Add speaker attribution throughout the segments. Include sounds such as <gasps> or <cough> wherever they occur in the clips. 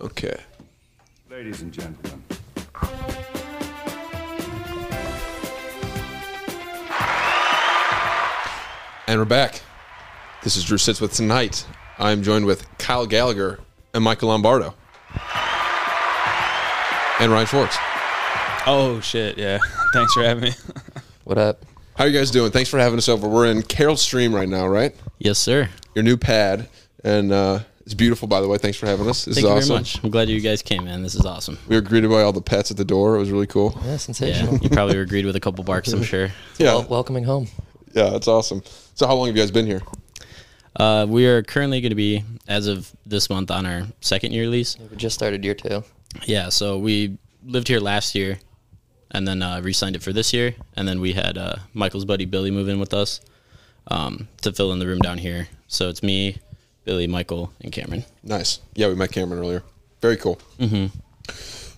Speaker 1: Okay.
Speaker 2: Ladies and gentlemen.
Speaker 1: And we're back. This is Drew Sits with Tonight. I'm joined with Kyle Gallagher and Michael Lombardo. And Ryan Schwartz.
Speaker 3: Oh shit! Yeah, <laughs> thanks for having me.
Speaker 4: What up?
Speaker 1: How are you guys doing? Thanks for having us over. We're in Carroll Stream right now, right?
Speaker 4: Yes, sir.
Speaker 1: Your new pad. And uh, it's beautiful, by the way. Thanks for having us. This
Speaker 4: Thank
Speaker 1: is
Speaker 4: you
Speaker 1: awesome.
Speaker 4: very much. I'm glad you guys came, man. This is awesome.
Speaker 1: We were greeted by all the pets at the door. It was really cool.
Speaker 5: Yeah,
Speaker 4: Yeah,
Speaker 5: sensational.
Speaker 1: <laughs>
Speaker 4: you probably agreed with a couple barks, I'm sure.
Speaker 1: Yeah.
Speaker 5: Wel- welcoming home.
Speaker 1: Yeah, it's awesome. So, how long have you guys been here?
Speaker 4: Uh, we are currently going to be, as of this month, on our second year lease.
Speaker 5: We just started year two.
Speaker 4: Yeah, so we lived here last year, and then uh, re-signed it for this year, and then we had uh, Michael's buddy Billy move in with us um, to fill in the room down here. So it's me, Billy, Michael, and Cameron.
Speaker 1: Nice. Yeah, we met Cameron earlier. Very cool. Mm-hmm.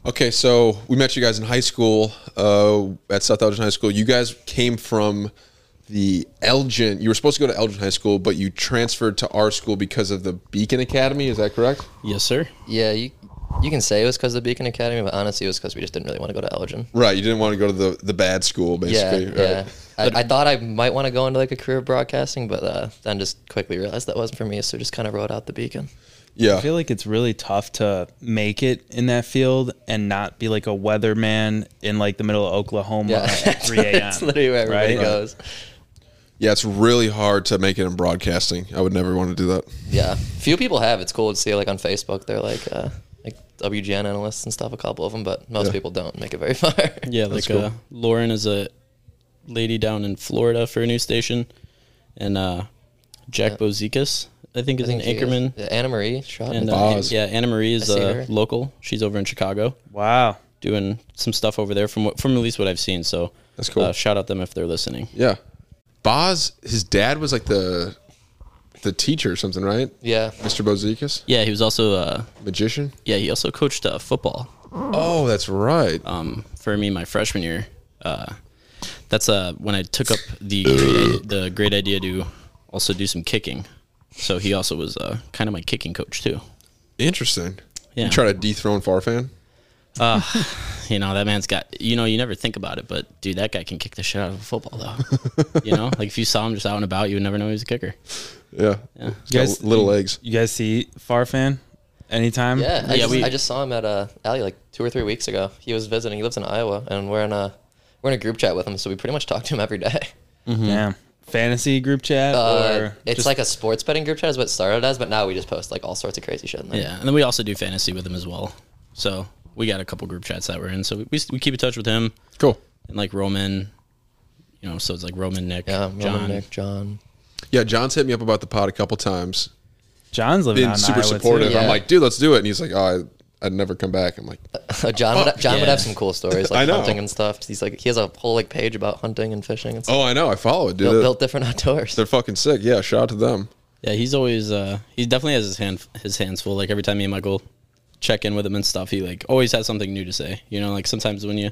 Speaker 1: Okay, so we met you guys in high school uh, at South Elgin High School. You guys came from the Elgin. You were supposed to go to Elgin High School, but you transferred to our school because of the Beacon Academy. Is that correct?
Speaker 4: Yes, sir.
Speaker 5: Yeah, you you can say it was because of the Beacon Academy, but honestly, it was because we just didn't really want to go to Elgin.
Speaker 1: Right. You didn't want to go to the, the bad school,
Speaker 5: Yeah,
Speaker 1: basically.
Speaker 5: yeah.
Speaker 1: Right.
Speaker 5: I, I thought I might want to go into like a career of broadcasting, but uh, then just quickly realized that wasn't for me, so just kind of rode out the Beacon.
Speaker 1: Yeah.
Speaker 3: I feel like it's really tough to make it in that field and not be like a weatherman in like the middle of Oklahoma
Speaker 5: Yeah,
Speaker 3: at 3
Speaker 5: <laughs>
Speaker 3: a.m.
Speaker 5: That's literally where everybody
Speaker 3: right?
Speaker 5: goes.
Speaker 1: yeah, it's really hard to make it in broadcasting. I would never want to do that.
Speaker 5: Yeah, few people have. It's cool to see like on Facebook. They're like uh, like WGN analysts and stuff. A couple of them, but most
Speaker 1: Yeah.
Speaker 5: people don't make it very <laughs> far.
Speaker 4: Yeah, like uh, Lauren is a lady down in Florida for a new station, and uh, Jack Bozikas, I think, is
Speaker 5: I
Speaker 4: an
Speaker 5: think she is.
Speaker 4: anchorman.
Speaker 5: Yeah, Anna Marie Schott.
Speaker 4: And uh,
Speaker 1: Boz.
Speaker 4: yeah, Anna Marie is
Speaker 5: I seen
Speaker 4: uh,
Speaker 5: her.
Speaker 4: local. She's over in Chicago
Speaker 3: Wow.
Speaker 4: doing some stuff over there from what, from at least what I've seen. So
Speaker 1: That's cool.
Speaker 4: Uh, shout out them if they're listening.
Speaker 1: Yeah. Boz, his dad was like the the teacher or something, right?
Speaker 5: yeah,
Speaker 1: Mr. Bozikas,
Speaker 4: Yeah, he was also uh,
Speaker 1: magician.
Speaker 4: yeah he also coached uh, football
Speaker 1: Oh, that's right.
Speaker 4: um, for me my freshman year. Uh, that's uh, when I took up the great, the great idea to also do some kicking. So he also was uh, kind of my kicking coach too.
Speaker 1: Interesting.
Speaker 4: Yeah.
Speaker 1: You try to dethrone Farfan?
Speaker 4: You know, that man's got, you know, you never think about it, but dude, that guy can kick the shit out of a football, though. you know, like if you saw him just out and about, you would never know he was a kicker.
Speaker 1: Yeah. yeah.
Speaker 3: Guys-
Speaker 1: little legs.
Speaker 3: You guys see Farfan anytime?
Speaker 5: Yeah, I,
Speaker 4: Yeah,
Speaker 5: just,
Speaker 4: we-
Speaker 5: I just saw him at uh, Alley like two or three weeks ago. He was visiting. He lives in Iowa, and we're in a we're in a group chat with him, so we pretty much talk to him every day. <laughs>
Speaker 1: Mm-hmm.
Speaker 3: Damn. Fantasy group chat
Speaker 5: Uh,
Speaker 3: or
Speaker 5: it's
Speaker 3: just-
Speaker 5: like a sports betting group chat is what it started as, but now we just post like all sorts of crazy shit in there.
Speaker 4: Yeah. And then we also do fantasy with him as well. So we got a couple group chats that we're in. So we, we keep in touch with him
Speaker 1: Cool.
Speaker 4: and like Roman, you know, so it's like Roman, Nick,
Speaker 5: yeah Roman,
Speaker 4: John.
Speaker 5: Nick, John. <laughs>
Speaker 1: Yeah, John's hit me up about the pod a couple times.
Speaker 3: John's living
Speaker 1: Been
Speaker 3: out in
Speaker 1: super
Speaker 3: Iowa, too.
Speaker 1: supportive.
Speaker 5: Yeah.
Speaker 1: I'm like, dude, let's do it. And he's like, oh, I, I'd never come back. I'm like,
Speaker 5: Uh, John would, John would
Speaker 4: yeah.
Speaker 5: have some cool stories
Speaker 1: I
Speaker 5: like
Speaker 1: know.
Speaker 5: hunting and stuff. He's like he has a whole like page about hunting and fishing and stuff.
Speaker 1: oh, I know. I follow it, dude.
Speaker 5: Built, built different <laughs> outdoors.
Speaker 1: They're fucking sick. Yeah, shout out to them.
Speaker 4: Yeah. He's always, uh, he definitely has his hand, his hands full. Like every time me and Michael check in with him and stuff, he like always has something new to say. You know, like sometimes when you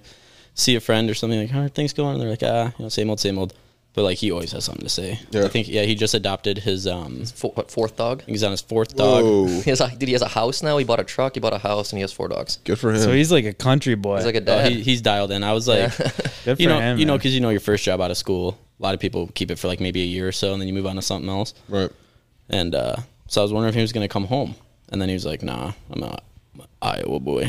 Speaker 4: see a friend or something, like, how are things going? And they're like, ah, you know, same old, same old. But like he always has something to say.
Speaker 1: Yeah.
Speaker 4: I think yeah, he just adopted his um
Speaker 5: Four, what fourth dog?
Speaker 4: He's on his fourth dog.
Speaker 1: Whoa.
Speaker 5: <laughs> He has a, dude, he has a house now. He bought a truck. He bought a house, and he has four dogs.
Speaker 1: Good for him.
Speaker 3: So he's like a country boy.
Speaker 5: He's like a
Speaker 4: Oh,
Speaker 5: dad.
Speaker 4: he, he's dialed in. I was like,
Speaker 1: <laughs>
Speaker 3: Good
Speaker 4: you
Speaker 3: for
Speaker 4: know,
Speaker 3: him,
Speaker 4: you know,
Speaker 3: man.
Speaker 4: because you know your first job out of school. A lot of people keep it for like maybe a year or so, and then you move on to something else.
Speaker 1: right.
Speaker 4: And uh, so I was wondering if he was going to come home, and then he was like, "Nah, I'm a I'm a Iowa boy."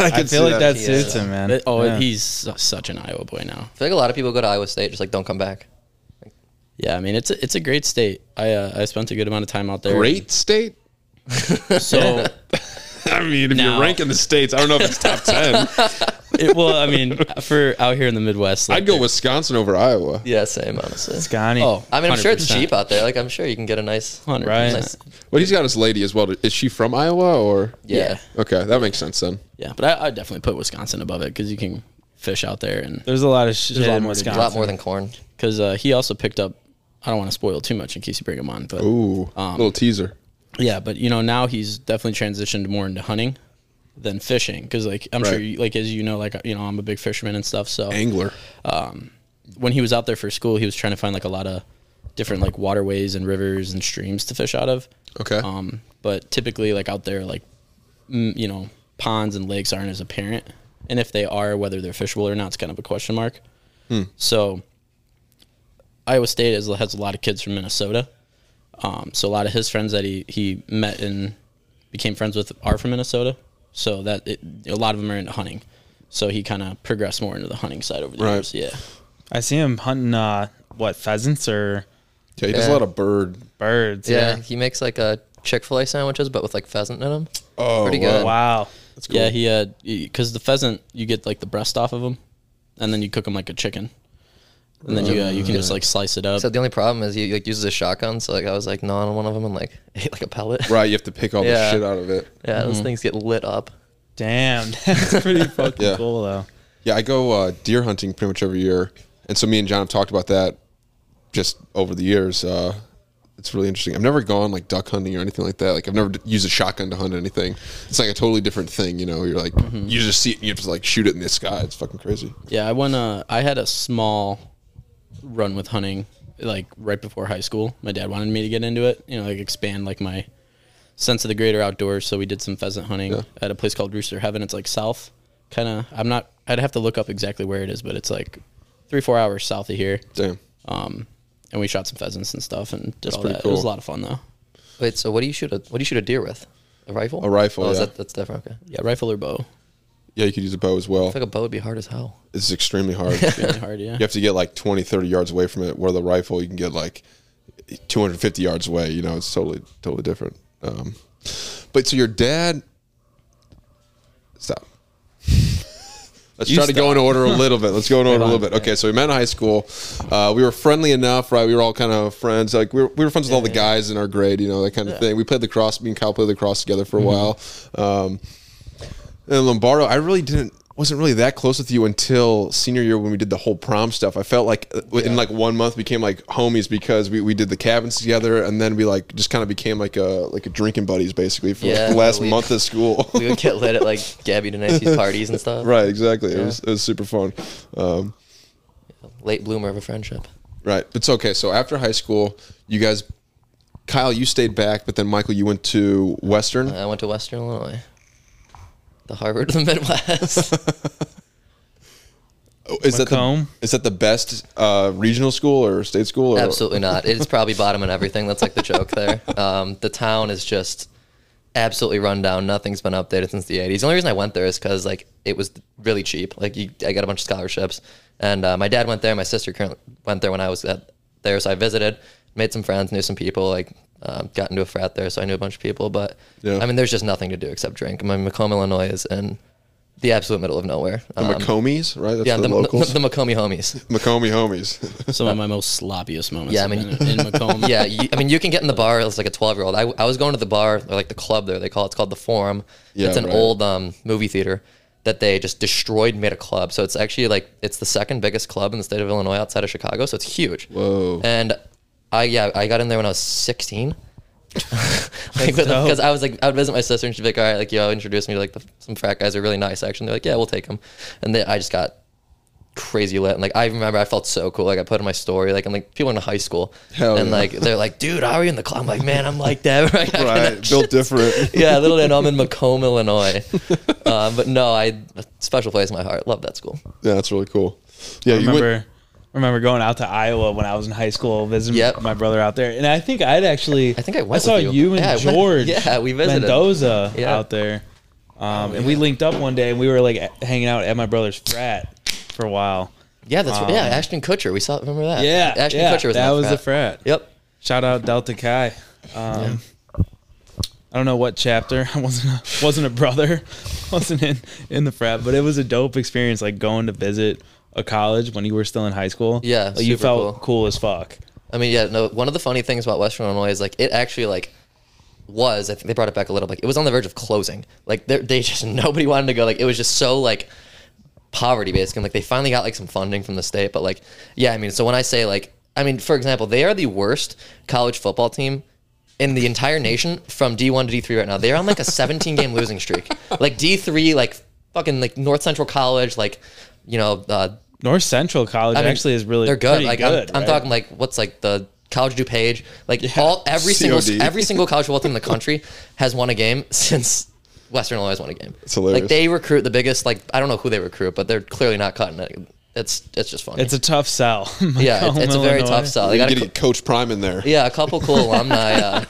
Speaker 3: I feel like that suits
Speaker 5: is.
Speaker 3: him, man.
Speaker 4: But- oh,
Speaker 3: Yeah.
Speaker 4: he's su- such an Iowa boy now.
Speaker 5: I feel like a lot of people go to Iowa State just like don't come back.
Speaker 4: Yeah, I mean it's a, it's a great state. I uh, I spent a good amount of time out there.
Speaker 1: Great state? <laughs>
Speaker 4: <laughs> So
Speaker 1: I mean, if
Speaker 4: No.
Speaker 1: you're ranking the states, I don't know if it's top 10.
Speaker 4: it, well, I mean, for out here in the Midwest, like,
Speaker 1: I'd go Wisconsin over Iowa.
Speaker 5: Yeah, same honestly.
Speaker 3: Scotty.
Speaker 4: Oh,
Speaker 5: I mean, I'm sure it's
Speaker 4: 100%.
Speaker 5: cheap out there. Like, I'm sure you can get a nice,
Speaker 4: 100%.
Speaker 3: Right.
Speaker 5: nice.
Speaker 1: Well, he's got his lady as well. Is she from Iowa or?
Speaker 5: Yeah.
Speaker 1: Okay, that makes sense then.
Speaker 4: Yeah, but I, I'd definitely put Wisconsin above it because you can fish out there and
Speaker 3: There's a lot of shit
Speaker 4: There's a lot
Speaker 3: in
Speaker 4: more to do.
Speaker 5: A
Speaker 3: Wisconsin.
Speaker 5: lot more than corn.
Speaker 4: because uh, he also picked up. I don't want to spoil too much in case you bring him on, but
Speaker 1: Ooh, little teaser.
Speaker 4: yeah, but you know now he's definitely transitioned more into hunting than fishing because like I'm sure
Speaker 1: Right.
Speaker 4: you, like as you know like you know I'm a big fisherman and stuff. So
Speaker 1: Angler.
Speaker 4: when he was out there for school, he was trying to find like a lot of different like waterways and rivers and streams to fish out of.
Speaker 1: Okay.
Speaker 4: Um, but typically like out there like mm, you know, ponds and lakes aren't as apparent. And if they are, whether they're fishable or not, it's kind of a question mark. So Iowa State is, has a lot of kids from Minnesota. Um, so a lot of his friends that he, he met and became friends with are from Minnesota. So that it, a lot of them are into hunting. So he kind of progressed more into the hunting side over the
Speaker 1: Right.
Speaker 4: years. Yeah.
Speaker 3: I see him hunting uh what pheasants or
Speaker 1: Yeah, he does a
Speaker 5: Yeah.
Speaker 1: lot of bird.
Speaker 3: birds.
Speaker 5: Yeah,
Speaker 3: Yeah.
Speaker 5: he makes like uh, Chick Fil A sandwiches, but with like pheasant in them.
Speaker 1: Oh,
Speaker 5: Pretty good.
Speaker 3: Wow.
Speaker 1: That's cool.
Speaker 4: Yeah, he had because the pheasant you get like the breast off of them, and then you cook them like a chicken, and then you uh, you can just like slice it up.
Speaker 5: So the only problem is he like uses a shotgun. So like I was like gnawing on one of them and like <laughs> ate like a pellet.
Speaker 1: Right, Mm-hmm. you have to pick all
Speaker 5: Yeah.
Speaker 1: the shit out of it.
Speaker 5: Yeah, those things get lit up.
Speaker 3: Damn. <laughs>
Speaker 5: <laughs>
Speaker 3: That's pretty fucking
Speaker 1: Yeah.
Speaker 3: cool though.
Speaker 1: Yeah, I go uh, deer hunting pretty much every year, and so me and John have talked about that just over the years. Uh, it's really interesting. I've never gone like duck hunting or anything like that. Like I've never d- used a shotgun to hunt anything. It's like a totally different thing, you know. You're like
Speaker 5: Mm-hmm.
Speaker 1: you just see it and you have to like shoot it in the sky. It's fucking crazy.
Speaker 4: Yeah, I went. Uh, I had a small run with hunting, like right before high school. My dad wanted me to get into it, you know, like expand like my sense of the greater outdoors. So we did some pheasant hunting at a place called Rooster Heaven. It's like south, kind of. I'm not. I'd have to look up exactly where it is, but it's like three four hours south of here.
Speaker 1: Damn.
Speaker 4: Um, and we shot some pheasants and stuff and did all
Speaker 1: pretty
Speaker 4: that. It was
Speaker 1: cool.
Speaker 4: a lot of fun though.
Speaker 5: Wait, so what do you shoot a what do you shoot a deer with? A rifle?
Speaker 1: A rifle,
Speaker 5: Oh, is
Speaker 1: yeah.
Speaker 5: that, that's different. Okay.
Speaker 4: Yeah, rifle or bow.
Speaker 1: Yeah, you could use a bow as well.
Speaker 5: I feel like a bow would be hard as hell.
Speaker 1: It's extremely
Speaker 5: <laughs>
Speaker 1: hard.
Speaker 4: Really hard, yeah.
Speaker 1: You have to get like 20, 30 yards away from it. Where the rifle, you can get like 250 yards away. You know, it's totally, totally different. Um, but so your dad, stop. Let's try to go in order a little bit. Let's go in order a little bit. Okay, so we met in high school. Uh, we were friendly enough, right? We were all kind of friends. Like we were, we were friends with all the guys in our grade, you know, that kind of thing. We played the cross. Me and Kyle played the cross together for a
Speaker 5: Mm-hmm.
Speaker 1: while. Um, and Lombardo, I really didn't wasn't really that close with you until senior year when we did the whole prom stuff. I felt like uh, in like one month became like homies because we, we did the cabins together and then we like just kind of became like a like a drinking buddies basically for like
Speaker 5: Yeah,
Speaker 1: the last
Speaker 5: we-
Speaker 1: month of school.
Speaker 5: <laughs> We would get lit
Speaker 1: <laughs>
Speaker 5: at like Gabby Denise's parties and stuff.
Speaker 1: right, exactly. It was it was super fun. Um,
Speaker 5: Late bloomer of a friendship.
Speaker 1: right, it's okay. So after high school, you guys, Kyle, you stayed back, but then Michael, you went to Western.
Speaker 5: I went to Western Illinois. The Harvard of the Midwest.
Speaker 1: Oh, is that the,
Speaker 3: Macomb?
Speaker 1: is that the best uh, regional school or state school? Or?
Speaker 5: Absolutely not. It's probably bottom in everything. That's like the joke there. Um, the town is just absolutely run down. Nothing's been updated since the 80s. The only reason I went there is because like it was really cheap. Like you, I got a bunch of scholarships, and uh, my dad went there. My sister currently went there when I was at, there, so I visited, made some friends, knew some people. Like um, got into a frat there, so I knew a bunch of people. But
Speaker 1: Yeah.
Speaker 5: I mean, there's just nothing to do except drink. I mean, Macomb, Illinois is in the absolute middle of nowhere.
Speaker 1: The
Speaker 5: Um,
Speaker 1: Macomies, right? That's
Speaker 5: yeah, the, the,
Speaker 1: locals.
Speaker 5: <laughs> the Macomb homies.
Speaker 1: Macomie
Speaker 5: <laughs>
Speaker 1: homies.
Speaker 4: Some of my most sloppiest moments.
Speaker 5: Yeah,
Speaker 4: Yeah,
Speaker 5: I
Speaker 4: I
Speaker 5: mean-
Speaker 4: in,
Speaker 5: <laughs>
Speaker 4: Macomb.
Speaker 5: yeah, you, I mean, you can get in the bar as like a 12 year old. I, I was going to the bar, or like the club there, they call it, it's called the Forum.
Speaker 1: Yeah,
Speaker 5: it's an
Speaker 1: right.
Speaker 5: old um, movie theater that they just destroyed and made a club. So it's actually like, it's the second biggest club in the state of Illinois outside of Chicago. So it's huge.
Speaker 1: Whoa.
Speaker 5: And I, yeah, I got in there when I was 16. <laughs> like, because I was like, I would visit my sister and she'd be like, all right, like, yo, introduce me to like the, some frat guys are really nice, actually. And they're like, yeah, we'll take them. And then I just got crazy lit. And like I remember I felt so cool. Like I put in my story, like I'm like people in high school.
Speaker 1: Hell
Speaker 5: and
Speaker 1: yeah.
Speaker 5: like they're like, dude, how are you in the club? I'm like, man, I'm like that. <laughs>
Speaker 1: <laughs>
Speaker 5: Right.
Speaker 1: right, built different.
Speaker 5: <laughs> yeah, little did I know I'm in Macomb, Illinois. Uh, but no, I a special place in my heart. Love that school.
Speaker 1: Yeah, that's really cool. Yeah, you
Speaker 3: remember
Speaker 1: went.
Speaker 3: remember going out to Iowa when I was in high school visiting
Speaker 5: Yep.
Speaker 3: my brother out there, and I think I'd actually
Speaker 5: I think I went
Speaker 3: saw
Speaker 5: with you.
Speaker 3: and
Speaker 5: Yeah, I went- <laughs>
Speaker 3: George.
Speaker 5: yeah, we visited.
Speaker 3: Mendoza
Speaker 5: Yeah. Oh,
Speaker 3: out there, um, and we linked up one day, and we were like a- hanging out at my brother's frat for a while.
Speaker 5: Yeah, that's
Speaker 3: Um,
Speaker 5: yeah. Ashton Kutcher, we saw. Remember that?
Speaker 3: Yeah,
Speaker 5: Ashton
Speaker 3: yeah,
Speaker 5: Kutcher was in
Speaker 3: that
Speaker 5: that
Speaker 3: was
Speaker 5: frat.
Speaker 3: the frat.
Speaker 5: Yep.
Speaker 3: Shout out Delta Chi. Um, I don't know what chapter. <laughs> I wasn't a, wasn't a brother. <laughs> wasn't in in the frat, but it was a dope experience. Like going to visit a college when you were still in high school.
Speaker 5: Yeah,
Speaker 3: Like, you
Speaker 5: super
Speaker 3: felt
Speaker 5: cool.
Speaker 3: cool. as fuck.
Speaker 5: I mean, yeah, no, one of the funny things about Western Illinois is like it actually like was, I think they brought it back a little, like it was on the verge of closing. Like there- they <laughs> just, nobody wanted to go. Like it was just so like poverty basically. And, like they finally got like some funding from the state, but like, yeah, I mean, so when I say like, I mean, for example, they are the worst college football team in the entire nation from D1 to D3 right now. They're on like a 17 game losing streak. Like D3, like fucking like North Central College, like, you know, uh,
Speaker 3: North Central College
Speaker 5: I mean,
Speaker 3: actually is really
Speaker 5: they're good.
Speaker 3: pretty
Speaker 5: Like I'm,
Speaker 3: good,
Speaker 5: I'm
Speaker 3: right?
Speaker 5: talking like what's like the College DuPage, like all every
Speaker 1: COD. <laughs>
Speaker 5: single every single college football team in the country has won a game <laughs> since Western Illinois won a game.
Speaker 1: It's hilarious.
Speaker 5: Like they recruit the biggest. Like I don't know who they recruit, but they're clearly not cutting it. It's it's just funny.
Speaker 3: It's a tough sell. <laughs>
Speaker 5: yeah, it's,
Speaker 3: Macomb,
Speaker 5: it's a very
Speaker 3: Illinois.
Speaker 5: tough sell. They
Speaker 1: You
Speaker 5: got a
Speaker 1: get
Speaker 5: cou-
Speaker 1: to get Coach Prime in there.
Speaker 5: yeah, a
Speaker 1: <laughs>
Speaker 5: couple cool alumni. Uh,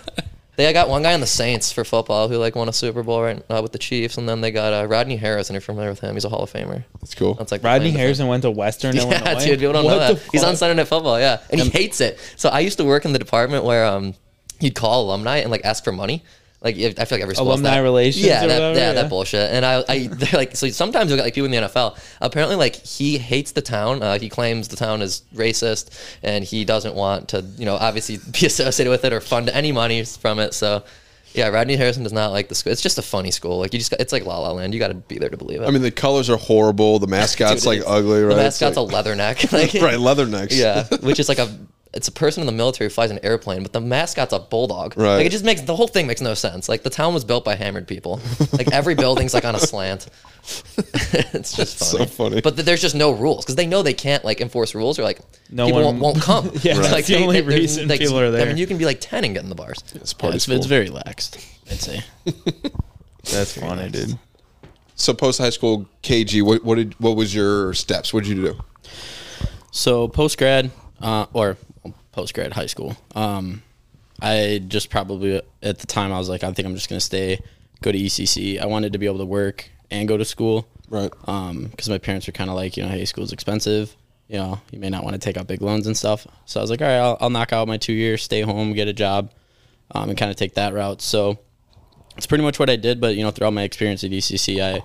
Speaker 5: they got one guy on the Saints for football who like won a Super Bowl right uh, with the Chiefs, and then they got uh, Rodney Harris. And if you're familiar with him, he's a Hall of Famer.
Speaker 1: That's cool.
Speaker 5: That's like the claim
Speaker 3: Rodney
Speaker 5: to fame.
Speaker 3: Harrison went to Western Illinois.
Speaker 5: <laughs> Yeah, dude, people don't
Speaker 3: What
Speaker 5: know
Speaker 3: the
Speaker 5: that. He's on
Speaker 3: fuck?
Speaker 5: Sunday Night Football, yeah, and he hates it. So I used to work in the department where um, you'd call alumni and like ask for money. Like I feel like every school has
Speaker 3: Alumni
Speaker 5: that.
Speaker 3: relations
Speaker 5: yeah,
Speaker 3: or
Speaker 5: that,
Speaker 3: whatever,
Speaker 5: yeah,
Speaker 3: yeah.
Speaker 5: that bullshit. And I, <laughs> I they're like so sometimes you will get like people in the NFL. Apparently, like he hates the town. Uh, he claims the town is racist, and he doesn't want to, you know, obviously <laughs> be associated with it or fund any money from it. So. Yeah, Rodney Harrison does not like the school. It's just a funny school. Like you just, got, it's like La La Land. You got to be there to believe it.
Speaker 1: I mean, the colors are horrible. The mascot's
Speaker 5: <laughs> Dude, it
Speaker 1: like
Speaker 5: is.
Speaker 1: ugly, right?
Speaker 5: The
Speaker 1: It's
Speaker 5: mascot's
Speaker 1: like,
Speaker 5: a
Speaker 1: <laughs>
Speaker 5: leather neck. Like, <laughs>
Speaker 1: right leathernecks. <laughs>
Speaker 5: yeah, which is like a it's a person in the military who flies an airplane, but the mascot's a bulldog.
Speaker 1: Right.
Speaker 5: Like it just makes the whole thing makes no sense. Like the town was built by hammered people. Like every building's like on a slant. <laughs> it's just
Speaker 1: so
Speaker 5: funny.
Speaker 1: funny.
Speaker 5: But th- there's just no rules because they know they can't like enforce rules or like
Speaker 3: No
Speaker 5: people
Speaker 3: one-
Speaker 5: won't, won't come.
Speaker 3: <laughs> Yeah,
Speaker 5: It's
Speaker 3: that's
Speaker 5: like,
Speaker 3: the
Speaker 5: they-
Speaker 3: only
Speaker 5: they- there's-
Speaker 3: reason people are
Speaker 5: I
Speaker 3: there.
Speaker 5: mean, you can be like ten and get in the bars.
Speaker 1: it's
Speaker 4: Yeah,
Speaker 1: party
Speaker 4: it's,
Speaker 1: school.
Speaker 4: it's very laxed, I'd
Speaker 5: <laughs>
Speaker 4: say.
Speaker 3: That's funny, dude.
Speaker 1: so post high school KG, what, what did what was your steps? What did you do?
Speaker 4: So post grad, uh, or post grad high school, um, I just probably at the time I was like, I think I'm just gonna stay, go to ECC. I wanted to be able to work and go to school,
Speaker 1: Right.
Speaker 4: Uh, because Um, my parents were kind of like, you know, hey, school's expensive. You know, you may not want to take out big loans and stuff. So I was like, all right, I'll, I'll knock out my two years, stay home, get a job, um, and kind of take that route. So it's pretty much what I did. But you know, throughout my experience at ECC, I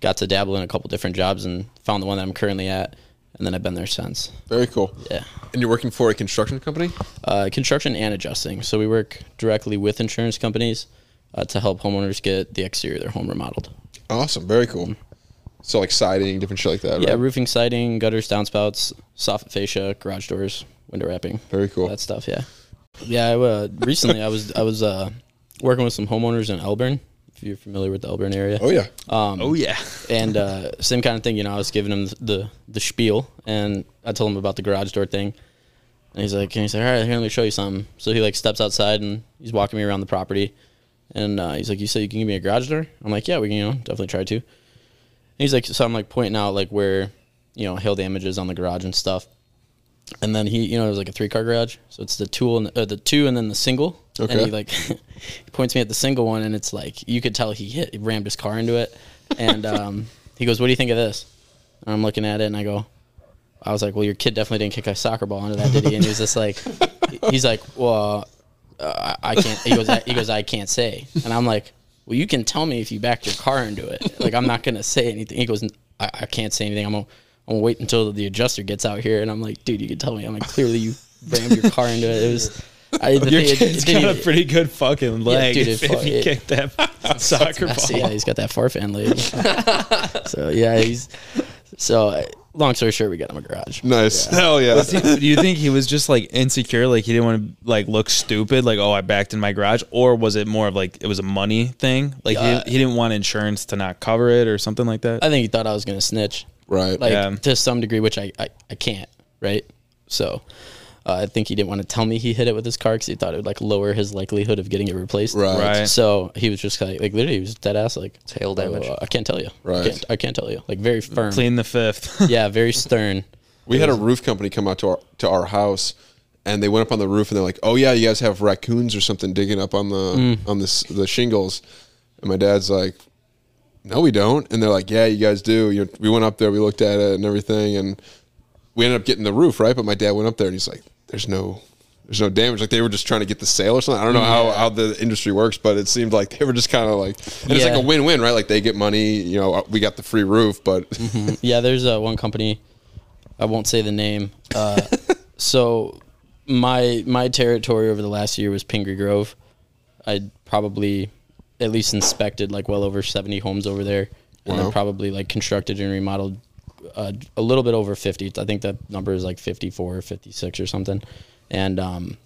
Speaker 4: got to dabble in a couple different jobs and found the one that I'm currently at, and then I've been there since.
Speaker 1: Very cool.
Speaker 4: Yeah.
Speaker 1: And you're working for a construction company?
Speaker 4: Uh, construction and adjusting. So we work directly with insurance companies uh, to help homeowners get the exterior of their home remodeled.
Speaker 1: Awesome. Very cool. So like siding, different shit like that,
Speaker 4: Yeah,
Speaker 1: right?
Speaker 4: roofing, siding, gutters, downspouts, soffit fascia, garage doors, window wrapping.
Speaker 1: Very cool.
Speaker 4: That stuff. Yeah. Yeah. I, uh, recently, I was I was uh, working with some homeowners in Elburn. If you're familiar with the Elburn area.
Speaker 1: oh yeah.
Speaker 5: Um, <laughs>
Speaker 3: Oh yeah.
Speaker 4: and uh, same kind of thing. You know, I was giving him the the spiel, and I told him about the garage door thing, and he's like, and he's like, all right, here, let me show you something. So he like steps outside, and he's walking me around the property, and uh, he's like, you said you can give me a garage door? I'm like, yeah, we can, you know, definitely try to. And he's like, so I'm like pointing out like where, you know, hail damage is on the garage and stuff, and then he, you know, it was like a three car garage, so it's the two and uh, the two and then the single.
Speaker 1: Okay.
Speaker 4: And he like <laughs> he points me at the single one, and it's like you could tell he hit he rammed his car into it, and um, he goes, "What do you think of this?" And I'm looking at it, and I go, "I was like, well, your kid definitely didn't kick a soccer ball into that, did he?" And he was just
Speaker 3: <laughs>
Speaker 4: like, he's like, "Well, uh, I I can't." He goes, I, "He goes, I can't say," and I'm like, "Well, you can tell me if you backed your car into it. Like, I'm not gonna say anything." He goes, "I, I can't say anything. I'm gonna." I'm gonna wait until the adjuster gets out here, and I'm like, dude, you can tell me. I'm like, clearly you rammed your car into it. It was, I, the
Speaker 3: Your
Speaker 4: thing- it-
Speaker 3: kid's
Speaker 4: it didn't
Speaker 3: got a
Speaker 4: even-
Speaker 3: pretty good fucking leg
Speaker 4: dude,
Speaker 3: if,
Speaker 4: it
Speaker 3: if
Speaker 4: fuck-
Speaker 3: he
Speaker 4: it-
Speaker 5: <laughs>
Speaker 3: kicked that soccer
Speaker 4: I see,
Speaker 3: ball.
Speaker 4: yeah, he's got that far fan
Speaker 3: <laughs>
Speaker 4: leg. so yeah, he's so. uh, Long story short, we got him a garage.
Speaker 1: Nice. Hell yeah.
Speaker 3: Do you think he was just like insecure, like he didn't want to like look stupid, like oh I backed in my garage, or was it more of like it was a money thing, like
Speaker 4: Uh,
Speaker 3: he, he didn't want insurance to not cover it or something like that?
Speaker 4: I think he thought I was gonna snitch,
Speaker 1: right.
Speaker 4: like
Speaker 3: Yeah.
Speaker 4: to some degree, which I I, I can't, right? So. Uh, I think he didn't want to tell me he hit it with his car because he thought it would like lower his likelihood of getting it replaced.
Speaker 1: Right.
Speaker 3: Right.
Speaker 4: So he was just like, like literally, he was dead ass like
Speaker 5: Tail damage.
Speaker 4: uh, I can't tell you.
Speaker 1: Right.
Speaker 4: I can't, I can't tell you. Like very firm.
Speaker 3: Clean the fifth.
Speaker 4: <laughs>
Speaker 3: <laughs>
Speaker 4: Yeah, very stern.
Speaker 1: We had a roof company come out to our to our house, and they went up on the roof, and they're like, "Oh yeah, you guys have raccoons or something digging up on the on this the shingles," and my dad's like, "No, we don't," and they're like, "Yeah, you guys do." you we went up there, we looked at it and everything, and we ended up getting the roof right. But my dad went up there, and he's like, "There's no." There's no damage. Like they were just trying to get the sale or something. I don't know how, how the industry works, but it seemed like they were just kind of like and it's like a
Speaker 4: Yeah.
Speaker 1: win win, right? Like they get money. You know, we got the free roof, but
Speaker 4: yeah, there's uh, one company. I won't say the name. Uh, so my my territory over the last year was Pingree Grove. I probably at least inspected like well over 70 homes over there, and
Speaker 1: Wow.
Speaker 4: then probably like constructed and remodeled uh, a little bit over 50. I think that number is like 54 or 56 or something. And um,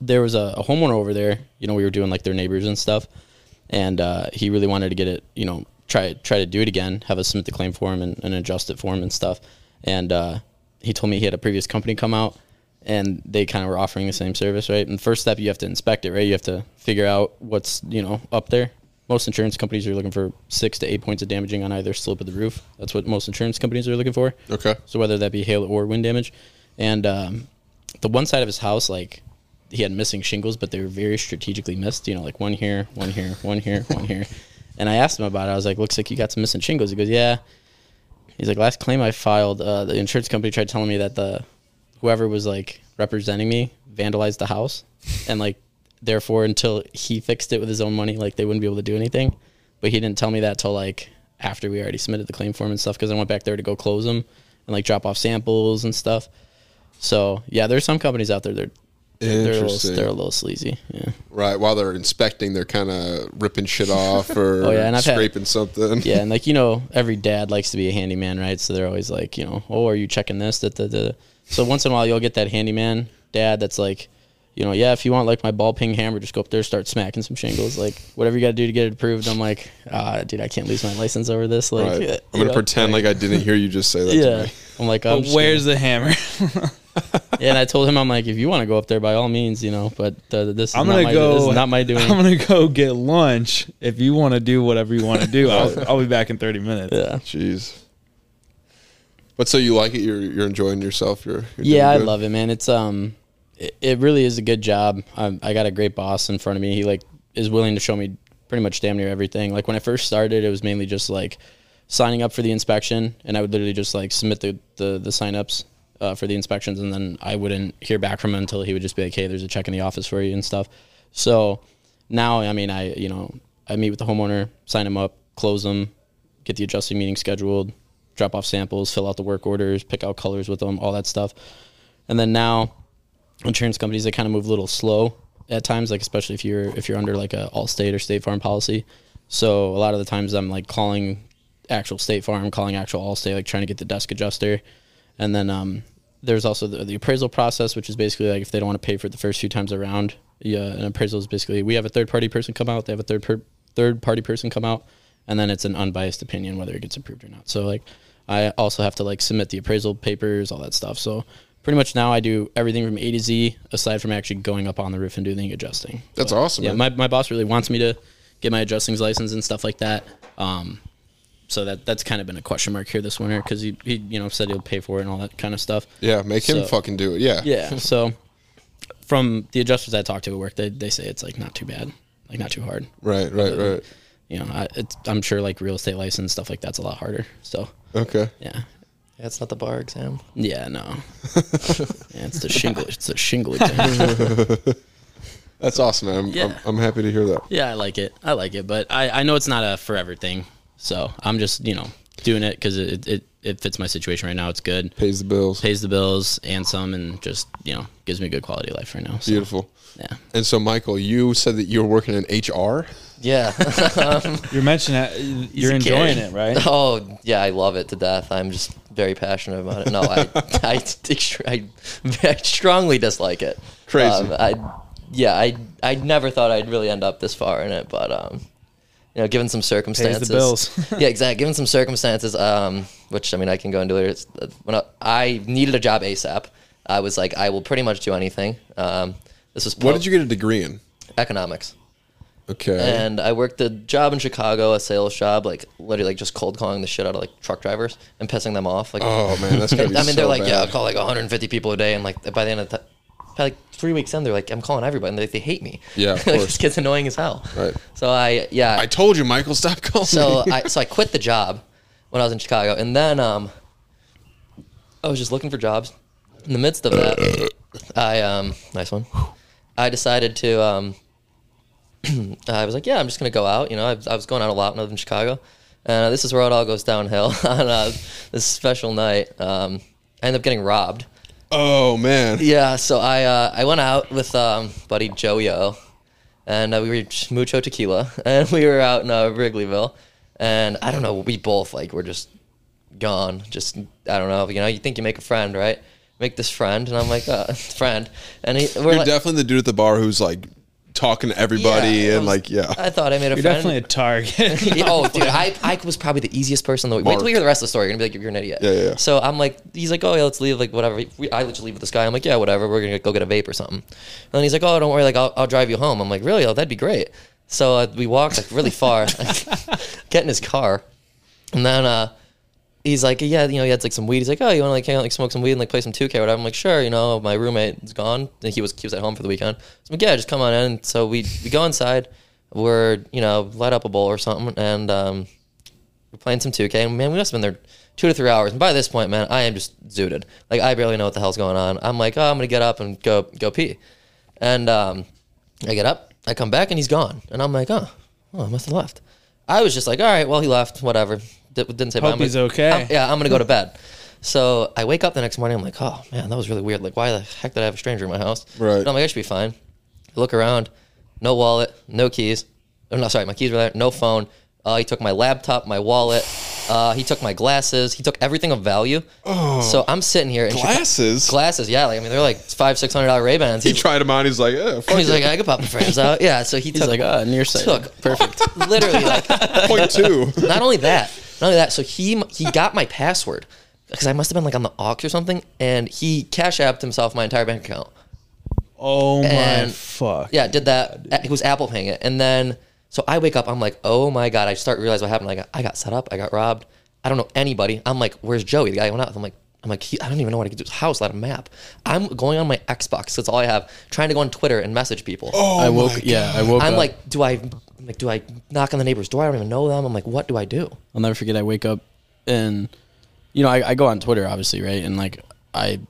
Speaker 4: there was a, a homeowner over there. You know, we were doing like their neighbors and stuff, and uh, he really wanted to get it. You know, try try to do it again, have us submit the claim for him and, and adjust it for him and stuff. And uh, he told me he had a previous company come out, and they kind of were offering the same service, right? And the first step, you have to inspect it, right? You have to figure out what's you know up there, most insurance companies are looking for six to eight points of damaging on either slope of the roof. That's what most insurance companies are looking for.
Speaker 1: <laughs> Okay.
Speaker 4: So whether that be hail or wind damage, and um, the one side of his house, like he had missing shingles, but they were very strategically missed. You know, like one here, one here, one here, one here. And I asked him about it. I was like, "Looks like you got some missing shingles." He goes, "Yeah." He's like, "Last claim I filed, uh, the insurance company tried telling me that the whoever was like representing me vandalized the house, and like therefore until he fixed it with his own money, like they wouldn't be able to do anything." But he didn't tell me that till like after we already submitted the claim form and stuff because I went back there to go close them and like drop off samples and stuff. So yeah, there's some companies out there that they're a little,
Speaker 1: Interesting.
Speaker 4: they're a little sleazy. Yeah,
Speaker 1: Right. While they're inspecting, they're kind of ripping
Speaker 4: <laughs>
Speaker 1: shit off or
Speaker 4: Oh, yeah, and I've had-
Speaker 1: scraping something.
Speaker 4: yeah, and like you know, every dad likes to be a handyman, right? So they're always like, you know, oh, are you checking this? That the so once in a while you'll get that handyman dad that's like, you know, yeah, if you want like my ball ping hammer, just go up there, start smacking some shingles, like whatever you got to do to get it approved. I'm like, ah, dude, I can't lose my license over this.
Speaker 1: <laughs>
Speaker 4: Like,
Speaker 1: Right.
Speaker 4: you
Speaker 1: I'm gonna
Speaker 4: know?
Speaker 1: pretend like I didn't hear you just say that. To
Speaker 4: Yeah,
Speaker 1: me.
Speaker 4: I'm like, I'm
Speaker 3: But
Speaker 4: just gonna-
Speaker 3: where's the hammer? <laughs>
Speaker 4: Yeah, and I told him, I'm like, if you want to go up there, by all means, you know. But uh, this is
Speaker 3: I'm
Speaker 4: not
Speaker 3: gonna
Speaker 4: my,
Speaker 3: go.
Speaker 4: This is not my doing.
Speaker 3: <laughs> I'm gonna go get lunch. If you want to do whatever you want to do,
Speaker 4: <laughs>
Speaker 3: I'll, I'll be back in 30 minutes.
Speaker 4: yeah,
Speaker 1: Jeez. But so you like it? You're you're enjoying yourself. You're, you're
Speaker 4: yeah, I
Speaker 1: doing good?
Speaker 4: love it, man. It's um, it, it really is a good job. I, I got a great boss in front of me. He like is willing to show me pretty much damn near everything. Like when I first started, it was mainly just like signing up for the inspection, and I would literally just like submit the the, the sign ups. Uh, for the inspections, and then I wouldn't hear back from him until he would just be like, "Hey, there's a check in the office for you and stuff." So now, I mean, I you know I meet with the homeowner, sign him up, close them, get the adjusting meeting scheduled, drop off samples, fill out the work orders, pick out colors with them, all that stuff. And then now, insurance companies they kind of move a little slow at times, like especially if you're if you're under like a Allstate or State Farm policy. So a lot of the times I'm like calling actual State Farm, calling actual Allstate, like trying to get the desk adjuster. And then um, there's also the, the appraisal process, which is basically like if they don't want to pay for it the first few times around, yeah, an appraisal is basically we have a third party person come out, they have a third per, third party person come out, and then it's an unbiased opinion whether it gets approved or not. So like I also have to like submit the appraisal papers, all that stuff. So pretty much now I do everything from A to Z aside from actually going up on the roof and doing the adjusting.
Speaker 1: That's awesome.
Speaker 4: Yeah,
Speaker 1: man.
Speaker 4: my, my boss really wants me to get my adjustings license and stuff like that. Um, so that that's kind of been a question mark here this winter because he, he you know said he'll pay for it and all that kind of stuff.
Speaker 1: yeah. Make him
Speaker 4: So-
Speaker 1: fucking do it. Yeah.
Speaker 4: Yeah. <laughs> So from the adjusters I talked to at work, they they say it's like not too bad, like not too hard.
Speaker 1: Right. Right. Right.
Speaker 4: You know, I, it's, I'm sure like real estate license stuff like that's a lot harder. So
Speaker 1: Okay.
Speaker 4: yeah,
Speaker 5: That's not the bar exam.
Speaker 4: yeah, no, yeah, it's the shingle, it's the shingle exam.
Speaker 1: That's awesome, man. I'm,
Speaker 4: Yeah.
Speaker 1: I'm, I'm happy to hear that.
Speaker 4: Yeah, I like it. I like it, but I, I know it's not a forever thing. So I'm just you know doing it because it, it it fits my situation right now. It's good,
Speaker 1: Pays the bills.
Speaker 4: pays the bills and some, and just you know gives me a good quality of life right now. So,
Speaker 1: Beautiful.
Speaker 4: Yeah.
Speaker 1: And so, Michael, you said that you were working in HR.
Speaker 5: Yeah. <laughs> Um,
Speaker 3: You're mentioning that
Speaker 5: He's
Speaker 3: you're
Speaker 5: a
Speaker 3: enjoying
Speaker 4: <laughs>
Speaker 5: kid.
Speaker 3: it, right?
Speaker 5: <laughs> Oh yeah, I love it to death. I'm just very passionate about it. No, I I, ext- I, I strongly dislike it. Um,
Speaker 1: Crazy.
Speaker 5: I yeah, I I never thought I'd really end up this far in it, but um, you know, given some circumstances,
Speaker 3: bills.
Speaker 5: yeah, exactly. Given some circumstances, um, which I mean, I can go into later. It's, uh, when I, I needed a job ASAP, I was like, I will pretty much do anything. Um, this was
Speaker 4: Oh.
Speaker 1: What did you get a degree in?
Speaker 5: economics
Speaker 1: Okay.
Speaker 5: and I worked a job in Chicago, a sales job, like literally like just cold calling the shit out of like truck drivers and pissing them off. Like,
Speaker 1: oh man, that's gonna
Speaker 5: <laughs>
Speaker 4: <laughs>
Speaker 5: I
Speaker 1: be.
Speaker 5: mean,
Speaker 1: so
Speaker 5: they're like, yeah, I'll
Speaker 1: bad.
Speaker 5: call like 150 people a day, and like by the end of the, by like three weeks in, they're like, I'm calling everybody, and they, they hate me.
Speaker 1: Yeah, of
Speaker 5: <laughs> like,
Speaker 1: course.
Speaker 5: this gets annoying as hell.
Speaker 1: Right.
Speaker 5: So I, yeah,
Speaker 1: I told you, Michael, stop calling. <laughs>
Speaker 5: so
Speaker 1: me.
Speaker 5: I so I quit the job when I was in Chicago, and then um, I was just looking for jobs. In the midst of that, I um, nice one. I decided to um, <clears throat> I was like, yeah, I'm just gonna go out. You know, I, I was going out a lot when I was in Chicago, and uh, this is where it all goes downhill <laughs> on uh, this special night. Um, I ended up getting robbed.
Speaker 1: oh man.
Speaker 5: Yeah, so I uh, I went out with um, buddy Joey O, and uh, we were just mucho tequila, <laughs> and we were out in uh, Wrigleyville, and I don't know, we both like were just gone, just I don't know, you know, you think you make a friend, right? Make this friend, and I'm like, uh, <laughs> friend, and he, we're
Speaker 1: You're
Speaker 5: like,
Speaker 1: definitely the dude at the bar who's like talking to everybody
Speaker 5: yeah, I
Speaker 1: and
Speaker 5: was-
Speaker 1: like, yeah.
Speaker 5: I thought I made a <laughs>
Speaker 3: You're
Speaker 5: friend.
Speaker 3: definitely a
Speaker 5: <laughs>
Speaker 3: target. <laughs>
Speaker 5: Yeah, oh, dude, I, I was probably the easiest person. Though. Wait till
Speaker 1: Mark.
Speaker 5: you hear the rest of the story. You're gonna be like, you're an idiot.
Speaker 1: Yeah, yeah, yeah.
Speaker 5: So I'm like, he's like, oh yeah, let's leave. Like whatever. We, I literally leave with this guy. I'm like, yeah, whatever. We're gonna go get a vape or something. And then he's like, oh, don't worry. Like I'll, I'll drive you home. I'm like, really? Oh, that'd be great. So uh, we walked like really far,
Speaker 1: <laughs>
Speaker 5: <laughs> get in his car, and then uh, he's like, yeah, you know, he had like some weed. He's like, oh, you want to like hang out, like smoke some weed and like play some 2K or whatever. I'm like, sure. You know, my roommate is gone. And he was he was at home for the weekend. So I'm like, yeah, just come on in. So we we go inside. We're you know light up a bowl or something, and um, we're playing some 2K. And man, we must have been there two to three hours. And by this point, man, I am just zooted. Like I barely know what the hell's going on. I'm like, oh, I'm gonna get up and go go pee, and um, I get up, I come back, and he's gone. And I'm like, oh, oh, I must have left. I was just like, all right, well, he left, whatever. D- didn't say bye.
Speaker 3: Hope
Speaker 5: I'm like,
Speaker 3: he's okay.
Speaker 5: I'm- yeah, I'm gonna
Speaker 3: <laughs>
Speaker 5: go to bed. So I wake up the next morning. I'm like, oh man, that was really weird. Like, why the heck did I have a stranger in my house?
Speaker 1: Right.
Speaker 5: And I'm like, I should be fine. I look around, no wallet, no keys. Oh, no, sorry, my keys were there. No phone. Uh, he took my laptop, my wallet. Uh, he took my glasses. He took everything of value. Oh, so I'm sitting here. In Chica-
Speaker 1: Glasses?
Speaker 5: glasses. Yeah, like I mean, they're like five, six hundred dollar Ray Bans.
Speaker 1: He tried him out. He's like, eh, fuck
Speaker 5: He's
Speaker 1: it.
Speaker 5: like, I could pop my friends out. Yeah. So he
Speaker 4: He's
Speaker 5: took
Speaker 4: like, ah, nearsighted.
Speaker 5: took perfect. <laughs> Literally, like
Speaker 1: point
Speaker 5: <laughs>
Speaker 1: two.
Speaker 5: not only that, not only that. So he he got my password because I must have been like on the aux or something, and he cash apped himself my entire bank account.
Speaker 3: Oh my
Speaker 5: And-
Speaker 3: fuck.
Speaker 5: Yeah, did that. It was Apple paying it, and then so I wake up. I'm like, oh my god! I start realize what happened. I got I got set up. I got robbed. I don't know anybody. I'm like, where's Joey? The guy I went out. with? I'm like. I'm like, he, I don't even know what I could do. His house, not a map. I'm going on my Xbox. That's all I have. Trying to go on Twitter and message people.
Speaker 1: Oh,
Speaker 4: I woke. Yeah, I woke
Speaker 5: I'm
Speaker 4: up.
Speaker 5: like, do I I'm like do I knock on the neighbor's door? I don't even know them. I'm like, what do I do?
Speaker 4: I'll never forget. I wake up and you know I, I go on Twitter obviously, right? And like I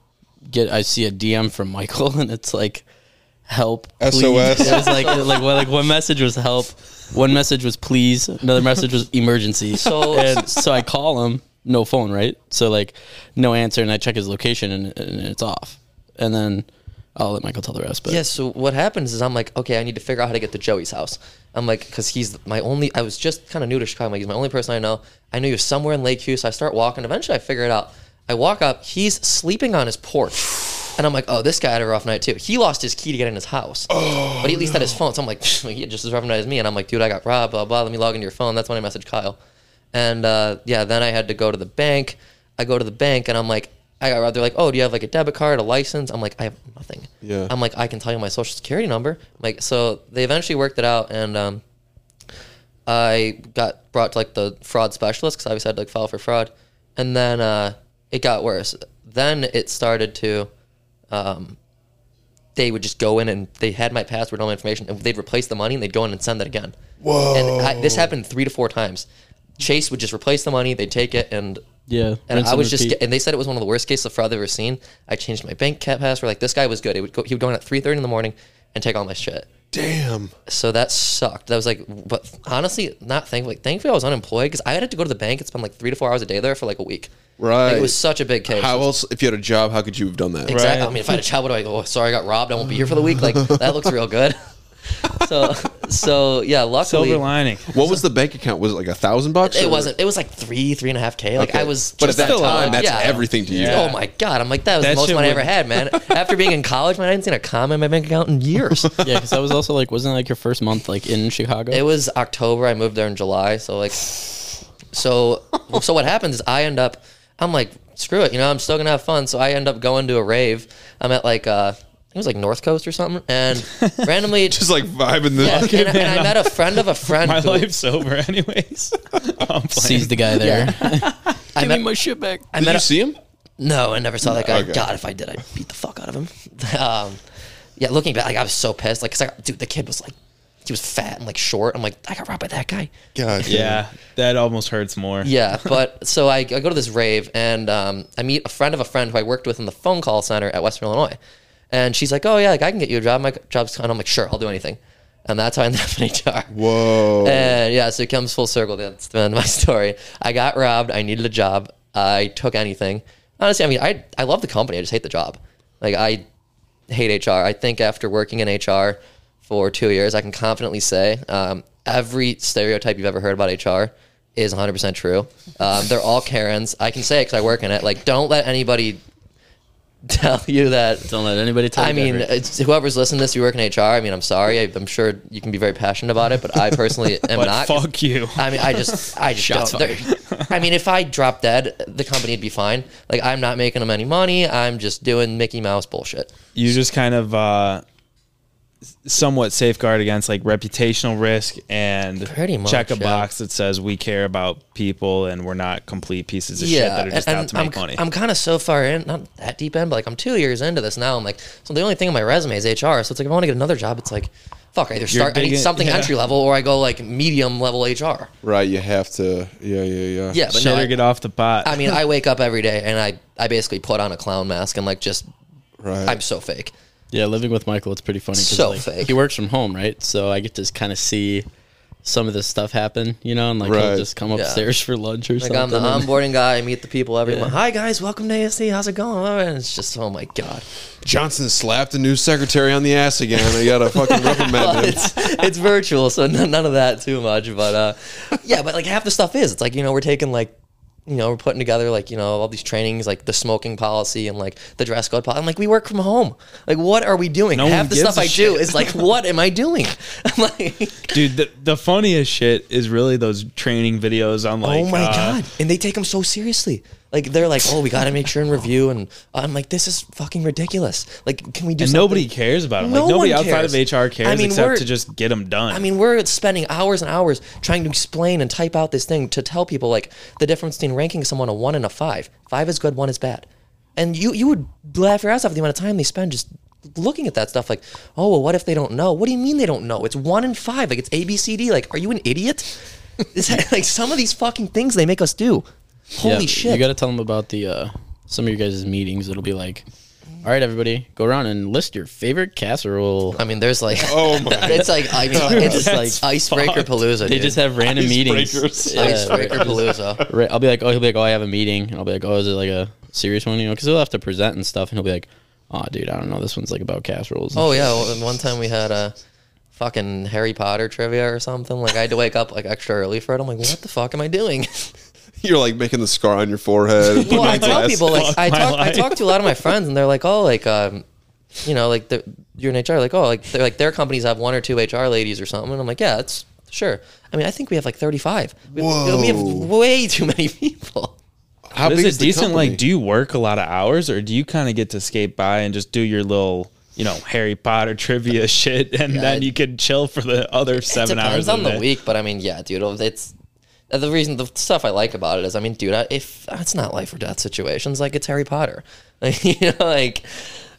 Speaker 4: get I see a DM from Michael <laughs> and it's like help please.
Speaker 1: SOS.
Speaker 4: It was like like what like one message was help, one message was please, another message was emergency.
Speaker 5: <laughs> So-
Speaker 4: and so I call him, no phone, right? So like no answer, and I check his location and, and it's off. And then I'll let Michael tell the rest. But
Speaker 5: Yeah. So what happens is I'm like, okay, I need to figure out how to get to Joey's house. I'm like, because he's my only. I was just kind of new to Chicago. I'm like, he's my only person I know. I knew he was somewhere in Lake Hugh, so I start walking. Eventually, I figure it out. I walk up. He's sleeping on his porch, and I'm like, oh, this guy had a rough night too. He lost his key to get in his house, but he at least had his phone. So I'm like, <laughs> he had just as rough a night as me. And I'm like, dude, I got robbed. Blah blah. Let me log into your phone. That's when I messaged Kyle, and uh, yeah, then I had to go to the bank. I go to the bank, and I'm like. I got robbed. They're like, "Oh, do you have like a debit card, a license?" I'm like, "I have nothing."
Speaker 1: Yeah.
Speaker 5: I'm like, I can tell you my social security number. I'm like, so they eventually worked it out, and um, I got brought to like the fraud specialist because I obviously had to like file for fraud, and then uh, it got worse. Then it started to, um, they would just go in and they had my password, all my information, and they'd replace the money and they'd go in and send it again. Whoa! And I, this happened three to four times. Chase would just replace the money, they'd take it, and
Speaker 4: yeah.
Speaker 5: and
Speaker 4: rinse
Speaker 5: I was
Speaker 4: repeat.
Speaker 5: just, get, and they said it was one of the worst cases of fraud they've ever seen. I changed my bank cap password. Like this guy was good. He would go, he would go in at three thirty in the morning and take all my shit.
Speaker 1: Damn.
Speaker 5: So that sucked. That was like, but honestly, not thankfully. Thankfully, I was unemployed because I had to go to the bank and spend like three to four hours a day there for like a week.
Speaker 1: Right.
Speaker 5: Like, it was such a big case.
Speaker 1: How else? If you had a job, how could you have done that?
Speaker 5: Exactly.
Speaker 3: Right.
Speaker 5: I mean, if I had a child, what do I go? Oh, sorry, I got robbed. I won't be here for
Speaker 1: <laughs>
Speaker 5: the week. Like that looks real good. <laughs> so, so yeah. Luckily,
Speaker 3: Silver
Speaker 4: <laughs>
Speaker 3: lining.
Speaker 1: What was the bank account? Was it like a thousand bucks?
Speaker 5: it
Speaker 1: or-
Speaker 5: wasn't. It was like three, three and a half k. Like
Speaker 1: Okay.
Speaker 5: I was.
Speaker 1: But at
Speaker 5: just
Speaker 1: that
Speaker 3: still a
Speaker 1: time,
Speaker 3: lot.
Speaker 1: that's
Speaker 5: Yeah.
Speaker 1: everything to you.
Speaker 3: Yeah.
Speaker 5: Oh my god! I'm like that was
Speaker 3: That
Speaker 5: the most
Speaker 3: shit
Speaker 5: money I
Speaker 3: would-
Speaker 5: ever
Speaker 1: <laughs>
Speaker 5: had, man. After being in college, man, I hadn't seen a comma in my bank account in years.
Speaker 4: yeah, because I was also like, wasn't it, like your first month like in Chicago?
Speaker 5: It was October. I moved there in July. So like, so so what happens is I end up. I'm like, screw it. You know, I'm still gonna have fun. So I end up going to a rave. I'm at like uh, it was like North Coast or something, and randomly.
Speaker 1: <laughs> Just like vibing the.
Speaker 5: <laughs>
Speaker 1: <laughs>
Speaker 5: Yeah, and, I- and I met a friend of a friend.
Speaker 3: My
Speaker 5: who-
Speaker 3: life's over, anyways. <laughs> I'm playing.
Speaker 4: sees the
Speaker 5: <laughs>
Speaker 4: guy there. I <laughs> Give
Speaker 5: met-
Speaker 4: me my shit back.
Speaker 5: I
Speaker 1: Did
Speaker 5: met
Speaker 1: you
Speaker 5: a,
Speaker 1: see him?
Speaker 5: No, I never saw that guy.
Speaker 1: Okay.
Speaker 5: God, if I did, I'd beat the fuck out of him. <laughs> um, yeah, looking back, like I was so pissed. Like, 'cause I got- dude, the kid was like, he was fat and like short. I'm like, I got robbed by that guy.
Speaker 1: God.
Speaker 3: yeah, that almost hurts more.
Speaker 5: Yeah, but <laughs> so I, I go to this rave and um, I meet a friend of a friend who I worked with in the phone call center at Western Illinois, and she's like, "Oh yeah, like I can get you a job. My job's and I'm like, "Sure, I'll do anything," and that's how I ended up in <laughs> HR.
Speaker 1: Whoa.
Speaker 5: And yeah, so it comes full circle. That's the end of my <laughs> story. I got robbed. I needed a job. I took anything. Honestly, I mean, I I love the company. I just hate the job. Like I hate HR. I think after working in HR for two years, I can confidently say um, every stereotype you've ever heard about HR is 100% true. Um, they're all Karens. I can say it because I work in it. Like, don't let anybody <laughs> tell you that
Speaker 4: Don't let anybody tell
Speaker 5: I
Speaker 4: you.
Speaker 5: mean, uh,
Speaker 4: that, right?
Speaker 5: it's, whoever's listening to this, you work in HR. I mean, I'm sorry. I, I'm sure you can be very passionate about it, but I personally
Speaker 3: <laughs>
Speaker 5: am
Speaker 3: But
Speaker 5: not.
Speaker 3: fuck you.
Speaker 5: I mean, I just, I just
Speaker 4: Shots
Speaker 5: don't.
Speaker 3: <laughs>
Speaker 5: there- I mean, if I dropped dead, the company would be fine. Like, I'm not making them any money. I'm just doing Mickey Mouse bullshit.
Speaker 3: You just kind of uh, somewhat safeguard against like reputational risk and
Speaker 5: Pretty much,
Speaker 3: check a
Speaker 5: yeah.
Speaker 3: box that says we care about people and we're not complete pieces of shit that are just
Speaker 5: and-
Speaker 3: out
Speaker 5: and
Speaker 3: to make
Speaker 5: I'm,
Speaker 3: money.
Speaker 5: I'm kind of so far in, not that deep in, but like I'm two years into this now. I'm like, so the only thing on my resume is HR. So it's like, if I want to get another job, it's like, fuck, I either start, I need
Speaker 3: digging-
Speaker 5: something
Speaker 3: yeah.
Speaker 5: entry level or I go like medium level
Speaker 3: <laughs>
Speaker 5: HR.
Speaker 1: Right, you have to. Yeah, yeah, yeah.
Speaker 5: Yeah, but
Speaker 3: Shit
Speaker 5: no,
Speaker 3: or
Speaker 5: I,
Speaker 3: get off the pot.
Speaker 5: I mean, I wake up every day and I, I basically put on a clown mask and like just,
Speaker 1: Right.
Speaker 5: I'm so fake.
Speaker 4: Yeah, living with Michael, it's pretty funny. 'cause,
Speaker 5: So
Speaker 4: like,
Speaker 5: fake.
Speaker 4: He works from home, right? So I get to kind of see some of this stuff happen, you know, and like
Speaker 1: Right.
Speaker 4: he'll just come upstairs for lunch or
Speaker 5: Like I'm
Speaker 4: something.
Speaker 5: the
Speaker 4: and-
Speaker 5: onboarding guy. I meet the people every month. Hi guys, welcome to ASC. How's it going? And it's just, oh my
Speaker 3: <laughs>
Speaker 5: god,
Speaker 1: Johnson slapped the new secretary on the ass again. I got a
Speaker 5: <laughs>
Speaker 1: fucking reprimand. him.
Speaker 5: it's it's virtual, so n- none of that too much. But uh, yeah, but like half the stuff is. It's like you know we're taking like you know we're putting together like you know all these trainings like the smoking policy and like the dress code policy. I'm like we work from home. Like what are we doing?
Speaker 3: No one
Speaker 5: half the
Speaker 3: gives
Speaker 5: stuff I
Speaker 3: a
Speaker 5: do
Speaker 3: shit.
Speaker 5: is like what am I doing? <laughs> I'm like.
Speaker 3: Dude, the, the funniest shit is really those training videos on like
Speaker 5: oh my
Speaker 3: uh,
Speaker 5: god! And they take them so seriously. Like they're like, "Oh, we got to make sure and review." And I'm like, "This is fucking ridiculous." Like, can we do?
Speaker 3: And
Speaker 5: something?
Speaker 3: nobody cares about them.
Speaker 5: No
Speaker 3: like nobody
Speaker 5: one
Speaker 3: outside
Speaker 5: cares.
Speaker 3: of HR cares
Speaker 5: I mean, we're-
Speaker 3: except to just get them done.
Speaker 5: I mean, we're spending hours and hours trying to explain and type out this thing to tell people like the difference between ranking someone a one and a five. Five is good, one is bad. And you you would laugh your ass off the amount of time they spend just looking at that stuff like, oh well, what if they don't know? What do you mean they don't know? It's one and five. Like it's A B C D. Like, are you an idiot? <laughs> Is that, like some of these fucking things they make us do.
Speaker 4: Yeah,
Speaker 5: Holy shit.
Speaker 4: You got to tell them about the uh, some of your guys' meetings. It'll be like, all right, everybody, go around and list your favorite casserole.
Speaker 5: I mean, there's like,
Speaker 1: <laughs> Oh my
Speaker 5: <laughs> it's like, I mean, it's like icebreaker palooza.
Speaker 4: They
Speaker 5: dude.
Speaker 4: just have random meetings.
Speaker 1: breakers.
Speaker 4: <laughs> Yeah,
Speaker 5: icebreaker
Speaker 4: right.
Speaker 5: palooza.
Speaker 4: Right, I'll be like, oh, he'll be like, oh, I have a meeting, and I'll be like, oh, is it like a serious one? You know, because he'll have to present and stuff, and he'll be like, oh, dude, I don't know, this one's like about casseroles.
Speaker 5: Oh yeah, well, and one time we had a fucking Harry Potter trivia or something. Like I had to wake up like extra early for it. I'm like, what the fuck am I doing?
Speaker 1: You're like making the scar on your forehead. and
Speaker 5: well,
Speaker 1: putting
Speaker 5: I
Speaker 1: on
Speaker 5: tell
Speaker 1: glass.
Speaker 5: people like I
Speaker 3: my
Speaker 5: talk I
Speaker 3: life.
Speaker 5: talk to a lot of my friends and they're like, oh, like um, you know, like the you're in HR, like oh, like they're like their companies have one or two HR ladies or something. And I'm like, yeah, that's sure. I mean, I think we have like 35. We, we have
Speaker 1: Whoa.
Speaker 5: way too many <laughs> people.
Speaker 1: How
Speaker 3: But
Speaker 1: big
Speaker 3: is
Speaker 1: is
Speaker 3: it
Speaker 1: the
Speaker 3: decent?
Speaker 1: company?
Speaker 3: Like, do you work a lot of hours, or do you kind of get to skate by and just do your little, you know, Harry Potter trivia <laughs> shit, and
Speaker 5: Yeah,
Speaker 3: then
Speaker 5: it-
Speaker 3: you can chill for the other seven
Speaker 5: it depends
Speaker 3: hours of
Speaker 5: on the
Speaker 3: day?
Speaker 5: week, but I mean, yeah, dude, it's the reason the stuff I like about it is, I mean, dude, I, if it's not life or death situations, like it's Harry Potter, <laughs> like, you know, like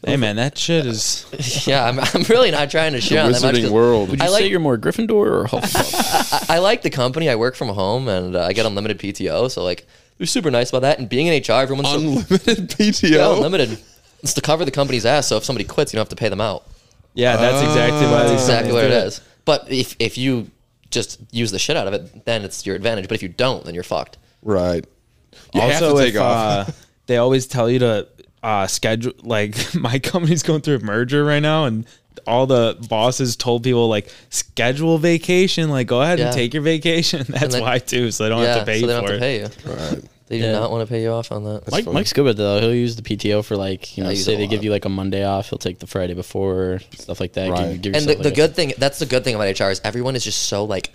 Speaker 3: Hey man, that shit is.
Speaker 5: yeah, I'm, I'm really not trying to shit on that much.
Speaker 1: Wizarding
Speaker 5: 'cause
Speaker 1: world.
Speaker 4: Would you
Speaker 5: I like-
Speaker 4: say you're more Gryffindor or Hufflepuff?
Speaker 5: I, I like the company. I work from home and uh, I get unlimited PTO, so like they're super nice about that. And being in HR, everyone's so,
Speaker 1: Unlimited PTO.
Speaker 5: yeah, unlimited. It's to cover the company's ass. So if somebody quits, you don't have to pay them out.
Speaker 3: Yeah, that's exactly why.
Speaker 5: That's
Speaker 3: these
Speaker 5: exactly
Speaker 3: companies
Speaker 5: what it
Speaker 3: do
Speaker 5: is. But if if you just use the shit out of it, then it's your advantage. But if you don't, then you're fucked.
Speaker 1: Right. You
Speaker 3: also,
Speaker 1: have to take
Speaker 3: if,
Speaker 1: off.
Speaker 3: Uh, they always tell you to uh, schedule. Like <laughs> my company's going through a merger right now, and all the bosses told people like schedule vacation. Like go ahead
Speaker 5: Yeah.
Speaker 3: and take your vacation. <laughs> That's
Speaker 5: then-
Speaker 3: why too, so they don't
Speaker 5: yeah,
Speaker 3: have to pay
Speaker 5: so
Speaker 3: you
Speaker 5: they don't
Speaker 3: for
Speaker 5: have to
Speaker 3: it.
Speaker 5: pay you.
Speaker 1: right.
Speaker 5: They do
Speaker 4: Yeah.
Speaker 5: not want to pay you off on that.
Speaker 4: Mike,
Speaker 1: funny.
Speaker 4: Mike's good with it, though. He'll use the PTO for like, you know,
Speaker 5: use it
Speaker 4: say
Speaker 5: a
Speaker 4: they give
Speaker 5: lot.
Speaker 4: you like a Monday off, he'll take the Friday before, stuff like that.
Speaker 1: Right.
Speaker 5: and the,
Speaker 4: yourself,
Speaker 5: the
Speaker 4: like, a-
Speaker 5: good thing, that's the good thing about HR is everyone is just so like,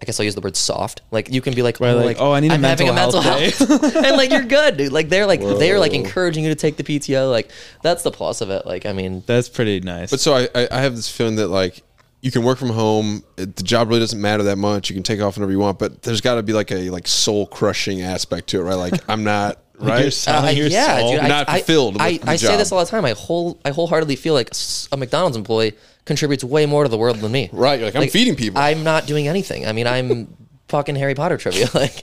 Speaker 5: I guess I'll use the word soft. Like you can be like,
Speaker 3: Right,
Speaker 5: oh,
Speaker 3: like,
Speaker 5: like,
Speaker 3: "Oh, I need a
Speaker 5: I'm having
Speaker 3: mental health
Speaker 5: health," <laughs> and like you're good, dude. Like they're like they're like encouraging you to take the PTO. Like that's the plus of it. Like I mean,
Speaker 3: That's pretty nice.
Speaker 1: But so I, I, I have this feeling that like you can work from home. It, the job really doesn't matter that much. You can take off whenever you want, but there's got to be like a like soul crushing aspect to it, right? Like I'm not
Speaker 3: you're
Speaker 1: right.
Speaker 3: selling
Speaker 5: I-
Speaker 3: your
Speaker 5: Uh, yeah,
Speaker 3: soul.
Speaker 5: dude, I,
Speaker 1: Not fulfilled with
Speaker 5: I, I,
Speaker 1: the
Speaker 5: I say
Speaker 1: job.
Speaker 5: this all the time. I whole I wholeheartedly feel like s- a McDonald's employee contributes way more to the world than me.
Speaker 1: Right, you're like, I'm feeding people.
Speaker 5: I'm not doing anything. I mean, I'm <laughs> fucking Harry Potter trivia. <laughs> Like,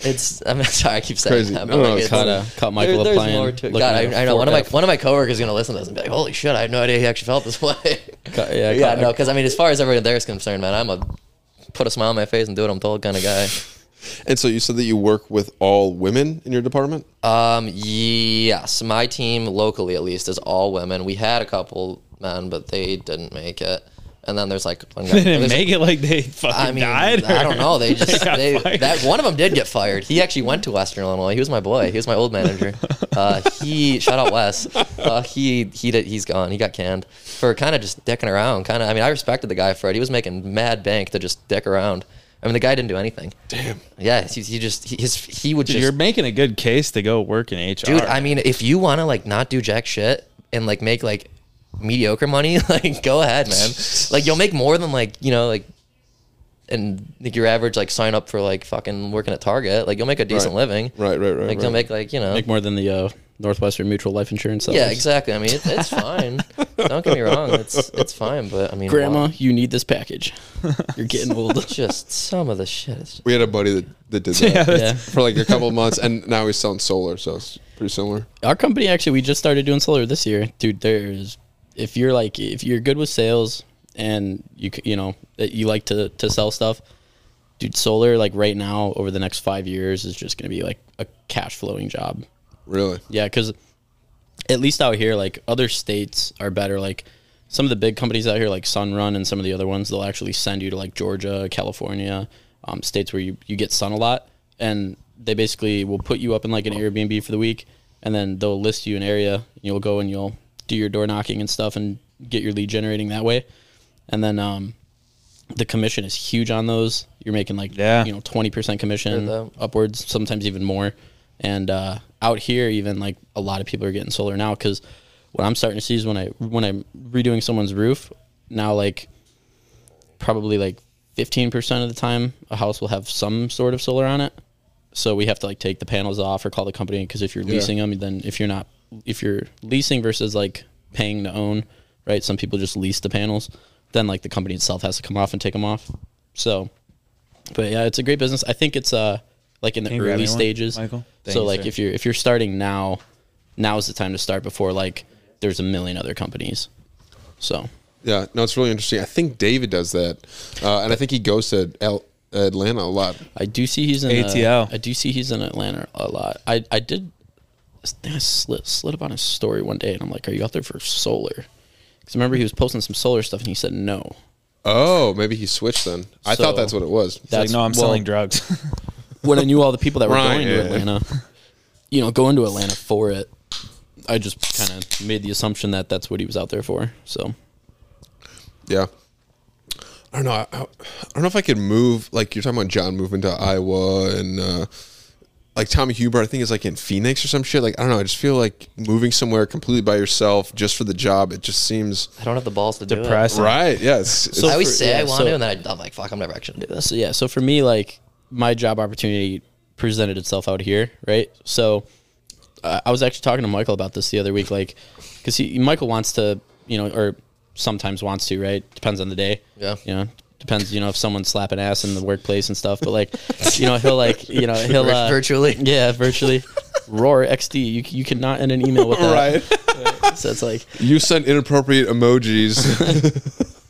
Speaker 5: it's. I'm <laughs> sorry, I keep saying
Speaker 1: Crazy.
Speaker 5: that.
Speaker 1: No, no,
Speaker 5: like,
Speaker 1: it's
Speaker 5: it's-
Speaker 4: kinda caught Michael up
Speaker 5: there's
Speaker 4: playing,
Speaker 5: more to it.
Speaker 4: looking
Speaker 5: God,
Speaker 4: at
Speaker 5: I, I
Speaker 4: a
Speaker 5: know one of my
Speaker 4: forecast.
Speaker 5: one of my coworkers is gonna listen to this and be like, "Holy shit, I had no idea he actually felt this <laughs> way."
Speaker 4: Ca- yeah,
Speaker 5: yeah,
Speaker 4: ca-
Speaker 5: no, because I mean, as far as everyone there is concerned, man, I'm a put a smile on my face and do what I'm told kind of guy.
Speaker 1: And so you said that you work with all women in your department.
Speaker 5: Um, yes, my team locally at least is all women. We had a couple men, but they didn't make it. And then there's like one guy.
Speaker 3: <laughs> They didn't
Speaker 5: there's-
Speaker 3: make it like they fucking
Speaker 5: I mean,
Speaker 3: died.
Speaker 5: I don't know. They just
Speaker 3: got
Speaker 5: they,
Speaker 3: fired.
Speaker 5: that one of them did get fired. He actually went to Western Illinois. He was my boy. He was my old
Speaker 3: <laughs>
Speaker 5: manager. Uh, he shout out Wes. Uh, he he did. He's gone. He got canned for kind of just dicking around. Kind of. I mean, I respected the guy for it. He was making mad bank to just dick around. I mean, the guy didn't do anything. Damn. Yeah, he, he just he, his he would just
Speaker 3: <laughs> You're making a good case to go work in HR.
Speaker 5: Dude, I mean, if you want to like not do jack shit and like make like mediocre money, <laughs> like go ahead, man. Like you'll make more than like you know like, and like your average like sign up for like fucking working at Target. Like you'll make a decent
Speaker 1: Right.
Speaker 5: living.
Speaker 1: Right, right, right.
Speaker 5: Like
Speaker 1: right.
Speaker 5: you'll make like you know.
Speaker 4: Make more than the uh, Northwestern Mutual Life Insurance. Sellers.
Speaker 5: yeah, exactly. I mean, it, it's fine. Don't get me wrong. It's it's fine, but I mean,
Speaker 4: Grandma,
Speaker 5: wow.
Speaker 4: you need this package. <laughs> You're getting old.
Speaker 5: <laughs> just some of the shit. Is,
Speaker 1: we had a buddy that, that did that
Speaker 3: <laughs> Yeah, that's-
Speaker 4: yeah.
Speaker 1: for like a couple of months, and now he's selling solar, so it's pretty similar.
Speaker 4: our company actually we just started doing solar this year dude there's if you're like if you're good with sales and you c- you know that you like to to sell stuff dude solar like right now over the next five years is just gonna be like a cash flowing job
Speaker 1: Really?
Speaker 4: yeah because at least out here like other states are better like some of the big companies out here like sunrun and some of the other ones they'll actually send you to like georgia california um, states where you, you get sun a lot and they basically will put you up in like an airbnb for the week and then they'll list you an area and you'll go and you'll do your door knocking and stuff and get your lead generating that way and then um, the commission is huge on those you're making like
Speaker 3: Yeah.
Speaker 4: you know 20% commission
Speaker 5: Heard that.
Speaker 4: upwards, sometimes even more. And uh, out here, even like a lot of people are getting solar now because what I'm starting to see is when I when I'm redoing someone's roof now, like probably like 15% of the time, a house will have some sort of solar on it. So we have to like take the panels off or call the company because if you're leasing them, then if you're not if you're leasing versus like paying to own, right? Some people just lease the panels, then like the company itself has to come off and take them off. So but yeah, it's a great business. I think it's uh like in the
Speaker 3: Can you grab
Speaker 4: early
Speaker 3: me one,
Speaker 4: stages.
Speaker 3: Michael? Thank
Speaker 4: so
Speaker 3: you,
Speaker 4: like
Speaker 3: sir.
Speaker 4: if you're if you're starting now, now is the time to start before like there's a million other companies. So
Speaker 1: Yeah. No, it's really interesting. I think David does that, uh, and I think he goes to Al- Atlanta a lot.
Speaker 4: I do see he's in uh,
Speaker 3: ATL.
Speaker 4: I do see he's in Atlanta a lot. I I did I think I slid, slid up on his story one day and I'm like, are you out there for solar? Because remember he was posting some solar stuff and he said no.
Speaker 1: Oh, maybe he switched then. I thought
Speaker 4: So-
Speaker 1: that's what it was.
Speaker 3: It's like, no, I'm
Speaker 4: well,
Speaker 3: selling drugs. <laughs>
Speaker 4: when I knew all the people that were
Speaker 1: Right,
Speaker 4: going
Speaker 1: yeah.
Speaker 4: to Atlanta, you know, going to Atlanta for it, I just kind of made the assumption that that's what he was out there for. So
Speaker 1: Yeah. I don't know. I, I don't know if I could move. Like you're talking about John moving to Iowa and uh, like Tommy Huber. I think is like in Phoenix or some shit. Like I don't know. I just feel like moving somewhere completely by yourself just for the job. It just seems
Speaker 5: I don't have the balls to do it.
Speaker 3: Depressed.
Speaker 1: right. Yeah. It's, it's-
Speaker 5: I always
Speaker 4: for-
Speaker 5: say I
Speaker 4: yeah,
Speaker 5: want to,
Speaker 4: so-
Speaker 5: and then I, I'm like, fuck, I'm never actually gonna do this.
Speaker 4: so yeah, so for me, like my job opportunity presented itself out here, right? So uh, I was actually talking to Michael about this the other week, like because he Michael wants to, you know, or sometimes wants to, right? Depends on the day.
Speaker 5: Yeah.
Speaker 4: you know. Depends, you know, if someone's slapping ass in the workplace and stuff, but like, you know, he'll like, you know, he'll uh,
Speaker 5: Virtually.
Speaker 4: yeah, virtually, roar xd. You you cannot end an email with that,
Speaker 1: right.
Speaker 4: So it's like
Speaker 1: you sent inappropriate emojis.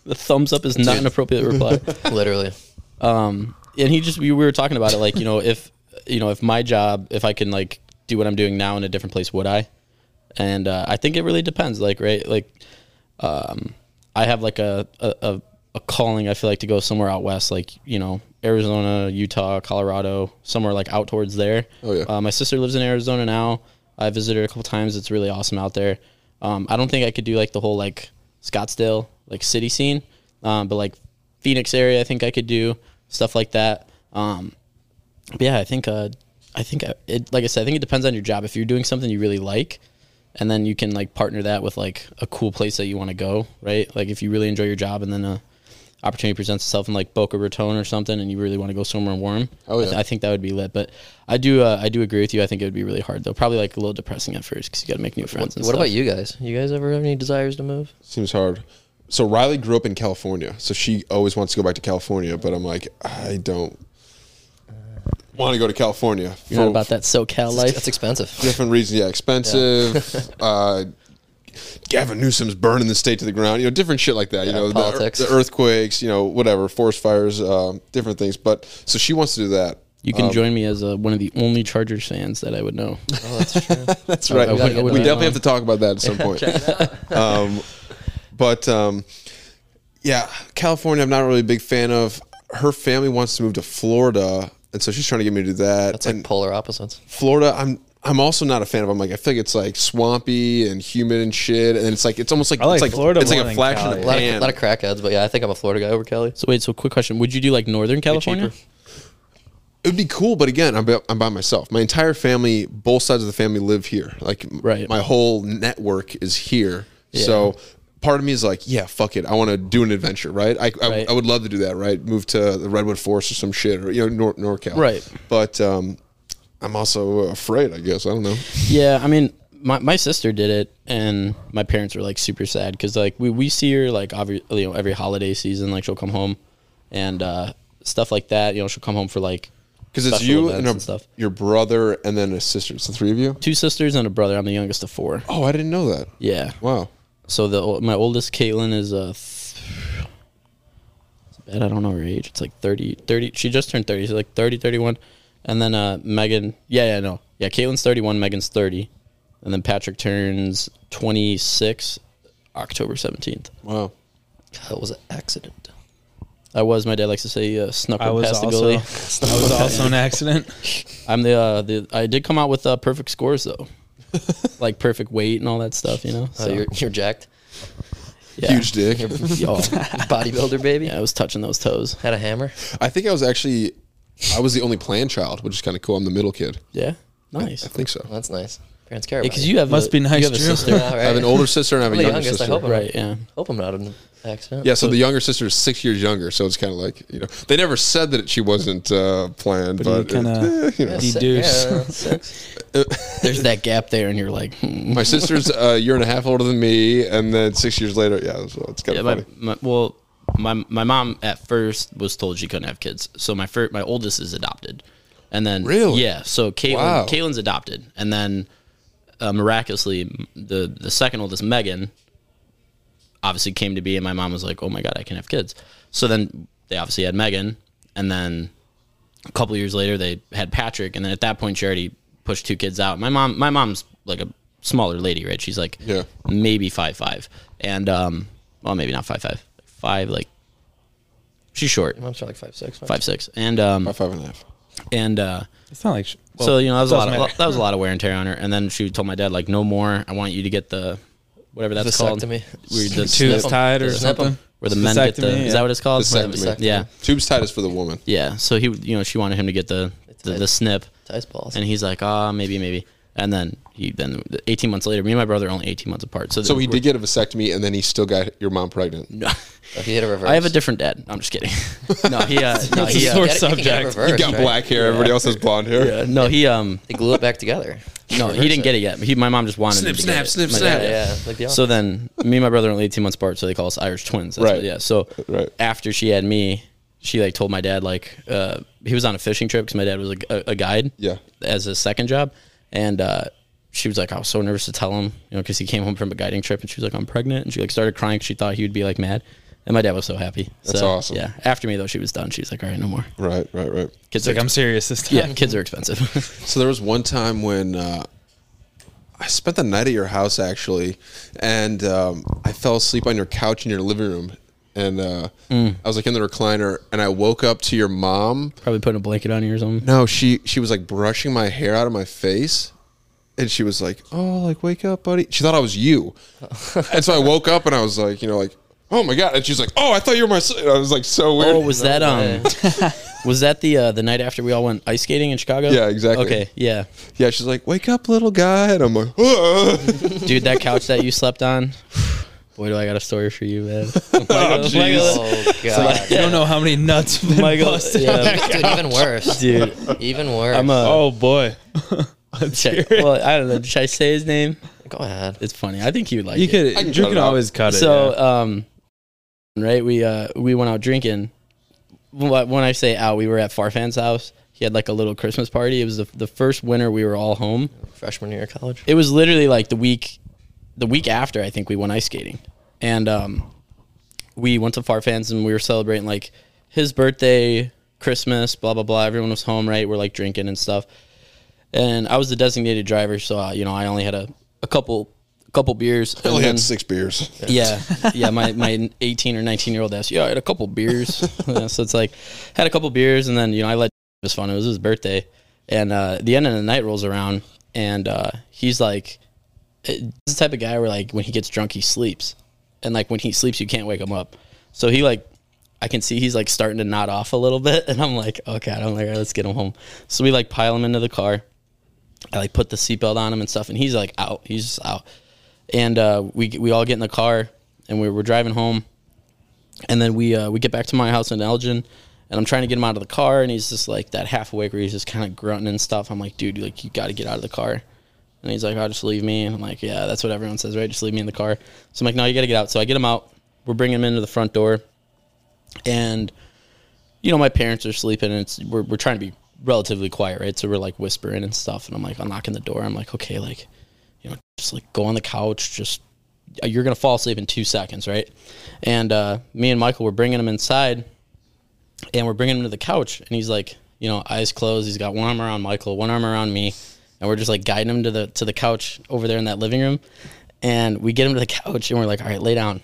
Speaker 4: the thumbs up is not an appropriate reply.
Speaker 5: <laughs> Literally.
Speaker 4: and he just we, we were talking about it like you know if you know if my job if i can like do what i'm doing now in a different place would i and uh, i think it really depends like right like um i have like a a, a a calling i feel like to go somewhere out west like you know arizona utah colorado somewhere like out towards there
Speaker 1: Oh, yeah.
Speaker 4: uh, my sister lives in arizona now i visited her a couple times it's really awesome out there um i don't think i could do like the whole like scottsdale like city scene um but like phoenix area i think i could do stuff like that um but yeah, I think uh, I think uh, it. Like I said, I think it depends on your job. If you're doing something you really like, and then you can like partner that with like a cool place that you want to go, right? Like if you really enjoy your job, and then a opportunity presents itself in like Boca Raton or something, and you really want to go somewhere warm.
Speaker 1: Oh,
Speaker 4: I, th-
Speaker 1: yeah.
Speaker 4: I think that would be lit. But I do uh, I do agree with you. I think it would be really hard though. Probably like a little depressing at first because you got to make new friends. and
Speaker 5: What
Speaker 4: stuff.
Speaker 5: about you guys? You guys ever have any desires to move?
Speaker 1: seems hard. So Riley grew up in California, so she always wants to go back to California. But I'm like, I don't want to go to California.
Speaker 4: You're
Speaker 1: for-
Speaker 4: not about that SoCal life.
Speaker 5: Oh. That's expensive.
Speaker 1: <laughs> different reasons. Yeah, expensive. <laughs> uh, Gavin Newsom's burning the state to the ground. You know, different shit like that. you
Speaker 5: Yeah,
Speaker 1: know, the-
Speaker 5: politics.
Speaker 1: the, earthquakes. You know, whatever, forest fires, um, different things. But so she wants to do that.
Speaker 4: You
Speaker 5: Um,
Speaker 4: can join me as uh one of the only Chargers fans that I would
Speaker 5: <laughs>
Speaker 4: know.
Speaker 5: Oh, that's true.
Speaker 1: That's right.
Speaker 4: I would- I
Speaker 1: we
Speaker 4: would
Speaker 1: definitely
Speaker 4: be wrong.
Speaker 1: have to talk about that at some point. <laughs> um, but um, yeah, California, I'm not really a big fan of. Her family wants to move to Florida, and so she's trying to get me to do that.
Speaker 5: That's
Speaker 1: and
Speaker 5: like polar opposites.
Speaker 1: Florida, I'm I'm also not a fan of. I'm like I feel like it's like swampy and humid and shit, and it's like it's almost like,
Speaker 3: I like
Speaker 1: it's like
Speaker 3: Florida
Speaker 1: It's like
Speaker 3: more
Speaker 1: a
Speaker 3: than
Speaker 1: flash in
Speaker 3: Cali.
Speaker 1: the
Speaker 5: A lot,
Speaker 1: pan.
Speaker 5: of, a lot of crackheads, but yeah, I think I'm a Florida guy over Kelly.
Speaker 4: So wait, so quick question: Would you do like Northern California?
Speaker 1: it would be cool, but again, I'm by, I'm by myself. My entire family, both sides of the family, live here. Like m-
Speaker 4: Right.
Speaker 1: my whole network is here. So part of me is like, yeah, fuck it. I want to do an adventure, right? I, I,
Speaker 4: Right.
Speaker 1: I would love to do that, right? Move to the Redwood Forest or some shit, or you know, Nor- NorCal,
Speaker 4: Right.
Speaker 1: But um, I'm also afraid. I guess I don't know.
Speaker 4: Yeah, I mean, my, my sister did it, and my parents were like super sad because like we, we see her like every you know every holiday season, like she'll come home, and uh, stuff like that. You know, she'll come home for like
Speaker 1: Because it's
Speaker 4: Special
Speaker 1: you
Speaker 4: events
Speaker 1: and, a,
Speaker 4: and stuff.
Speaker 1: your brother and then a sister. It's the three of you.
Speaker 4: two sisters and a brother. I'm the youngest of four.
Speaker 1: Oh, I didn't know that.
Speaker 4: Yeah.
Speaker 1: Wow.
Speaker 4: So the ol- my oldest Caitlin is uh, th- it's bad. I don't know her age. It's like 30, 30 She just turned thirty. She's like 30, 31. and then uh, Megan. Yeah, yeah, no, yeah. Caitlin's thirty one. Megan's thirty, and then Patrick turns twenty six, October seventeenth.
Speaker 1: Wow.
Speaker 5: That was an accident.
Speaker 4: I was. My dad likes to say uh, snuck
Speaker 3: I
Speaker 4: one
Speaker 3: was
Speaker 4: past the
Speaker 3: also <laughs> I
Speaker 4: goalie.
Speaker 3: was
Speaker 4: <laughs>
Speaker 3: also an accident.
Speaker 4: I'm the uh, the I did come out with uh, perfect scores
Speaker 3: <laughs>
Speaker 4: though, like perfect weight and all that stuff. You know,
Speaker 5: So Oh, you're you're jacked.
Speaker 4: Yeah.
Speaker 1: Huge
Speaker 4: <laughs>
Speaker 1: dick.
Speaker 5: You're y'all bodybuilder baby.
Speaker 4: Yeah, I was touching those toes.
Speaker 5: Had a hammer.
Speaker 1: I think I was actually, I was the only planned child, which is kind of cool. I'm the middle kid.
Speaker 4: Yeah, nice.
Speaker 1: I think so.
Speaker 5: That's nice. Parents care about
Speaker 4: Because
Speaker 5: you.
Speaker 4: you have
Speaker 3: Must
Speaker 4: a-
Speaker 3: be nice,
Speaker 4: You have a
Speaker 3: Drew.
Speaker 4: sister.
Speaker 5: All right.
Speaker 1: I have an older sister and I have
Speaker 5: I'm
Speaker 1: a
Speaker 5: the
Speaker 1: younger
Speaker 5: youngest. I
Speaker 1: sister.
Speaker 5: hope I'm
Speaker 4: Right, yeah.
Speaker 5: Hope I'm not in an accident.
Speaker 1: Yeah, so the younger sister is six years younger, so it's kind of like you know they never said that she wasn't uh, planned,
Speaker 3: you
Speaker 1: but,
Speaker 3: kinda-
Speaker 1: <laughs> eh, you know.
Speaker 5: Yeah, si-
Speaker 3: Deduce.
Speaker 5: yeah, six.
Speaker 4: There's that gap there, and you're like, hmm.
Speaker 1: my sister's a year and a half older than me, and then six years later, yeah, so it's kind
Speaker 4: yeah,
Speaker 1: of
Speaker 4: my,
Speaker 1: funny.
Speaker 4: my, well, my my mom at first was told she couldn't have kids, so my first, my oldest is adopted, and then
Speaker 1: Really?
Speaker 4: yeah, so Caitlin
Speaker 1: Wow.
Speaker 4: Caitlin's adopted, and then uh, miraculously the the second oldest Megan obviously came to be, and my mom was like, oh my god, I can have kids. So then they obviously had Megan, and then a couple years later they had Patrick, and then at that point she already pushed two kids out. My mom, my mom's like a smaller lady, right? She's like
Speaker 1: Yeah.
Speaker 4: maybe five five, and um, well maybe not five five, five like she's short,
Speaker 5: I'm sure like five six.
Speaker 4: five six, and um
Speaker 1: By five and a half.
Speaker 4: and uh,
Speaker 3: <laughs> It's not like sh- well,
Speaker 4: so you know that was a lot
Speaker 3: doesn't
Speaker 4: of,
Speaker 3: matter.
Speaker 4: that was a lot of wear and tear on her, and then she told my dad like no more, I want you to get the whatever that's called,
Speaker 5: Vasectomy.
Speaker 4: where you- the
Speaker 3: tooth
Speaker 4: snip-
Speaker 3: tied or
Speaker 4: the snip-
Speaker 3: something.
Speaker 4: where the men get the
Speaker 3: Vasectomy,
Speaker 4: is
Speaker 3: yeah.
Speaker 4: that what it's called?
Speaker 1: Vasectomy.
Speaker 5: Vasectomy.
Speaker 4: Yeah,
Speaker 1: Tubes tight is for the woman.
Speaker 4: yeah. So he you know she wanted him to get the the, the snip.
Speaker 5: Dice balls.
Speaker 4: And he's like, ah, maybe, maybe. And then he then 18 months later, me and my brother are only 18 months apart. So,
Speaker 1: So
Speaker 4: the-
Speaker 1: he did get a vasectomy, and then he still got your mom pregnant.
Speaker 5: If you hit a reverse.
Speaker 4: I have a different dad. I'm
Speaker 1: <laughs>
Speaker 4: just kidding. no, he uh, no,
Speaker 5: You
Speaker 4: he
Speaker 5: can
Speaker 4: uh,
Speaker 5: get it- you can get it
Speaker 3: subject.
Speaker 5: reversed,
Speaker 1: You got
Speaker 5: right?
Speaker 1: black hair. Everybody else has blonde hair.
Speaker 4: yeah, no, he um
Speaker 5: They glue it back together.
Speaker 4: no, he didn't get it yet. He, my mom just wanted him to get it. My dad-
Speaker 5: Yeah, yeah. Like the
Speaker 4: So then me and my brother are only 18 months apart, so they call us Irish twins. That's
Speaker 1: Right.
Speaker 4: what- yeah. So
Speaker 1: Right.
Speaker 4: after she had me, she like told my dad like uh, he was on a fishing trip because my dad was a, a, a guide.
Speaker 1: Yeah.
Speaker 4: As a second job, and uh, she was like, I was so nervous to tell him, you know, because he came home from a guiding trip and she was like, I'm pregnant, and she like started crying 'cause she thought he would be like mad. And my dad was so happy.
Speaker 1: That's
Speaker 4: So,
Speaker 1: awesome.
Speaker 4: Yeah. After me though, she was done. She was like, all right, no more.
Speaker 1: Right, right, right.
Speaker 4: Kids
Speaker 3: like
Speaker 4: are
Speaker 3: I'm serious this time.
Speaker 4: yeah, kids are expensive. <laughs>
Speaker 1: So there was one time when uh, I spent the night at your house actually, and um, I fell asleep on your couch in your living room, and uh,
Speaker 4: Mm.
Speaker 1: I was like in the recliner, and I woke up to your mom.
Speaker 4: Probably putting a blanket on you or something.
Speaker 1: No, she she was like brushing my hair out of my face, and she was like, "Oh, like wake up, buddy." She thought I was
Speaker 4: <laughs>
Speaker 1: you, and so I woke up and I was like, you know, like. Oh my god! And she's like, "Oh, I thought you were my." Son. I was like, so weird.
Speaker 4: Oh, was that um, <laughs> was that the uh, the night after we all went ice skating in Chicago?
Speaker 1: Yeah, exactly.
Speaker 4: Okay, yeah,
Speaker 1: yeah, she's like, "Wake up, little guy," and I'm like, "Ugh." <laughs>
Speaker 4: <laughs> dude, that couch that you slept on. Boy, do I got a story for you,
Speaker 1: <laughs>
Speaker 4: man.
Speaker 1: Oh, jeez.
Speaker 5: oh god.
Speaker 3: You don't know how many nuts have been
Speaker 4: Michael,
Speaker 3: busted.
Speaker 4: yeah,
Speaker 5: Dude, even worse.
Speaker 4: dude.
Speaker 5: Even worse. <laughs>
Speaker 4: I'm a.
Speaker 3: <laughs> Oh boy, <laughs>
Speaker 4: should I- well, I don't know. Should I say his name?
Speaker 5: Go ahead.
Speaker 4: It's funny. I think he would like.
Speaker 3: you
Speaker 4: it.
Speaker 1: I can
Speaker 3: could. Drew
Speaker 1: cut it
Speaker 3: can
Speaker 1: out.
Speaker 3: always cut it.
Speaker 4: So,
Speaker 3: yeah.
Speaker 4: um, right, we uh, we went out drinking. Wh- When I say out, we were at Farfan's house. He had like a little Christmas party. It was the, the first winter we were all home.
Speaker 5: Freshman year of college.
Speaker 4: It was literally like the week, the week after I think we went ice skating, and um, we went to Farfans and we were celebrating like his birthday, Christmas, blah blah blah. Everyone was home, right? We're like drinking and stuff, and I was the designated driver, so uh, you know I only had a, a couple a couple beers.
Speaker 1: I
Speaker 4: and
Speaker 1: only
Speaker 4: then-
Speaker 1: had six beers.
Speaker 4: yeah, yeah. My my eighteen or nineteen year old asked, "Yeah, I had a couple beers." <laughs> Yeah, so it's like had a couple beers, and then you know I let it was fun. It was his birthday, and uh, the end of the night rolls around, and uh, he's like, it- "This type of guy where like when he gets drunk he sleeps, and like when he sleeps you can't wake him up." So he like. I can see he's like starting to nod off a little <laughs> bit, and I'm like, "Oh God!" I'm like, All right, "Let's get him home." So we like pile him into the car. I like put the seatbelt on him and stuff, and he's like out. He's just out and uh, we we all get in the car, and we were driving home, and then we uh, we get back to my house in Elgin, and I'm trying to get him out of the car, and he's just like that half awake where he's just kind of grunting and stuff. I'm like, dude, like you got to get out of the car. And he's like, "Oh, just leave me." And I'm like, "Yeah, that's what everyone says, right? Just leave me in the car." So I'm like, "No, you got to get out." So I get him out. We're bringing him into the front door, and you know, my parents are sleeping, and it's we're we're trying to be relatively quiet, right? So we're like whispering and stuff, and I'm like unlocking the door. I'm like, "Okay, like, you know, just like go on the couch, just you're gonna fall asleep in two seconds, right?" And uh, me and Michael were bringing him inside, and we're bringing him to the couch, and he's like, you know, eyes closed. He's got one arm around Michael, one arm around me, and we're just like guiding him to the to the couch over there in that living room, and we get him to the couch, and we're like, all right, lay down,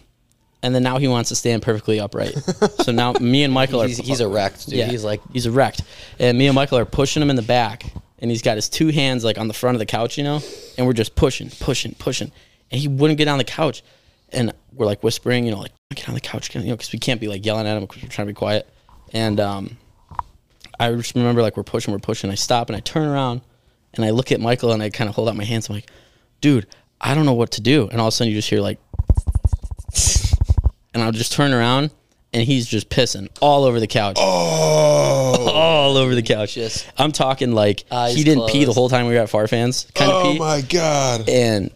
Speaker 4: and then now he wants to stand perfectly
Speaker 5: <laughs>
Speaker 4: upright. so now me and Michael are
Speaker 5: He's, he's erect, dude. He's like,
Speaker 4: he's erect, and me and Michael are pushing him in the back, and he's got his two hands like on the front of the couch, you know, and we're just pushing, pushing, pushing, and he wouldn't get on the couch, and we're like whispering, you know, like get on the couch, get on-" you know, because we can't be like yelling at him because we're trying to be quiet, and um, I just remember like we're pushing, we're pushing, I stop and I turn around, and I look at Michael and I kind of hold out my hands, I'm like, dude, I don't know what to do, and all of a sudden you just hear like and I'll just turn around and he's just pissing all over the couch. Oh, <laughs> all over the couch.
Speaker 5: Just-
Speaker 4: I'm talking like
Speaker 5: Eyes
Speaker 4: he didn't pee the
Speaker 5: closed.
Speaker 4: whole time we were at Far Fans. Kind of
Speaker 1: Oh
Speaker 4: pee.
Speaker 1: my god.
Speaker 4: And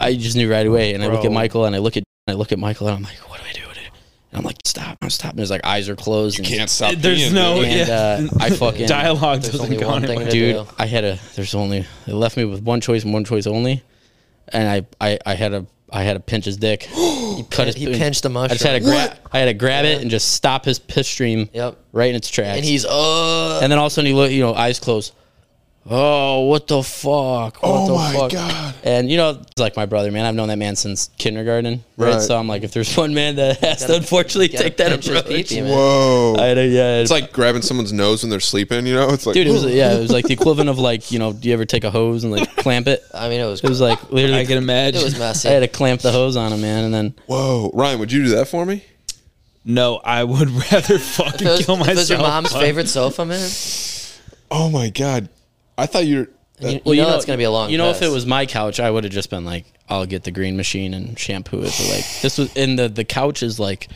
Speaker 4: I just knew right away. And I look
Speaker 3: Bro.
Speaker 4: at Michael and I look at and I look at Michael and I'm like, what do I do? What do I do? And I'm like, stop, I'm stopping. His like eyes are closed. and
Speaker 1: Can't stop.
Speaker 3: There's
Speaker 1: peeing,
Speaker 3: no
Speaker 1: dude.
Speaker 4: uh, And, <laughs> uh,
Speaker 3: yeah.
Speaker 1: <laughs>
Speaker 4: I fucking-
Speaker 3: dialogue
Speaker 5: There's
Speaker 3: doesn't
Speaker 5: only
Speaker 3: go
Speaker 5: one
Speaker 3: on
Speaker 5: thing
Speaker 3: anywhere.
Speaker 5: to-
Speaker 4: dude,
Speaker 5: do.
Speaker 4: I had a. There's only. They left me with one choice and one choice only, and I, I, I had a. I had to pinch his
Speaker 5: <gasps>
Speaker 4: dick. he, cut
Speaker 5: he pinched the
Speaker 4: I just had to
Speaker 5: mushroom.
Speaker 4: grab. I had to grab it and just stop his piss stream.
Speaker 5: Yep.
Speaker 4: Right in its tracks.
Speaker 5: and he's uh,
Speaker 4: And then all of a sudden he look, you know, eyes closed. Oh, what the fuck? What
Speaker 1: Oh
Speaker 4: the
Speaker 1: my
Speaker 4: fuck?
Speaker 1: God.
Speaker 4: And you know, it's like my brother, man. I've known that man since kindergarten, right?
Speaker 1: Right.
Speaker 4: So I'm like, if there's one man that has to unfortunately
Speaker 5: gotta
Speaker 4: take that
Speaker 5: pinch his
Speaker 4: approach,
Speaker 5: peepee, man.
Speaker 1: Whoa.
Speaker 4: I had a- yeah,
Speaker 1: it's like grabbing someone's nose when they're sleeping. You know, it's like
Speaker 4: dude,
Speaker 5: <laughs>
Speaker 4: it was yeah, it was like the equivalent of like you know, do you ever take a hose and like clamp it?
Speaker 5: I mean, it was
Speaker 4: It was like literally,
Speaker 3: I can imagine.
Speaker 5: it was messy.
Speaker 4: I had to clamp the hose on him, man, and then
Speaker 1: Whoa, Ryan, would you do that for me?
Speaker 3: no, I would <laughs> rather fucking
Speaker 4: <laughs>
Speaker 5: If it was-
Speaker 3: kill
Speaker 5: if
Speaker 3: myself.
Speaker 5: it was your mom's
Speaker 3: but-
Speaker 5: favorite sofa, man.
Speaker 1: Oh my god, I thought you were. That,
Speaker 5: You, you know, it's gonna be a long.
Speaker 4: You know, if
Speaker 5: piss.
Speaker 4: it was my couch, I would have just been like, "I'll get the green machine and shampoo it." But like this was, and the the couch is like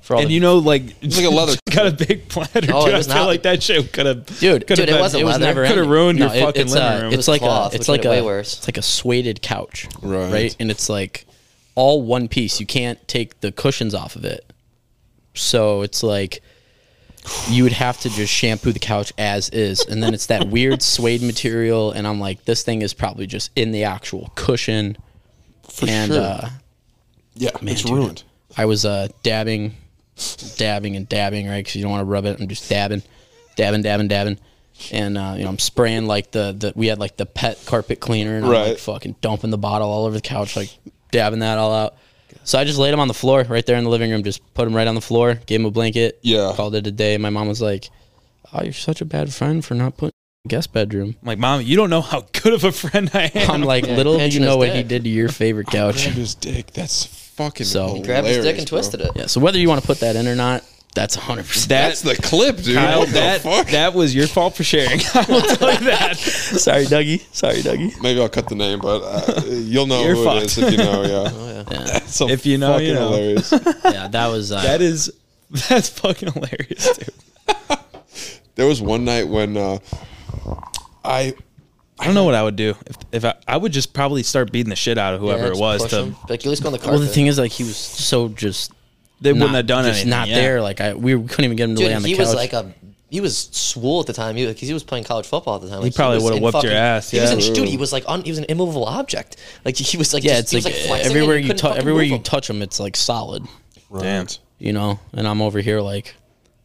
Speaker 4: for all.
Speaker 3: And
Speaker 4: the,
Speaker 3: you know, like,
Speaker 1: like a leather-
Speaker 3: <laughs> got a big platter.
Speaker 5: Oh,
Speaker 3: dude.
Speaker 5: it was
Speaker 3: I feel
Speaker 5: not-
Speaker 3: like that shit could have,
Speaker 4: dude,
Speaker 5: Dude, it wasn't
Speaker 4: it was
Speaker 5: leather.
Speaker 4: never
Speaker 3: Could've
Speaker 4: ending.
Speaker 3: ruined your fucking
Speaker 4: it's
Speaker 3: living
Speaker 4: uh,
Speaker 3: room. It
Speaker 4: It's
Speaker 5: was
Speaker 4: like
Speaker 5: cloth,
Speaker 4: a,
Speaker 5: which
Speaker 4: it's like
Speaker 5: made
Speaker 4: a,
Speaker 5: it way worse.
Speaker 4: it's like a sueded couch,
Speaker 1: Right.
Speaker 4: Right, and it's like all one piece. You can't take the cushions off of it, so it's like. You would have to just shampoo the couch as is, and then it's that weird <laughs> suede material. And I'm like, this thing is probably just in the actual cushion.
Speaker 1: for
Speaker 4: and
Speaker 1: sure.
Speaker 4: uh,
Speaker 1: yeah, it's
Speaker 4: dude.
Speaker 1: ruined.
Speaker 4: I was uh, dabbing, dabbing and dabbing, right? Because you don't want to rub it. I'm just dabbing, dabbing, dabbing, dabbing, and uh, you know I'm spraying like the, the we had like the pet carpet cleaner, and I'm
Speaker 1: Right.
Speaker 4: like fucking dumping the bottle all over the couch, like dabbing that all out. So I just laid him on the floor right there in the living room. Just put him right on the floor, gave him a blanket.
Speaker 1: Yeah.
Speaker 4: called it a day. My mom was like, "Oh, you're such a bad friend for not putting in the
Speaker 1: <laughs>
Speaker 4: guest bedroom."
Speaker 3: I'm like, mom, you don't know how good of a friend I am.
Speaker 4: I'm like, little do you
Speaker 5: pinching his
Speaker 4: know what he
Speaker 5: dick.
Speaker 4: did to your favorite couch.
Speaker 1: Grabbed his dick. That's Oh, fucking.
Speaker 4: So-
Speaker 1: So
Speaker 4: He
Speaker 5: grabbed his dick and
Speaker 1: bro.
Speaker 5: twisted it.
Speaker 4: Yeah. So whether you want to put that in or not, that's 100. percent
Speaker 1: That's the clip, dude.
Speaker 3: Kyle,
Speaker 1: what
Speaker 3: that,
Speaker 1: the fuck?
Speaker 3: that was your fault for sharing. <laughs> I will tell you that.
Speaker 4: Sorry, Dougie. Sorry, Dougie.
Speaker 1: Maybe I'll cut the name, but <laughs> uh, you'll know
Speaker 3: You're
Speaker 1: who
Speaker 3: fucked.
Speaker 1: it is if you know. Yeah.
Speaker 5: Oh,
Speaker 1: <laughs> That's so
Speaker 3: If you know,
Speaker 1: fucking
Speaker 3: you know.
Speaker 1: <laughs> hilarious.
Speaker 4: Yeah, that was uh,
Speaker 3: That is that's fucking hilarious, dude.
Speaker 1: There was one night when uh, I
Speaker 3: I don't know what I would do if, if I, I would just probably start beating the shit out of
Speaker 5: Yeah,
Speaker 3: whoever it
Speaker 5: just
Speaker 3: was
Speaker 5: push
Speaker 3: to
Speaker 5: him. Like, at least go on the carpet.
Speaker 4: Well, the thing is, like, he was so just
Speaker 3: they
Speaker 4: not,
Speaker 3: wouldn't have done
Speaker 4: just
Speaker 3: anything.
Speaker 4: Not
Speaker 3: yeah.
Speaker 4: there. Like, I we couldn't even get him to
Speaker 5: Dude,
Speaker 4: lay on the
Speaker 5: he
Speaker 4: couch.
Speaker 5: was like a he was swole at the time. He because he was playing college football at the time. Like,
Speaker 3: probably
Speaker 5: was
Speaker 3: would've
Speaker 5: in
Speaker 3: whooped your
Speaker 5: fucking-
Speaker 3: ass,
Speaker 5: He was
Speaker 3: yeah.
Speaker 5: in, dude, he was like on, he was an immovable object. Like he was like
Speaker 4: yeah,
Speaker 5: just, he
Speaker 4: it's
Speaker 5: was,
Speaker 4: like,
Speaker 5: flexing and
Speaker 4: everywhere you
Speaker 5: couldn't
Speaker 4: touch,
Speaker 5: fucking
Speaker 4: everywhere
Speaker 5: move
Speaker 4: you
Speaker 5: him.
Speaker 4: touch him, it's like solid.
Speaker 3: Damn.
Speaker 4: You know, and I'm over here like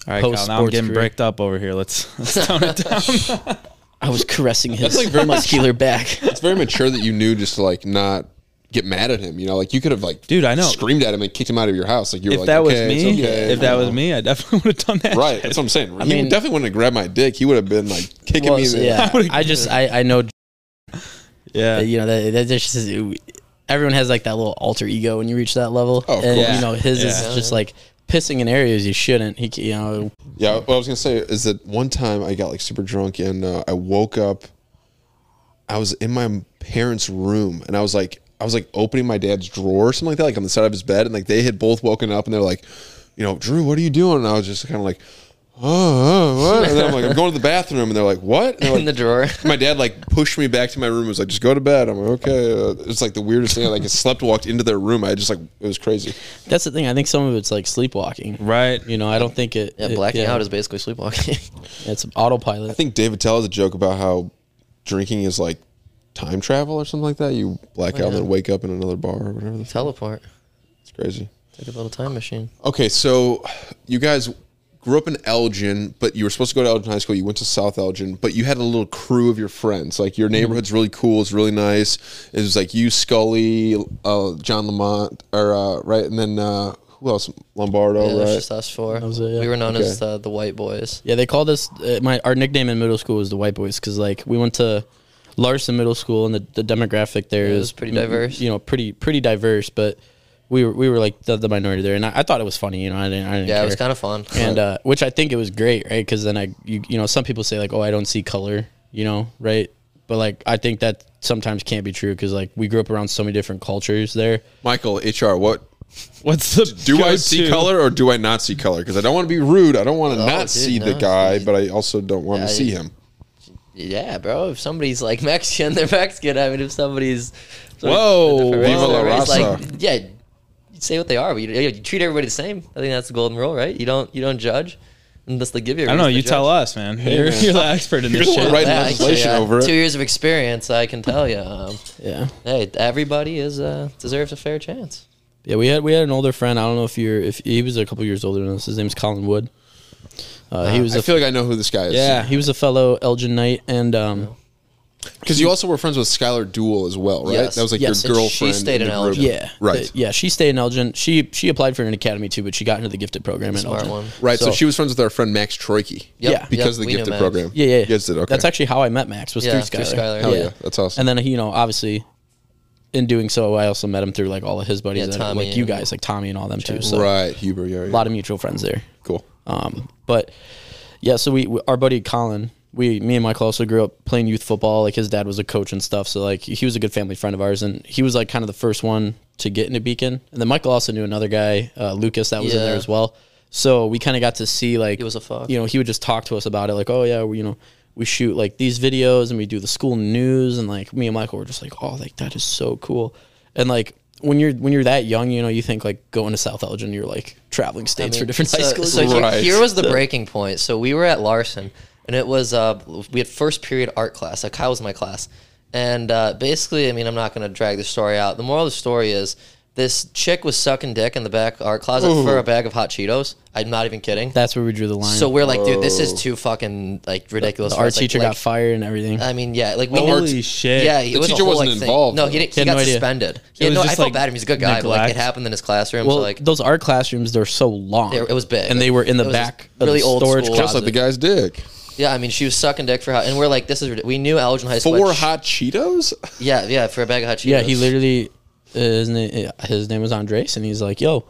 Speaker 3: All right, Kyle, now I'm
Speaker 4: Post-sports
Speaker 3: getting
Speaker 4: career.
Speaker 3: bricked up over here. Let's, <laughs> let's tone it down.
Speaker 4: I
Speaker 5: <laughs>
Speaker 4: was caressing his
Speaker 1: like very much-
Speaker 4: muscular
Speaker 3: <laughs>
Speaker 4: back.
Speaker 1: it's very mature that you knew just to like not get mad at him. You know, like you could have like,
Speaker 3: Dude, I know.
Speaker 1: screamed at him and kicked him out of your house. Like you were
Speaker 3: if
Speaker 1: like,
Speaker 3: that was
Speaker 1: "Okay, it's
Speaker 3: me,
Speaker 1: okay,"
Speaker 3: if that
Speaker 1: you
Speaker 3: was
Speaker 1: know.
Speaker 3: me, I definitely <laughs> would have done that.
Speaker 1: right? That's what I'm saying. I
Speaker 4: mean-
Speaker 1: mean, definitely wouldn't have grabbed my dick. He would have been like kicking
Speaker 4: Was-
Speaker 1: me. In the,
Speaker 3: <laughs>
Speaker 4: yeah,
Speaker 3: would've-
Speaker 4: I just I I know
Speaker 3: Yeah.
Speaker 4: you know that that just is, everyone has like that little alter ego when you reach that level,
Speaker 1: Oh, of
Speaker 4: and
Speaker 1: course.
Speaker 4: you know his
Speaker 3: Yeah.
Speaker 4: is just like pissing in areas you shouldn't. He c- you know
Speaker 1: Yeah, what I was gonna say is that one time I got like super drunk and uh, I woke up. I was in my parents' room and I was like, I was like opening my dad's drawer or something like that, like on the side of his bed, and like they had both woken up and they're like, you know, Drew, what are you doing? And I was just kind of like, oh, oh, what? And then I'm like, I'm going to the bathroom, and they're like, what? And they're
Speaker 5: <laughs>
Speaker 1: like,
Speaker 5: in the drawer.
Speaker 1: my dad like pushed me back to my room. and Was like, just go to bed. I'm like, okay. Uh, it's like the weirdest thing. I like slept, walked into their room. I just like it was crazy.
Speaker 4: That's the thing. I think some of it's like sleepwalking.
Speaker 3: Right.
Speaker 4: You know, I don't think it.
Speaker 5: Yeah,
Speaker 4: it-
Speaker 5: blacking
Speaker 4: yeah,
Speaker 5: out is basically sleepwalking. <laughs>
Speaker 4: It's autopilot.
Speaker 1: I think David Tell has a joke about how drinking is like time travel or something like that. You black
Speaker 5: Oh,
Speaker 1: out and then wake up in another bar or whatever. The f-
Speaker 5: Teleport.
Speaker 1: It's crazy.
Speaker 5: Like a little time machine.
Speaker 1: Okay, so you guys grew up in Elgin, but you were supposed to go to Elgin High School. You went to South Elgin, but you had a little crew of your friends. Like
Speaker 5: Mm-hmm.
Speaker 1: your neighborhood's really cool. It's really nice. It was like you, Scully, uh, John Lamont, or uh, right, and then uh, who else? Lombardo,
Speaker 3: Oh,
Speaker 5: Yeah, there's
Speaker 1: right?
Speaker 5: just us four.
Speaker 4: was it, yeah.
Speaker 5: We were known as
Speaker 1: Okay.
Speaker 5: uh, the White Boys.
Speaker 4: Yeah, they called us. Uh, my our nickname in middle school was the White Boys because like we went to Larson Middle School and the, the demographic there is
Speaker 5: it was pretty diverse.
Speaker 4: You know, pretty pretty diverse, but we were we were like the, the minority there, and I, I thought it was funny. You know, I didn't. I didn't
Speaker 5: Yeah,
Speaker 4: care.
Speaker 5: it was kind of fun.
Speaker 4: and uh, which I think it was great, right? Because then I, you, you know, some people say like, oh, I don't see color, you know, right? But like, I think that sometimes can't be true because like we grew up around so many different cultures there.
Speaker 1: Michael HR, what
Speaker 3: What's the
Speaker 1: do I see
Speaker 3: go-to?
Speaker 1: color or do I not see color? Because I don't want to be rude. I don't want to
Speaker 5: Oh,
Speaker 1: not
Speaker 5: dude,
Speaker 1: see the
Speaker 5: no.
Speaker 1: guy, but I also don't want to
Speaker 5: Yeah,
Speaker 1: see
Speaker 5: you-
Speaker 1: him.
Speaker 5: yeah, bro. If somebody's like <laughs> Mexican, they're Mexican. I mean, if somebody's
Speaker 3: Whoa.
Speaker 5: If
Speaker 1: Viva la
Speaker 5: everybody's
Speaker 1: raza.
Speaker 5: Like, yeah, you say what they are, but you, you treat everybody the same. I think that's the golden rule, right? You don't you don't judge unless they give you. I
Speaker 3: I don't know. You tell us, man. you're,
Speaker 1: man.
Speaker 3: you're the expert in this
Speaker 1: You're the
Speaker 3: shit.
Speaker 1: one right- Writing legislation over it.
Speaker 5: uh, Two years of experience, I can tell you. Um,
Speaker 4: Yeah,
Speaker 5: hey, everybody is uh, deserves a fair chance.
Speaker 4: yeah. We had we had an older friend. I don't know if you're if he was a couple years older than us. His name's Colin Wood. Uh,
Speaker 5: Ah,
Speaker 4: he was
Speaker 1: I
Speaker 4: a
Speaker 1: feel like I know who this guy is.
Speaker 4: yeah. He was a fellow Elgin Knight, and um,
Speaker 1: because you also were friends with Skylar Duel as well, right?
Speaker 5: Yes,
Speaker 1: That was like
Speaker 4: yes,
Speaker 1: your
Speaker 5: and
Speaker 1: girlfriend.
Speaker 5: she stayed in
Speaker 1: the group.
Speaker 5: Elgin.
Speaker 4: yeah,
Speaker 1: Right.
Speaker 4: the- yeah. She stayed in Elgin. She she applied for an academy too, but she got into the gifted program. in
Speaker 5: Smart
Speaker 4: Elgin.
Speaker 5: one.
Speaker 1: Right, so,
Speaker 4: So-
Speaker 1: she was friends with our friend Max Troike.
Speaker 5: Yep,
Speaker 4: Yeah.
Speaker 1: because
Speaker 5: yep,
Speaker 1: of the
Speaker 5: we knew
Speaker 1: gifted
Speaker 5: Max.
Speaker 1: program.
Speaker 4: Yeah, yeah.
Speaker 1: You guys did okay.
Speaker 4: That's actually how I met Max was
Speaker 5: Yeah,
Speaker 4: through
Speaker 5: through
Speaker 4: Skylar.
Speaker 5: Skylar.
Speaker 1: Hell yeah, that's awesome.
Speaker 4: And then you know, obviously, in doing so, I also met him through like all of his buddies,
Speaker 5: Yeah,
Speaker 4: that-
Speaker 5: Tommy
Speaker 4: like you
Speaker 5: and-
Speaker 4: guys, like Tommy and all them too. So
Speaker 1: right, Huber. Yeah,
Speaker 4: a lot of mutual friends there.
Speaker 1: cool.
Speaker 4: Um, but yeah, so we, we- our buddy Colin, we me and Michael also grew up playing youth football. Like his dad was a coach and stuff, so like he was a good family friend of ours, and he was like kind of the first one to get into Beacon. And then Michael also knew another guy, uh, Lucas, that was in
Speaker 5: Yeah.
Speaker 4: there as well. So we kind of got to see like
Speaker 5: He was a fuck.
Speaker 4: You know, he would just talk to us about it, like, oh yeah, we, you know, we shoot like these videos and we do the school news, and like me and Michael were just like, oh, like that is so cool, and like. When you're when you're that young, you know you think like going to South Elgin, you're like traveling
Speaker 5: I
Speaker 4: states
Speaker 5: mean,
Speaker 4: for different high
Speaker 5: so-
Speaker 4: schools.
Speaker 5: So
Speaker 4: Like,
Speaker 5: here-
Speaker 1: Right.
Speaker 5: here, was the breaking point. So we were at Larson, and it was uh, we had first period art class. Like Kyle was my class, and uh, basically, I mean, I'm not going to drag the story out. The moral of the story is this chick was sucking dick in the back art closet for a bag of hot Cheetos. I'm not even kidding.
Speaker 4: That's where we drew the line.
Speaker 5: so we're like, dude, this is too fucking like ridiculous.
Speaker 4: the
Speaker 5: for
Speaker 4: art
Speaker 5: us. Like-
Speaker 4: teacher
Speaker 5: like, uh,
Speaker 4: got fired and everything.
Speaker 5: I mean, yeah, like we
Speaker 3: Holy
Speaker 5: knew-
Speaker 3: shit.
Speaker 5: Yeah, it
Speaker 1: The
Speaker 5: was a
Speaker 1: teacher
Speaker 5: whole,
Speaker 1: wasn't
Speaker 5: like, thing.
Speaker 1: involved,
Speaker 5: No,
Speaker 1: though.
Speaker 5: he, didn't,
Speaker 4: He
Speaker 5: he
Speaker 4: had
Speaker 5: got
Speaker 4: no idea.
Speaker 5: suspended.
Speaker 3: It
Speaker 5: Yeah,
Speaker 3: was
Speaker 5: no, I
Speaker 3: just,
Speaker 5: felt
Speaker 3: like,
Speaker 5: bad. Him. He's a good guy, but like it
Speaker 3: neglect.
Speaker 5: happened in his classroom.
Speaker 4: well,
Speaker 5: so, like,
Speaker 4: those art classrooms they're so long.
Speaker 5: They- it was big.
Speaker 4: and they were in the
Speaker 5: It was just
Speaker 4: back, of
Speaker 5: really
Speaker 4: the
Speaker 5: old
Speaker 4: storage
Speaker 5: school.
Speaker 1: Just like
Speaker 4: closet.
Speaker 1: the guy's dick.
Speaker 5: Yeah, I mean, she was sucking dick for hot, and we're like, this is rid- we knew Elgin High School. had
Speaker 1: Four
Speaker 5: sh-
Speaker 1: hot Cheetos.
Speaker 5: Yeah, yeah, for a bag of hot Cheetos.
Speaker 4: yeah, he literally uh, his name his name was Andres, and he's like, "Yo,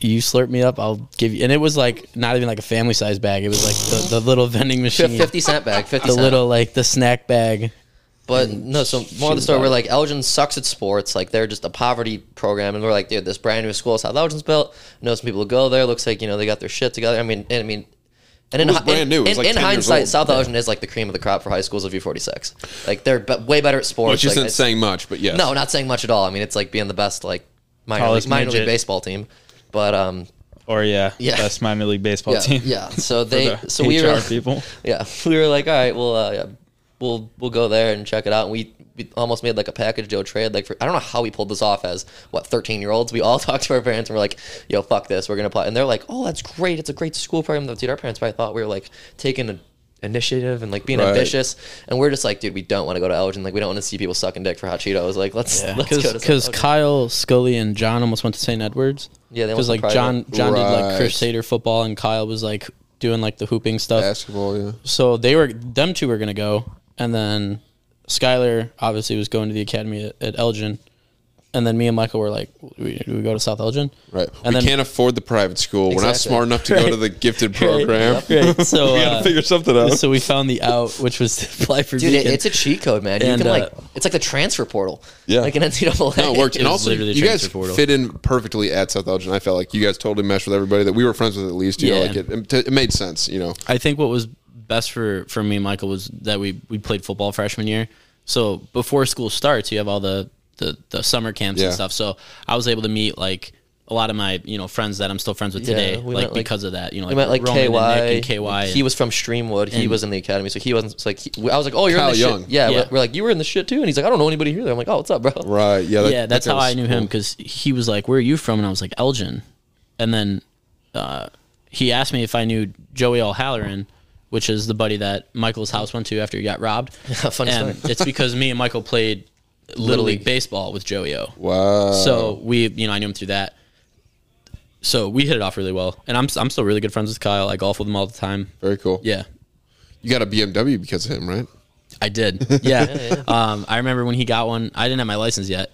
Speaker 4: you slurp me up, I'll give you." And it was like not even like a family size bag. It was like the, the little vending
Speaker 5: Fif-
Speaker 4: machine,
Speaker 5: fifty cent bag, fifty
Speaker 4: the
Speaker 5: cent.
Speaker 4: little like the snack bag.
Speaker 5: but no. So more of the
Speaker 4: shoes
Speaker 5: story,
Speaker 4: out.
Speaker 5: we're like Elgin sucks at sports. Like they're just a poverty program, and we're like, dude, this brand new school South Elgin's built. I know some people who go there. Looks like you know they got their shit together. I mean, and, I mean. And in,
Speaker 1: was
Speaker 5: hi-
Speaker 1: brand
Speaker 5: in-
Speaker 1: new. It was
Speaker 5: in,
Speaker 1: like
Speaker 5: in
Speaker 1: 10 years
Speaker 5: hindsight,
Speaker 1: old.
Speaker 5: South Elgin is like the cream of the crop for high schools of U46. Like they're be- way better at sports.
Speaker 1: Which
Speaker 5: like,
Speaker 1: isn't
Speaker 5: it's-
Speaker 1: saying much, but yes.
Speaker 5: No, not saying much at all. I mean, it's like being the best like minor,
Speaker 3: Tallest
Speaker 5: league, minor league
Speaker 3: midget.
Speaker 5: baseball team. But um,
Speaker 3: Or yeah,
Speaker 5: Yeah.
Speaker 3: best minor league baseball
Speaker 5: yeah,
Speaker 3: team.
Speaker 5: yeah. So
Speaker 3: For
Speaker 5: they,
Speaker 3: the
Speaker 5: so we
Speaker 3: HR
Speaker 5: were, <laughs>
Speaker 3: people.
Speaker 5: yeah, we were like, all right, well, uh, yeah, we'll we'll go there and check it out. And we, we almost made like a package deal trade. Like, for, I don't know how we pulled this off as what thirteen year olds. We all <laughs> talked to our parents and we're like, yo, fuck this, we're gonna apply. And they're like, oh, that's great, it's a great school program. Though, dude, our parents probably thought we were like taking a initiative and like being
Speaker 1: Right.
Speaker 5: ambitious and we're just like dude we don't want to go to elgin like we don't want to see people sucking dick for hot cheetos like let's let's go to
Speaker 4: because
Speaker 5: Elgin.
Speaker 4: Kyle Scully and John almost went to St. Edwards.
Speaker 5: Yeah, they
Speaker 4: because
Speaker 5: went to
Speaker 4: like
Speaker 5: private.
Speaker 4: John John did
Speaker 1: Right.
Speaker 4: like Crusader football, and Kyle was like doing like the hooping stuff.
Speaker 1: Basketball, yeah.
Speaker 4: so they were them two were gonna go, and then Skylar obviously was going to the academy at, at Elgin, and then me and Michael were like, do we, do we go to South Elgin?
Speaker 1: Right.
Speaker 4: And
Speaker 1: we
Speaker 4: then <laughs>
Speaker 1: can't afford the private school. We're not
Speaker 5: Exactly.
Speaker 1: smart enough to go to
Speaker 5: <laughs>
Speaker 1: the gifted program.
Speaker 4: Right,
Speaker 1: <laughs>
Speaker 4: so
Speaker 1: We gotta
Speaker 4: uh,
Speaker 1: figure something out.
Speaker 4: so we found the out, which was <laughs> to apply for
Speaker 5: Dude, it,
Speaker 4: Beacon.
Speaker 5: it's a cheat code, man. You
Speaker 4: And,
Speaker 5: can
Speaker 4: uh,
Speaker 5: like, it's like the transfer portal.
Speaker 1: Yeah.
Speaker 5: like an NCAA.
Speaker 1: No,
Speaker 5: <laughs>
Speaker 1: it worked. And
Speaker 4: was
Speaker 1: also,
Speaker 4: literally
Speaker 1: you guys
Speaker 4: transfer portal.
Speaker 1: fit in perfectly at South Elgin. I felt like you guys totally meshed with everybody that we were friends with at least. You know,
Speaker 4: Yeah.
Speaker 1: like it, it made sense, you know.
Speaker 4: I think what was best for for me and Michael was that we we played football freshman year. So before school starts, you have all the the, the summer camps
Speaker 1: Yeah.
Speaker 4: and stuff. So I was able to meet like a lot of my you know friends that I'm still friends with
Speaker 5: Yeah,
Speaker 4: today,
Speaker 5: we
Speaker 4: like,
Speaker 5: met, like-
Speaker 4: because of that. You know,
Speaker 5: We met like
Speaker 4: Roman
Speaker 5: KY.
Speaker 4: and, Nick and KY.
Speaker 5: He was from Streamwood. He
Speaker 4: and-
Speaker 5: was in the academy, so he wasn't it's like. He, I was like, "Oh, you're
Speaker 1: Kyle
Speaker 5: in the
Speaker 1: Young.
Speaker 5: shit." Yeah,
Speaker 4: Yeah.
Speaker 5: We're, we're like, "You were in the shit too," and he's like, "I don't know anybody here." I'm like, "Oh, what's up, bro?"
Speaker 1: Right. Yeah. that-
Speaker 4: yeah,
Speaker 1: that
Speaker 4: that's how
Speaker 1: guy's
Speaker 4: I knew him
Speaker 1: cool.
Speaker 4: because he was like, "Where are you from?" And I was like, "Elgin," and then uh, he asked me if I knew Joey O'Halloran, which is the buddy that Michael's house went to after he got
Speaker 5: <laughs>
Speaker 4: robbed.
Speaker 5: <laughs> Funny
Speaker 4: and
Speaker 5: story.
Speaker 4: it's because me and Michael played Little
Speaker 5: Little
Speaker 4: League
Speaker 5: League.
Speaker 4: baseball with Joey O.
Speaker 1: Wow.
Speaker 4: So we, you know, I knew him through that. So we hit it off really well, and I'm I'm still really good friends with Kyle. I golf with him all the time.
Speaker 1: very cool.
Speaker 4: Yeah,
Speaker 1: You got a BMW because of him, right?
Speaker 4: I did. Yeah. Um, I remember when he got one. I didn't have my license yet,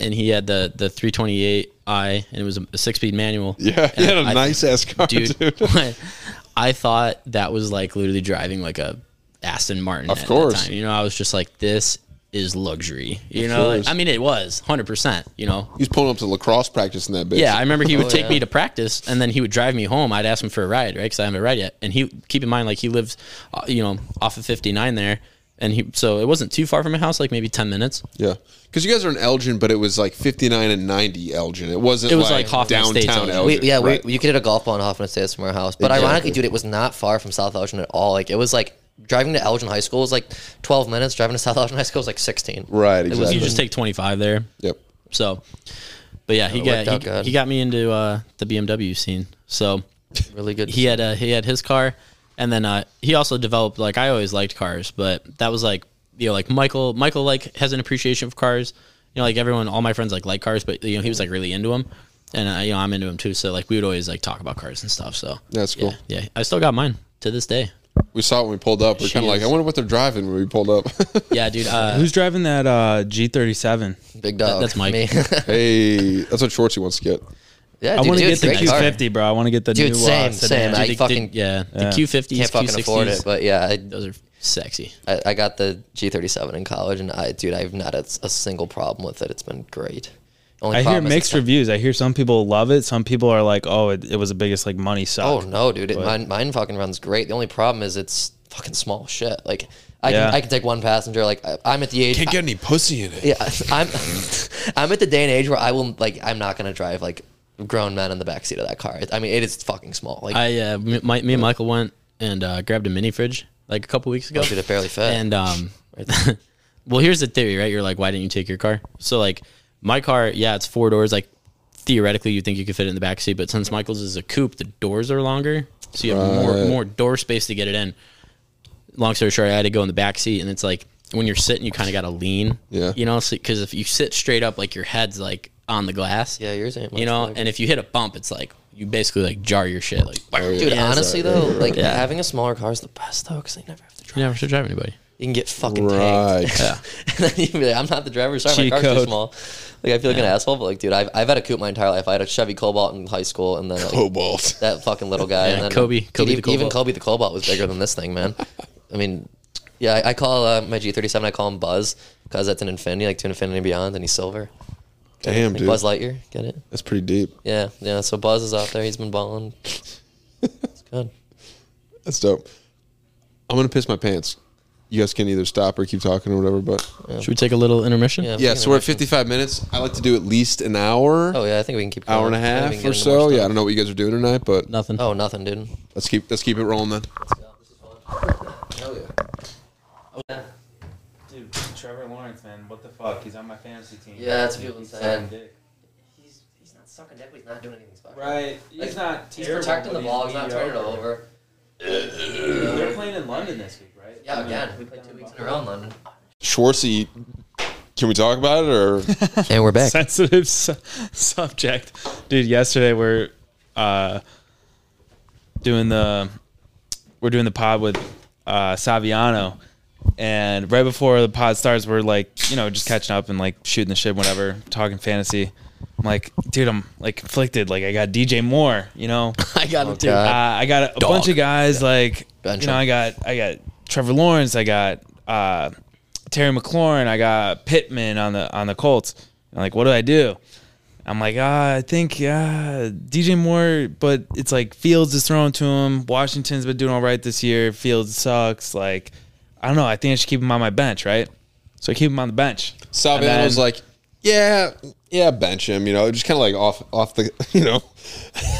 Speaker 4: and he had the the 328i, and it was a, six speed manual.
Speaker 1: Yeah. He
Speaker 4: And
Speaker 1: had a
Speaker 4: I-
Speaker 1: nice ass car, <laughs> dude.
Speaker 4: dude. I thought that was like literally driving like a Aston Martin.
Speaker 1: Of
Speaker 4: at that
Speaker 1: course.
Speaker 4: time. You know, I was just like, this is luxury. You know, like-
Speaker 1: course.
Speaker 4: I mean, it was 100%. You know,
Speaker 1: He's pulling up to lacrosse practice in that bitch.
Speaker 4: yeah, I remember he would take
Speaker 5: yeah.
Speaker 4: me to practice, and then he would drive me home. I'd ask him for a ride, right? Because I haven't a ride yet. And he keep in mind, like he lives, uh, you know, off of fifty nine there, and he so it wasn't too far from my house, like maybe ten minutes.
Speaker 1: Yeah. Because you guys are in Elgin, but it was like 59 and 90 Elgin. It wasn't
Speaker 4: It was like
Speaker 1: like,
Speaker 4: Hoffman
Speaker 1: downtown
Speaker 4: Estates
Speaker 1: Elgin.
Speaker 4: Elgin.
Speaker 5: We, yeah,
Speaker 1: Right.
Speaker 5: we, you could hit a golf ball in Hoffman Estates from our house. But
Speaker 1: Exactly.
Speaker 5: ironically, dude, it was not far from South Elgin at all. Like it was like driving to Elgin High School was like 12 minutes. Driving to South Elgin High School was like 16.
Speaker 1: Right,
Speaker 5: It was-
Speaker 1: exactly.
Speaker 4: You just take twenty five there.
Speaker 1: yep.
Speaker 4: So, but yeah, he
Speaker 5: It worked
Speaker 4: got
Speaker 5: out
Speaker 4: he,
Speaker 5: good.
Speaker 4: he got me into uh, the BMW scene. So
Speaker 5: really good.
Speaker 4: he had uh, he had his car, and then uh, he also developed like I always liked cars, but that was like you know like Michael Michael like has an appreciation for cars. You know, like everyone, all my friends like like cars, but you know he was like really into them, and uh, you know I'm into them too. So like we would always like talk about cars and stuff. So
Speaker 1: That's cool.
Speaker 4: Yeah, yeah. I still got mine to this day.
Speaker 1: We saw it when we pulled up. We're
Speaker 4: She
Speaker 1: kind of like,
Speaker 4: is-
Speaker 1: I wonder what they're driving when we pulled up. <laughs>
Speaker 4: Yeah, dude. Uh,
Speaker 3: <laughs> Who's driving that uh, G37?
Speaker 5: big dog.
Speaker 4: that's Mike.
Speaker 5: <laughs> Me.
Speaker 1: hey, that's what Schwartzy wants to get.
Speaker 5: yeah,
Speaker 3: I
Speaker 5: dude,
Speaker 3: want to
Speaker 5: dude,
Speaker 3: get the
Speaker 5: great car.
Speaker 3: Q50, bro. I want to get the
Speaker 5: Dude,
Speaker 3: new
Speaker 5: same, <laughs>
Speaker 3: uh,
Speaker 5: same.
Speaker 3: sedan.
Speaker 5: I
Speaker 4: the- the-
Speaker 5: fucking
Speaker 4: yeah,
Speaker 3: Yeah.
Speaker 4: the Q50s,
Speaker 5: can't fucking
Speaker 4: Q60s,
Speaker 5: afford it. But yeah, I,
Speaker 4: those are sexy.
Speaker 5: I, I got the G37 in college, and I, dude, I've not had a single problem with it. It's been great. Only
Speaker 3: I hear
Speaker 5: problem is
Speaker 3: mixed
Speaker 5: it's not-
Speaker 3: reviews. I hear some people love it. Some people are like, "Oh, it, it was the biggest like money suck."
Speaker 5: Oh no, dude, it,
Speaker 3: But-
Speaker 5: mine, mine fucking runs great. The only problem is it's fucking small shit. Like I
Speaker 3: Yeah.
Speaker 5: can I can take one passenger. Like I, I'm at the age.
Speaker 1: Can't get any pussy in it.
Speaker 5: yeah, <laughs> I'm I'm at the day and age where I will like I'm not gonna drive like grown men in the backseat of that car. It- I mean, it is fucking small. Like
Speaker 4: I uh, m- my, me and Michael went and uh, grabbed a mini fridge like a couple weeks ago.
Speaker 5: dude, it barely fit.
Speaker 4: And
Speaker 5: <laughs>
Speaker 4: um, well, here's the theory, right? You're like, why didn't you take your car? So like, my car, yeah, it's four doors. Like theoretically, you think you could fit it in the back seat, but since Michael's is a coupe, the doors are longer, so you have more
Speaker 1: Right.
Speaker 4: more door space to get it in. Long story short, I had to go in the back seat, and it's like when you're sitting, you kind of got to lean.
Speaker 1: Yeah.
Speaker 4: You know, because if you sit straight up, like your head's like on the glass.
Speaker 5: yeah, yours ain't.
Speaker 4: You
Speaker 5: much
Speaker 4: know,
Speaker 5: bigger.
Speaker 4: and if you hit a bump, it's like you basically like jar your shit. Like,
Speaker 1: Oh,
Speaker 5: dude,
Speaker 4: Yeah, it's
Speaker 5: honestly
Speaker 4: a-
Speaker 5: though, like
Speaker 4: Yeah.
Speaker 5: having a smaller car is the best though, because you never have to drive.
Speaker 4: you never should drive anybody.
Speaker 5: You can get fucking tanked.
Speaker 1: Right.
Speaker 4: Yeah.
Speaker 5: <laughs> and then you'd be like, I'm not the driver. Sorry,
Speaker 3: Cheat
Speaker 5: my car's too
Speaker 3: code.
Speaker 5: small. Like I feel like an asshole, but like, dude, I've, I've had a coupe my entire life. I had a Chevy Cobalt in high school, and then like,
Speaker 1: Cobalt.
Speaker 5: <laughs> that fucking little guy,
Speaker 4: Yeah,
Speaker 5: and then
Speaker 4: Kobe-
Speaker 5: dude,
Speaker 4: Kobe
Speaker 5: e-
Speaker 4: the
Speaker 5: even
Speaker 4: Cobalt.
Speaker 5: Kobe the Cobalt was bigger than this thing, man. I mean, yeah, I, I call uh, my G37, I call him Buzz because that's an Infinity, like to Infinity and Beyond, and he's silver.
Speaker 1: Damn,
Speaker 5: Like
Speaker 1: dude.
Speaker 5: Buzz Lightyear, get it?
Speaker 1: That's pretty deep.
Speaker 5: Yeah, yeah. So Buzz is out there. He's been balling. It's good.
Speaker 1: That's dope. I'm gonna piss my pants. You guys can either stop or keep talking or whatever. But
Speaker 4: Should we take a little intermission?
Speaker 5: Oh. Yeah.
Speaker 1: yeah, so we're at 55 minutes. I like to do at least an hour,
Speaker 5: Oh yeah, I think we can keep.
Speaker 1: hour
Speaker 5: going.
Speaker 1: and a
Speaker 5: I think we
Speaker 1: half
Speaker 5: can
Speaker 1: or
Speaker 5: get into
Speaker 1: so.
Speaker 5: more
Speaker 1: Yeah, I
Speaker 5: stuff.
Speaker 1: don't know what you guys are doing tonight, but
Speaker 4: Nothing.
Speaker 5: Oh, nothing, dude.
Speaker 1: let's keep let's keep it rolling then.
Speaker 5: Oh,
Speaker 3: Dude, Trevor Lawrence, man, what the fuck? He's on my fantasy team.
Speaker 5: Yeah, that's what people say.
Speaker 3: dick.
Speaker 5: He's he's not sucking dick, but he's not doing anything special.
Speaker 3: Right.
Speaker 5: Like,
Speaker 3: He's not
Speaker 5: He's
Speaker 3: terrible,
Speaker 5: protecting the
Speaker 3: but
Speaker 5: ball. He's not turning it
Speaker 3: mediocre.
Speaker 5: over.
Speaker 3: They're playing in London this week, right?
Speaker 5: Yeah, again, we played two weeks in a row in <laughs> London.
Speaker 1: Schwartzy, can we talk about it
Speaker 3: <laughs>
Speaker 1: or
Speaker 5: And we're back.
Speaker 3: sensitive <laughs> su- subject dude yesterday we're uh doing the we're doing the pod with uh saviano And right before the pod starts, we're like, you know, just catching up and like shooting the shit, whatever, talking fantasy. I'm like, dude, I'm like conflicted. Like, I got DJ Moore, you know,
Speaker 4: <laughs> I got
Speaker 1: Oh,
Speaker 4: him too.
Speaker 3: uh, I got a, a bunch of guys like
Speaker 5: Bench
Speaker 3: you know
Speaker 5: him.
Speaker 3: I got I got Trevor Lawrence, I got uh, Terry McLaurin, I got Pittman on the on the Colts. I'm like, what do I do? I'm like, ah, I think uh, DJ Moore, but it's like Fields is thrown to him. Washington's been doing all right this year. Fields sucks. Like, I don't know. I think I should keep him on my bench, right? So I keep him on the bench. And then-
Speaker 1: Salviano's like, yeah, yeah, bench him. You know, just kind of like off off the, <laughs> you know.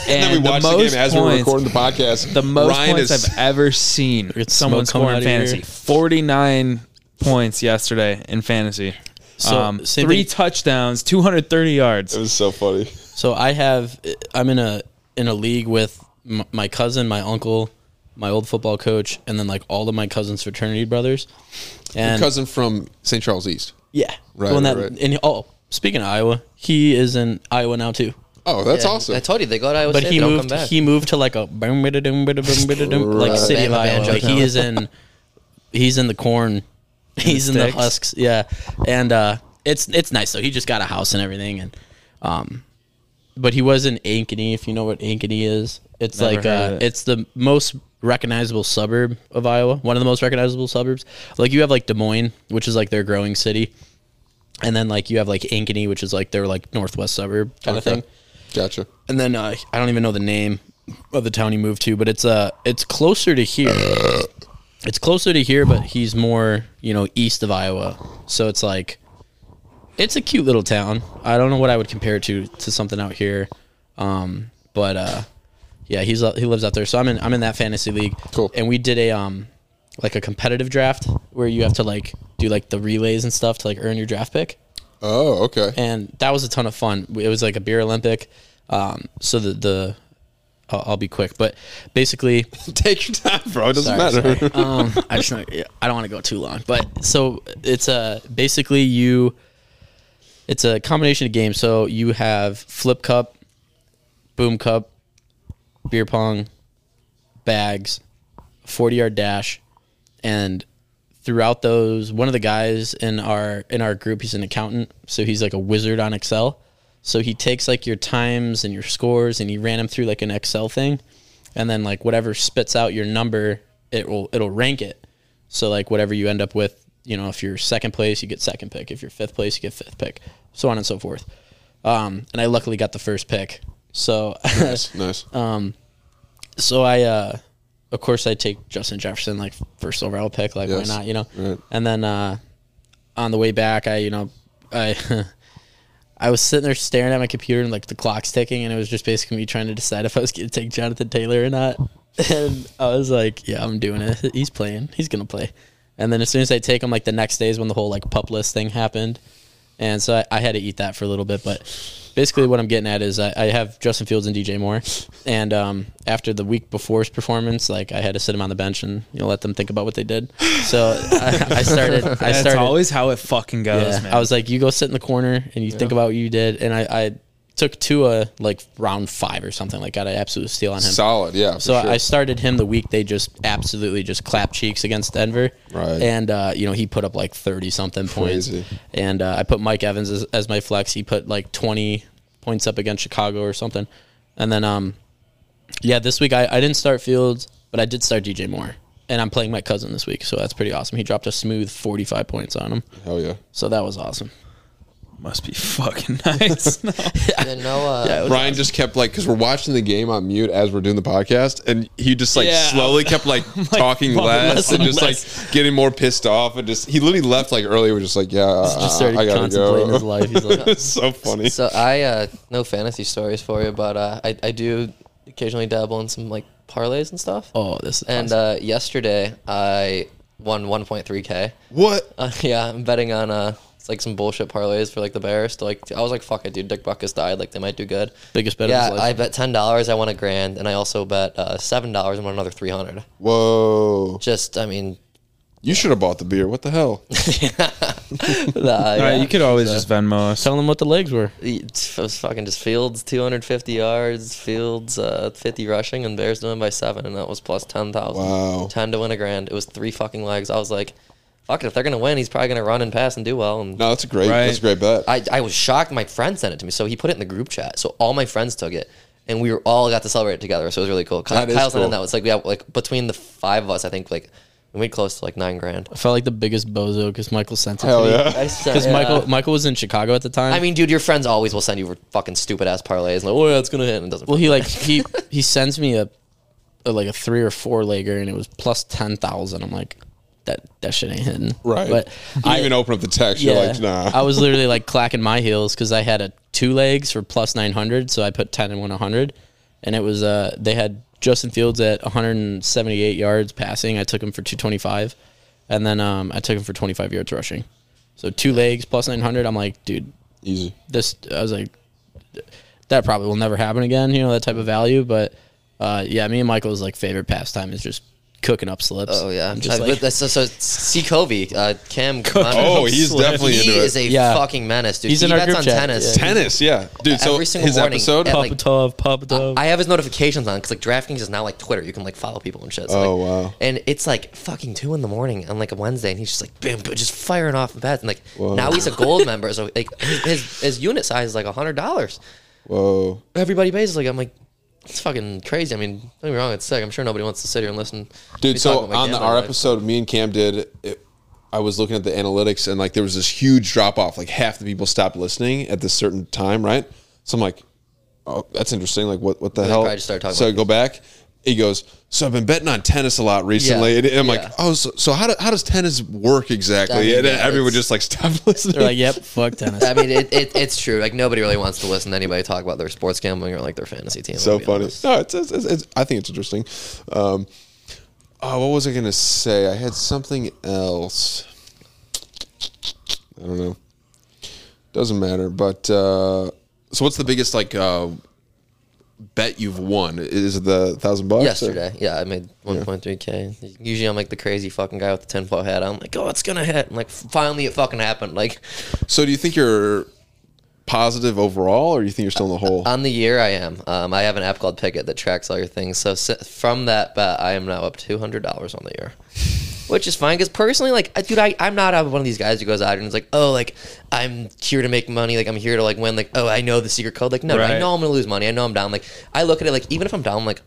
Speaker 1: And, then we
Speaker 3: And the
Speaker 1: watch the,
Speaker 3: most
Speaker 1: game as we were
Speaker 3: points-
Speaker 1: recording the podcast.
Speaker 3: the most
Speaker 1: Ryan
Speaker 3: points
Speaker 1: is-
Speaker 3: I've ever seen
Speaker 4: at
Speaker 3: someone
Speaker 4: smoke coming
Speaker 3: score
Speaker 4: out of
Speaker 3: in
Speaker 4: your
Speaker 3: fantasy.
Speaker 4: ear.
Speaker 3: Forty nine points yesterday in fantasy.
Speaker 4: So,
Speaker 3: um,
Speaker 4: same
Speaker 3: three
Speaker 4: thing-
Speaker 3: touchdowns, two hundred thirty yards.
Speaker 1: <laughs> It was so funny.
Speaker 4: So I have I'm in a in a league with m- my cousin, my uncle, my old football coach, and then like all of my cousins' fraternity brothers. And
Speaker 1: Cousin from St. Charles East.
Speaker 4: yeah,
Speaker 1: Right,
Speaker 4: the one
Speaker 1: right,
Speaker 4: that
Speaker 1: right.
Speaker 4: and oh, speaking of Iowa, he is in Iowa now too.
Speaker 1: Oh, that's
Speaker 5: Yeah,
Speaker 1: awesome.
Speaker 5: I told you they go to Iowa
Speaker 4: But
Speaker 5: State.
Speaker 4: he
Speaker 5: they don't
Speaker 4: moved.
Speaker 5: come back.
Speaker 4: He moved to like a boom, bada, doom, bada, boom, bada, doom, like
Speaker 1: Right.
Speaker 4: city of
Speaker 5: Bama
Speaker 4: Iowa.
Speaker 5: banjo
Speaker 4: Like he
Speaker 5: now.
Speaker 4: is in. He's in the corn. He's in the
Speaker 3: sticks.
Speaker 4: husks. Yeah, and uh, it's it's nice though. He just got a house and everything, and um, but he was in Ankeny. If you know what Ankeny is, it's
Speaker 3: Never
Speaker 4: like
Speaker 3: heard
Speaker 4: uh,
Speaker 3: of it.
Speaker 4: it's the most recognizable suburb of Iowa. One of the most recognizable suburbs. Like you have like Des Moines, which is like their growing city, and then like you have like Ankeny, which is like their like northwest suburb kind of
Speaker 1: Okay.
Speaker 4: thing
Speaker 1: Gotcha.
Speaker 4: and then uh, I don't even know the name of the town he moved to, but it's uh it's closer to here. It's closer to here, but he's more you know east of Iowa, so it's like it's a cute little town. I don't know what I would compare it to to something out here, um, but uh, yeah, he's he lives out there, so I'm in I'm in that fantasy league.
Speaker 1: Cool.
Speaker 4: And we did a um like a competitive draft where you have to like do like the relays and stuff to like earn your draft pick
Speaker 1: Oh, okay.
Speaker 4: and that was a ton of fun. It was like a beer Olympic. Um, so the the I'll, I'll be quick, but basically,
Speaker 1: <laughs> Take your time, bro. It doesn't
Speaker 4: sorry,
Speaker 1: matter. <laughs>
Speaker 4: sorry. Um, I just know, yeah, I don't want to go too long, but so it's a basically you. It's a combination of games. So you have flip cup, boom cup, beer pong, bags, forty yard dash, and throughout those one of the guys in our in our group he's an accountant so he's like a wizard on excel so he takes like your times and your scores and he ran them through like an excel thing and then like whatever spits out your number it will it'll rank it so like whatever you end up with you know if you're second place you get second pick if you're fifth place you get fifth pick so on and so forth um, and i luckily got the first pick so <laughs>
Speaker 1: Nice, nice.
Speaker 4: Um, so I, uh, of course, I take Justin Jefferson like first overall pick. Like,
Speaker 1: Yes.
Speaker 4: why not? You know.
Speaker 1: Right.
Speaker 4: And then uh, on the way back, I, you know, I, <laughs> I was sitting there staring at my computer and like the clock's ticking, and it was just basically me trying to decide if I was going to take Jonathan Taylor or not. <laughs> And I was like, yeah, I'm doing it. He's playing. He's gonna play. And then as soon as I take him, like the next day is when the whole like pup list thing happened. And so I, I had to eat that for a little bit. But basically, what I'm getting at is I, I have Justin Fields and DJ Moore. And um, after the week before's performance, like I had to sit him on the bench and you know let them think about what they did. So I, I started. I
Speaker 3: That's
Speaker 4: started.
Speaker 3: always how it fucking goes,
Speaker 4: yeah,
Speaker 3: man.
Speaker 4: I was like, you go sit in the corner and you think about what you did. And I, I took Tua like round five or something. Like got an absolute steal on him.
Speaker 1: Solid, yeah. for
Speaker 4: So I-
Speaker 1: sure.
Speaker 4: I started him the week they just absolutely just clapped cheeks against Denver.
Speaker 1: Right.
Speaker 4: And, uh, you know, he put up like 30 something points.
Speaker 1: Crazy.
Speaker 4: And uh, I put Mike Evans as, as my flex. He put like 20 points up against Chicago or something. And then, um, yeah, this week I, I didn't start Fields, but I did start DJ Moore. And I'm playing my cousin this week. So that's pretty awesome. He dropped a smooth 45 points on him.
Speaker 1: Hell yeah.
Speaker 4: So that was awesome.
Speaker 3: must be <laughs> fucking <laughs> nice.
Speaker 5: Then no, uh,
Speaker 1: Brian just kept like because we're watching the game on mute as we're doing the podcast, and he just like
Speaker 4: Yeah.
Speaker 1: slowly kept
Speaker 4: <laughs>
Speaker 1: like talking
Speaker 4: fucking
Speaker 1: less
Speaker 4: less
Speaker 1: and
Speaker 4: and
Speaker 1: just
Speaker 4: less.
Speaker 1: like getting more pissed off, and just he literally left like earlier. Was just like, yeah, uh,
Speaker 4: Just started
Speaker 1: I gotta
Speaker 4: contemplating
Speaker 1: go.
Speaker 4: his life. He's
Speaker 1: <laughs>
Speaker 4: like,
Speaker 1: it's so funny.
Speaker 5: So I uh, no fantasy stories for you, but uh, I I do occasionally dabble in some like parlays and stuff.
Speaker 4: oh, this is
Speaker 5: and
Speaker 4: awesome.
Speaker 5: uh, yesterday I won 1.3k.
Speaker 1: what?
Speaker 5: <laughs> Uh, yeah, I'm betting on uh, it's like some bullshit parlays for like the Bears. To, like I was like, fuck it, dude. Dick Buckus died. Like they might do good.
Speaker 4: biggest bet
Speaker 5: yeah,
Speaker 4: of his
Speaker 5: I
Speaker 4: life.
Speaker 5: bet ten dollars. I won a grand, and I also bet uh, seven dollars. and won another three hundred.
Speaker 1: Whoa!
Speaker 5: Just, I mean, <laughs>
Speaker 1: You should have bought the beer. What the hell?
Speaker 5: the,
Speaker 3: all right, you could always just Venmo us.
Speaker 4: Tell them what the legs were.
Speaker 5: it was fucking just Fields 250 yards, Fields uh, 50 rushing, and Bears to win by seven, and that was plus 10,000.
Speaker 1: Wow.
Speaker 5: 10 to win a grand. It was three fucking legs. I was like, fuck it, if they're gonna win, he's probably gonna run and pass and do well. And
Speaker 1: No, that's a great. That's a
Speaker 3: Right.
Speaker 1: great bet.
Speaker 5: I, I was shocked. My friend sent it to me, so he put it in the group chat. So all my friends took it, and we were all got to celebrate it together. So it was really cool. Kyle,
Speaker 1: That is
Speaker 5: Kyle's not
Speaker 1: cool.
Speaker 5: in that. It's like we have like between the five of us, I think like we made close to like nine grand.
Speaker 4: I felt like the biggest bozo because Michael sent it
Speaker 1: Hell
Speaker 5: <laughs>
Speaker 4: to
Speaker 1: <laughs>
Speaker 4: me.
Speaker 1: yeah.
Speaker 4: Because
Speaker 5: Because
Speaker 4: Michael Michael was in Chicago at the time.
Speaker 5: I mean, dude, your friends always will send you fucking stupid ass parlays. Like, oh yeah, it's gonna hit, and it doesn't.
Speaker 4: well, he like
Speaker 5: <laughs>
Speaker 4: he he sends me a, a like a three or four legger, and it was plus ten thousand. I'm like, that that shit ain't hitting.
Speaker 1: Right.
Speaker 4: But
Speaker 1: you
Speaker 4: I
Speaker 1: even open up the text. You're like, nah. <laughs>
Speaker 4: I was literally like clacking my heels because I had a two legs for plus 900. So I put 10 and one 100. And it was, uh, they had Justin Fields at 178 yards passing. I took him for 225. And then um, I took him for 25 yards rushing. So two legs plus 900. I'm like, dude,
Speaker 1: Easy.
Speaker 4: this, I was like, that probably will never happen again, you know, that type of value. But uh, yeah, me and Michael's like favorite pastime is just cooking up slips.
Speaker 5: Oh yeah,
Speaker 4: I'm
Speaker 5: Uh,
Speaker 4: just
Speaker 5: but
Speaker 4: like,
Speaker 5: that's- so, so see Covey, uh, Cam. Kamara.
Speaker 1: Oh, he's
Speaker 4: Swift.
Speaker 1: definitely
Speaker 5: he
Speaker 1: into
Speaker 5: is
Speaker 1: it.
Speaker 5: a
Speaker 4: Yeah.
Speaker 5: fucking menace, dude.
Speaker 4: He's
Speaker 5: he
Speaker 4: in our
Speaker 5: bets
Speaker 4: group
Speaker 5: on
Speaker 4: chat,
Speaker 5: tennis.
Speaker 4: yeah.
Speaker 1: Tennis, yeah, dude. So
Speaker 5: Every single
Speaker 1: his
Speaker 5: morning
Speaker 1: episode.
Speaker 5: at,
Speaker 1: Oh,
Speaker 5: like-
Speaker 4: Popatov, Popatov.
Speaker 5: I have his notifications on because like DraftKings is now like Twitter. You can like follow people and shit. So,
Speaker 1: Oh,
Speaker 5: like-
Speaker 1: wow.
Speaker 5: And it's like fucking two in the morning on like a Wednesday, and he's just like boom, boom just firing off bets. And like now
Speaker 1: <laughs>
Speaker 5: he's a gold member, so like his his, his unit size is like a hundred dollars.
Speaker 1: Whoa.
Speaker 5: Everybody pays like I'm like. It's fucking crazy. I mean, don't get me wrong, it's sick. I'm sure nobody wants to sit here and listen. to me
Speaker 1: dude
Speaker 5: talk
Speaker 1: so
Speaker 5: about my
Speaker 1: on the,
Speaker 5: gambling
Speaker 1: our
Speaker 5: life.
Speaker 1: episode me and cam did it, i was looking at the analytics and like there was this huge drop off like half the people stopped listening at this certain time right so i'm like oh that's interesting like what, what the hell
Speaker 5: probably just started talking
Speaker 1: so
Speaker 5: about
Speaker 1: i go back he goes so i've been betting on tennis a lot recently
Speaker 5: Yeah,
Speaker 1: and i'm like
Speaker 5: yeah.
Speaker 1: oh so, so how, do, how does tennis work exactly
Speaker 5: I mean,
Speaker 1: and
Speaker 5: yeah,
Speaker 1: everyone
Speaker 5: it's-
Speaker 1: just like stopped <laughs> listening
Speaker 4: They're like, yep, fuck tennis.
Speaker 5: I mean, it, it, it's true. Like nobody really wants to listen to anybody talk about their sports gambling or like their fantasy team.
Speaker 1: so
Speaker 5: I'll be
Speaker 1: funny.
Speaker 5: honest.
Speaker 1: No, it's, it's, it's, it's- I think it's interesting. Um, oh, what was I gonna say? I had something else. I don't know. Doesn't matter. But uh, so, what's the biggest like uh, bet you've won? Is it the thousand bucks? or-
Speaker 5: Yesterday, yeah, I made 1.3k. Usually, I'm like the crazy fucking guy with the tinfoil hat. on. I'm like, oh, it's gonna hit. And like, finally, it fucking happened. Like
Speaker 1: So, do you think you're positive overall, or you think you're still in the hole?
Speaker 5: on the year, I am. Um, I have an app called Picket that tracks all your things. So si- from that bet, I am now up 200 dollars on the year. Which is fine because personally, like, I- dude, I, I'm not uh, one of these guys who goes out and is like, oh, like, I'm here to make money. Like, I'm here to, like, win. Like, oh, I know the secret code. Like, no, I
Speaker 3: Right.
Speaker 5: know I'm going to lose money. I know I'm down. Like, I look at it, like, even if I'm down, like,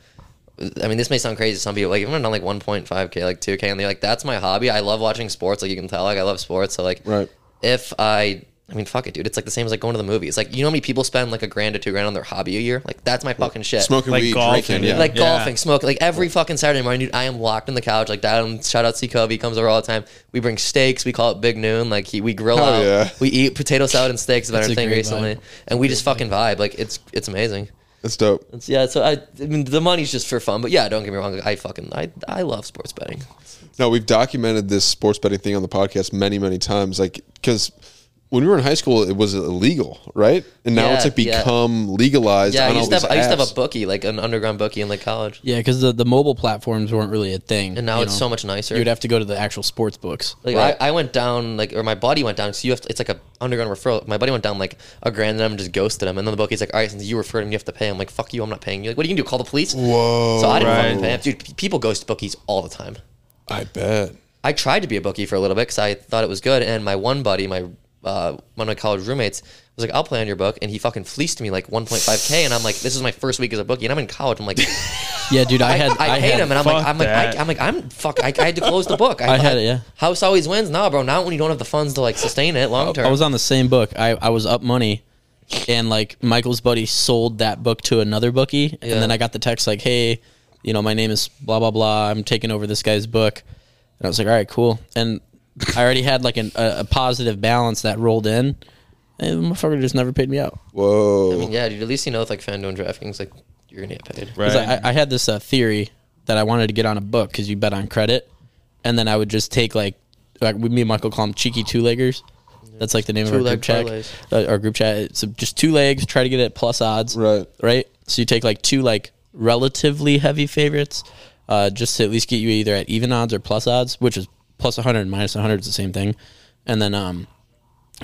Speaker 5: I mean, this may sound crazy to some people. Like, if I'm down, like, 1.5K, like, 2K, and they're like, that's my hobby. I love watching sports. Like, you can tell, like, I love sports. So, like,
Speaker 1: Right.
Speaker 5: if I, I mean, fuck it, dude. It's like the same as like going to the movies. Like, you know how many people spend like a grand or two grand on their hobby a year? Like, that's my fucking shit.
Speaker 1: Smoking
Speaker 3: Like
Speaker 1: weed,
Speaker 3: golfing,
Speaker 1: drinking, yeah.
Speaker 5: uh, Like
Speaker 3: Yeah.
Speaker 5: golfing, smoking. Like every fucking Saturday morning, dude, I am locked in the couch. Like that. um, Shout out C Covey comes over all the time. We bring steaks. We call it Big Noon. Like he, we grill
Speaker 1: Hell
Speaker 5: out.
Speaker 1: yeah.
Speaker 5: We eat potato salad and steaks. Has been
Speaker 4: That's
Speaker 5: our
Speaker 4: a
Speaker 5: thing
Speaker 4: great
Speaker 5: recently,
Speaker 4: vibe.
Speaker 5: and we just fucking vibe. Like it's it's amazing.
Speaker 1: that's dope.
Speaker 5: It's, yeah. So I, I mean, the money's just for fun. But yeah, don't get me wrong. I fucking I I love sports betting.
Speaker 1: No, we've documented this sports betting thing on the podcast many, many times. Like, because when we were in high school, it was illegal, right? And now it's
Speaker 5: Yeah,
Speaker 1: like
Speaker 5: yeah.
Speaker 1: become legalized.
Speaker 5: Yeah, I
Speaker 1: on all
Speaker 5: used, to have,
Speaker 1: these
Speaker 5: I used to have
Speaker 1: apps.
Speaker 5: a bookie, like an underground bookie in like college,
Speaker 4: Yeah, because the, the mobile platforms weren't really a thing.
Speaker 5: and now
Speaker 4: you
Speaker 5: it's
Speaker 4: know.
Speaker 5: so much nicer.
Speaker 4: You'd have to go to the actual sports books.
Speaker 5: Like
Speaker 1: Right.
Speaker 5: I, I went down like or my buddy went down because you have to, it's like a underground referral. My buddy went down like a grand and I'm just ghosted him and then the bookie's like, all right, since you referred him, you have to pay. I'm like, fuck you, I'm not paying you. Like, what are you gonna do? Call the police?
Speaker 1: Whoa.
Speaker 5: So I didn't
Speaker 3: Right.
Speaker 5: fucking pay him. Dude, p- people ghost bookies all the time.
Speaker 1: I bet.
Speaker 5: I tried to be a bookie for a little bit because I thought it was good, and my one buddy, my uh, one of my college roommates, was like, "I'll play on your book," and he fucking fleeced me like 1.5k, and I'm like, "This is my first week as a bookie," and I'm in college. I'm like,
Speaker 4: Yeah, dude, I
Speaker 5: I,
Speaker 4: had I,
Speaker 5: I, hate
Speaker 4: had,
Speaker 5: him, and I'm like,
Speaker 3: fuck
Speaker 5: I'm like, I,
Speaker 3: that.
Speaker 5: I'm like, I'm fuck. I, I had to close the
Speaker 4: <laughs>
Speaker 5: book.
Speaker 4: I had it, yeah.
Speaker 5: House always wins, nah, bro. Not when you don't have the funds to like sustain it long term.
Speaker 4: I was on the same book. I, I was up money, and like Michael's buddy sold that book to another bookie,
Speaker 5: Yeah.
Speaker 4: and then I got the text like, hey, you know, my name is blah blah blah. I'm taking over this guy's book, and I was like, all right, cool. And I already had like an, a, a positive balance that rolled in, and the motherfucker just never paid me out.
Speaker 1: Whoa.
Speaker 5: I mean, yeah, dude. At least you know with like FanDuel and DraftKings, like you're gonna get paid.
Speaker 3: Right.
Speaker 4: 'Cause I, I had this uh, theory that I wanted to get on a book because you bet on credit, and then I would just take like, like we- me and Michael call them cheeky two leggers. That's like the name of our
Speaker 5: Two-leg
Speaker 4: group chat.
Speaker 5: parlays.
Speaker 4: Uh, our group chat. So just two legs. Try to get it at plus odds.
Speaker 1: Right.
Speaker 4: Right. So you take like two like relatively heavy favorites, uh, just to at least get you either at even odds or plus odds, which is plus 100 and minus 100 is the same thing, and then um,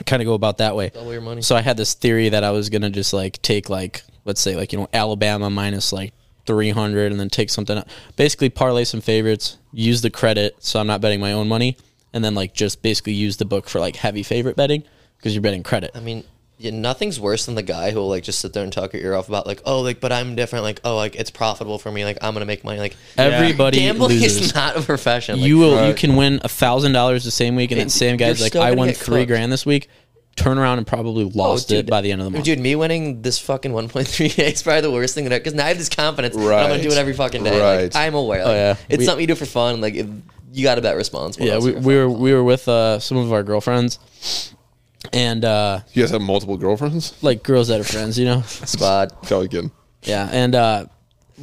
Speaker 4: kind of go about that way.
Speaker 5: Double your money.
Speaker 4: So I had this theory that I was gonna just like take like let's say like you know Alabama minus like three hundred and then take something, basically parlay some favorites, use the credit, so I'm not betting my own money, and then like just basically use the book for like heavy favorite betting because you're betting credit.
Speaker 5: I mean, yeah, nothing's worse than the guy who will like just sit there and talk your ear off about like, oh, like, but I'm different. Like, oh, like it's profitable for me. Like, I'm gonna make money. Like,
Speaker 4: Everybody
Speaker 5: gambling
Speaker 4: loses.
Speaker 5: is not a profession. Like,
Speaker 4: you will you can win a thousand dollars the same week and that
Speaker 5: It-
Speaker 4: same guy's
Speaker 5: you're
Speaker 4: like
Speaker 5: still
Speaker 4: I
Speaker 5: gonna
Speaker 4: won
Speaker 5: get
Speaker 4: three
Speaker 5: cooked.
Speaker 4: grand this week, turn around and probably lost it by the end of the month.
Speaker 5: Oh, Dude, me winning this fucking 1.3k is probably the worst thing that because now I have this confidence. that I'm
Speaker 1: Right.
Speaker 5: gonna do it every fucking day.
Speaker 1: Right.
Speaker 5: Like, I'm aware. Like,
Speaker 4: Oh, yeah.
Speaker 5: It's
Speaker 4: We-
Speaker 5: something you do for fun. Like, it, you got to bet responsibly.
Speaker 4: yeah,
Speaker 5: That's
Speaker 4: we,
Speaker 5: your
Speaker 4: we
Speaker 5: fun.
Speaker 4: were we were with uh, some of our girlfriends and uh,
Speaker 1: You guys have multiple girlfriends?
Speaker 4: like girls that are friends, you know.
Speaker 5: <laughs> squad.
Speaker 1: <laughs> Tell again.
Speaker 4: Yeah, and uh,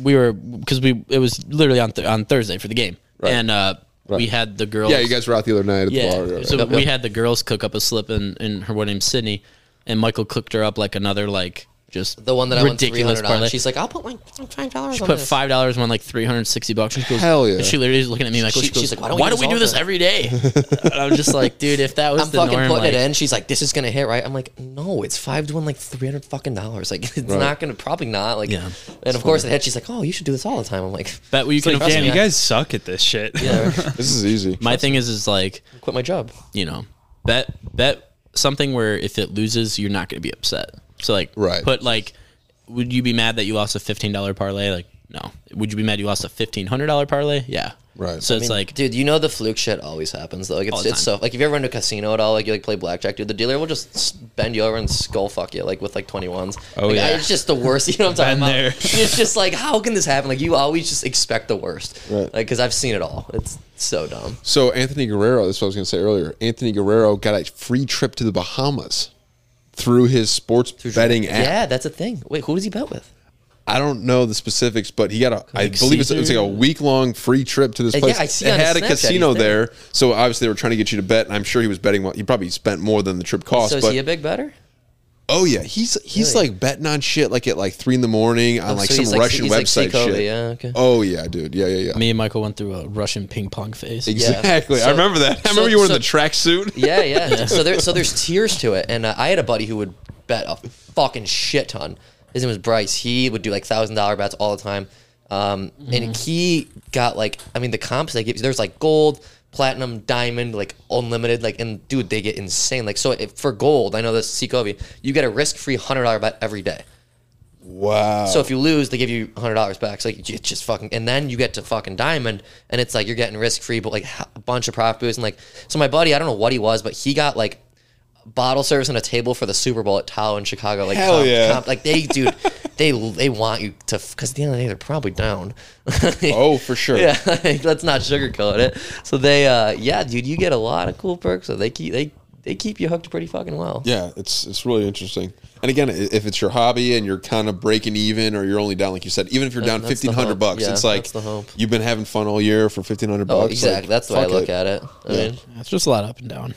Speaker 4: we were because we it was literally on th- on Thursday for the game,
Speaker 1: Right.
Speaker 4: and uh, we
Speaker 1: Right.
Speaker 4: had the girls.
Speaker 1: Yeah, you guys were out the other night at
Speaker 4: Yeah,
Speaker 1: the bar. Right,
Speaker 4: so
Speaker 1: right.
Speaker 4: we had the girls cook up a slip, and and her one named Sydney, and Michael cooked her up like another like just
Speaker 5: The one that I won three
Speaker 4: ridiculous
Speaker 5: hundred
Speaker 4: parlay.
Speaker 5: on. She's like, I'll put like five dollars.
Speaker 4: She
Speaker 5: on
Speaker 4: put
Speaker 5: this.
Speaker 4: five dollars on like three hundred and sixty bucks. And she goes,
Speaker 1: Hell yeah.
Speaker 4: She literally is looking at me like,
Speaker 5: She-
Speaker 4: she goes,
Speaker 5: she's like,
Speaker 4: why don't, we, do
Speaker 5: all
Speaker 4: this
Speaker 5: the-
Speaker 4: every day? and I'm just like, dude, if that was
Speaker 5: I'm
Speaker 4: the
Speaker 5: fucking
Speaker 4: norm,
Speaker 5: putting
Speaker 4: like,
Speaker 5: it in. She's like, this is gonna hit, right? I'm like, no, it's five to one, like three hundred fucking dollars. Like, <laughs> it's not gonna, probably not. Like,
Speaker 4: Yeah.
Speaker 5: and of course it hit. She's like, oh, you should do this all the time. I'm like,
Speaker 4: bet what you
Speaker 3: It's
Speaker 4: can
Speaker 3: like,
Speaker 4: afford.
Speaker 3: damn, you
Speaker 5: yeah.
Speaker 3: guys suck at this shit.
Speaker 5: yeah,
Speaker 1: <laughs> this is easy.
Speaker 4: My thing is, is like,
Speaker 5: quit my job.
Speaker 4: you know, bet bet something where if it loses, you're not going to be upset. So like,
Speaker 1: Right.
Speaker 4: Put like, would you be mad that you lost a fifteen dollar parlay? Like, no. Would you be mad you lost a fifteen hundred dollar parlay? Yeah.
Speaker 1: Right.
Speaker 4: So
Speaker 1: I
Speaker 4: it's
Speaker 5: mean,
Speaker 4: like,
Speaker 5: dude, you know the fluke shit always happens though. Like
Speaker 4: All
Speaker 5: it's,
Speaker 4: the
Speaker 5: it's
Speaker 4: time.
Speaker 5: so like if you ever run to a casino at all, like you like play blackjack, dude, the dealer will just s- bend you over and skull fuck you like with like twenty ones.
Speaker 3: Oh,
Speaker 5: like, I-
Speaker 3: yeah.
Speaker 5: it's just the worst. <laughs> You know what I'm talking
Speaker 3: Been
Speaker 5: about?
Speaker 3: there.
Speaker 5: It's just like how can this happen? Like you always just expect the worst,
Speaker 1: Right.
Speaker 5: right? Like because I've seen it all. It's so dumb.
Speaker 1: So Anthony Guerrero, that's what I was going to say earlier. Anthony Guerrero got a free trip to the Bahamas through his sports betting app.
Speaker 5: Yeah, that's a thing. Wait, who does he bet with?
Speaker 1: I don't know the specifics, but he got a. I believe it's, it's like a week long free trip to this
Speaker 5: Uh, yeah,
Speaker 1: place.
Speaker 5: I see
Speaker 1: it
Speaker 5: on his
Speaker 1: had a
Speaker 5: Snapchat
Speaker 1: casino
Speaker 5: he's there.
Speaker 1: there, so obviously they were trying to get you to bet. And I'm sure he was betting. Well, he probably spent more than the trip cost.
Speaker 5: So is
Speaker 1: but
Speaker 5: he a big better?
Speaker 1: oh yeah, he's he's
Speaker 5: Really? Oh,
Speaker 1: like betting on shit like at like three in the morning on like
Speaker 5: so he's
Speaker 1: some
Speaker 5: like-
Speaker 1: Russian
Speaker 5: he's like
Speaker 1: website
Speaker 5: Seacova,
Speaker 1: shit.
Speaker 5: yeah, okay.
Speaker 1: Oh yeah, dude. Yeah, yeah, yeah.
Speaker 4: me and Michael went through a Russian ping pong phase.
Speaker 1: Exactly. I
Speaker 5: So-
Speaker 1: remember that. I
Speaker 5: so-
Speaker 1: remember you were in
Speaker 5: so-
Speaker 1: the tracksuit.
Speaker 5: Yeah, yeah. so there, so there's tiers to it, and uh, I had a buddy who would bet a fucking shit ton. His name was Bryce. He would do like thousand dollar bets all the time, um, and he got like, I mean, the comps they give you, there's like gold, platinum, diamond, like unlimited, like, and dude, they get insane. Like, so if, for gold, I know this Seacovi, you get a risk free hundred dollar bet every day.
Speaker 1: Wow.
Speaker 5: So if you lose, they give you hundred dollars back. So like, it's just fucking, and then you get to fucking diamond, and it's like you're getting risk free, but like h- a bunch of profit boosts, and like, so my buddy, I don't know what he was, but he got like bottle service on a table for the Super Bowl at Tao in Chicago. Like,
Speaker 1: Hell
Speaker 5: comp-
Speaker 1: yeah.
Speaker 5: comp- like they, dude, <laughs> they they want you to, because at the end of the day, they're probably down. <laughs>
Speaker 1: oh, for sure.
Speaker 5: Yeah, <laughs> like, let's not sugarcoat it. So they, uh, yeah, dude, you get a lot of cool perks. So they keep they they keep you hooked pretty fucking well.
Speaker 1: Yeah, it's it's really interesting. And again, i- if it's your hobby and you're kind of breaking even, or you're only down, like you said, even if you're down
Speaker 5: That- that's the
Speaker 1: fifteen hundred
Speaker 5: hope.
Speaker 1: bucks,
Speaker 5: Yeah,
Speaker 1: it's like
Speaker 5: that's the hope.
Speaker 1: you've been having fun all year for fifteen hundred
Speaker 5: Oh,
Speaker 1: bucks.
Speaker 5: exactly.
Speaker 1: like,
Speaker 5: That's the way I
Speaker 1: fuck
Speaker 5: look at it. I
Speaker 1: Yeah.
Speaker 5: mean,
Speaker 4: It's just a lot up and down.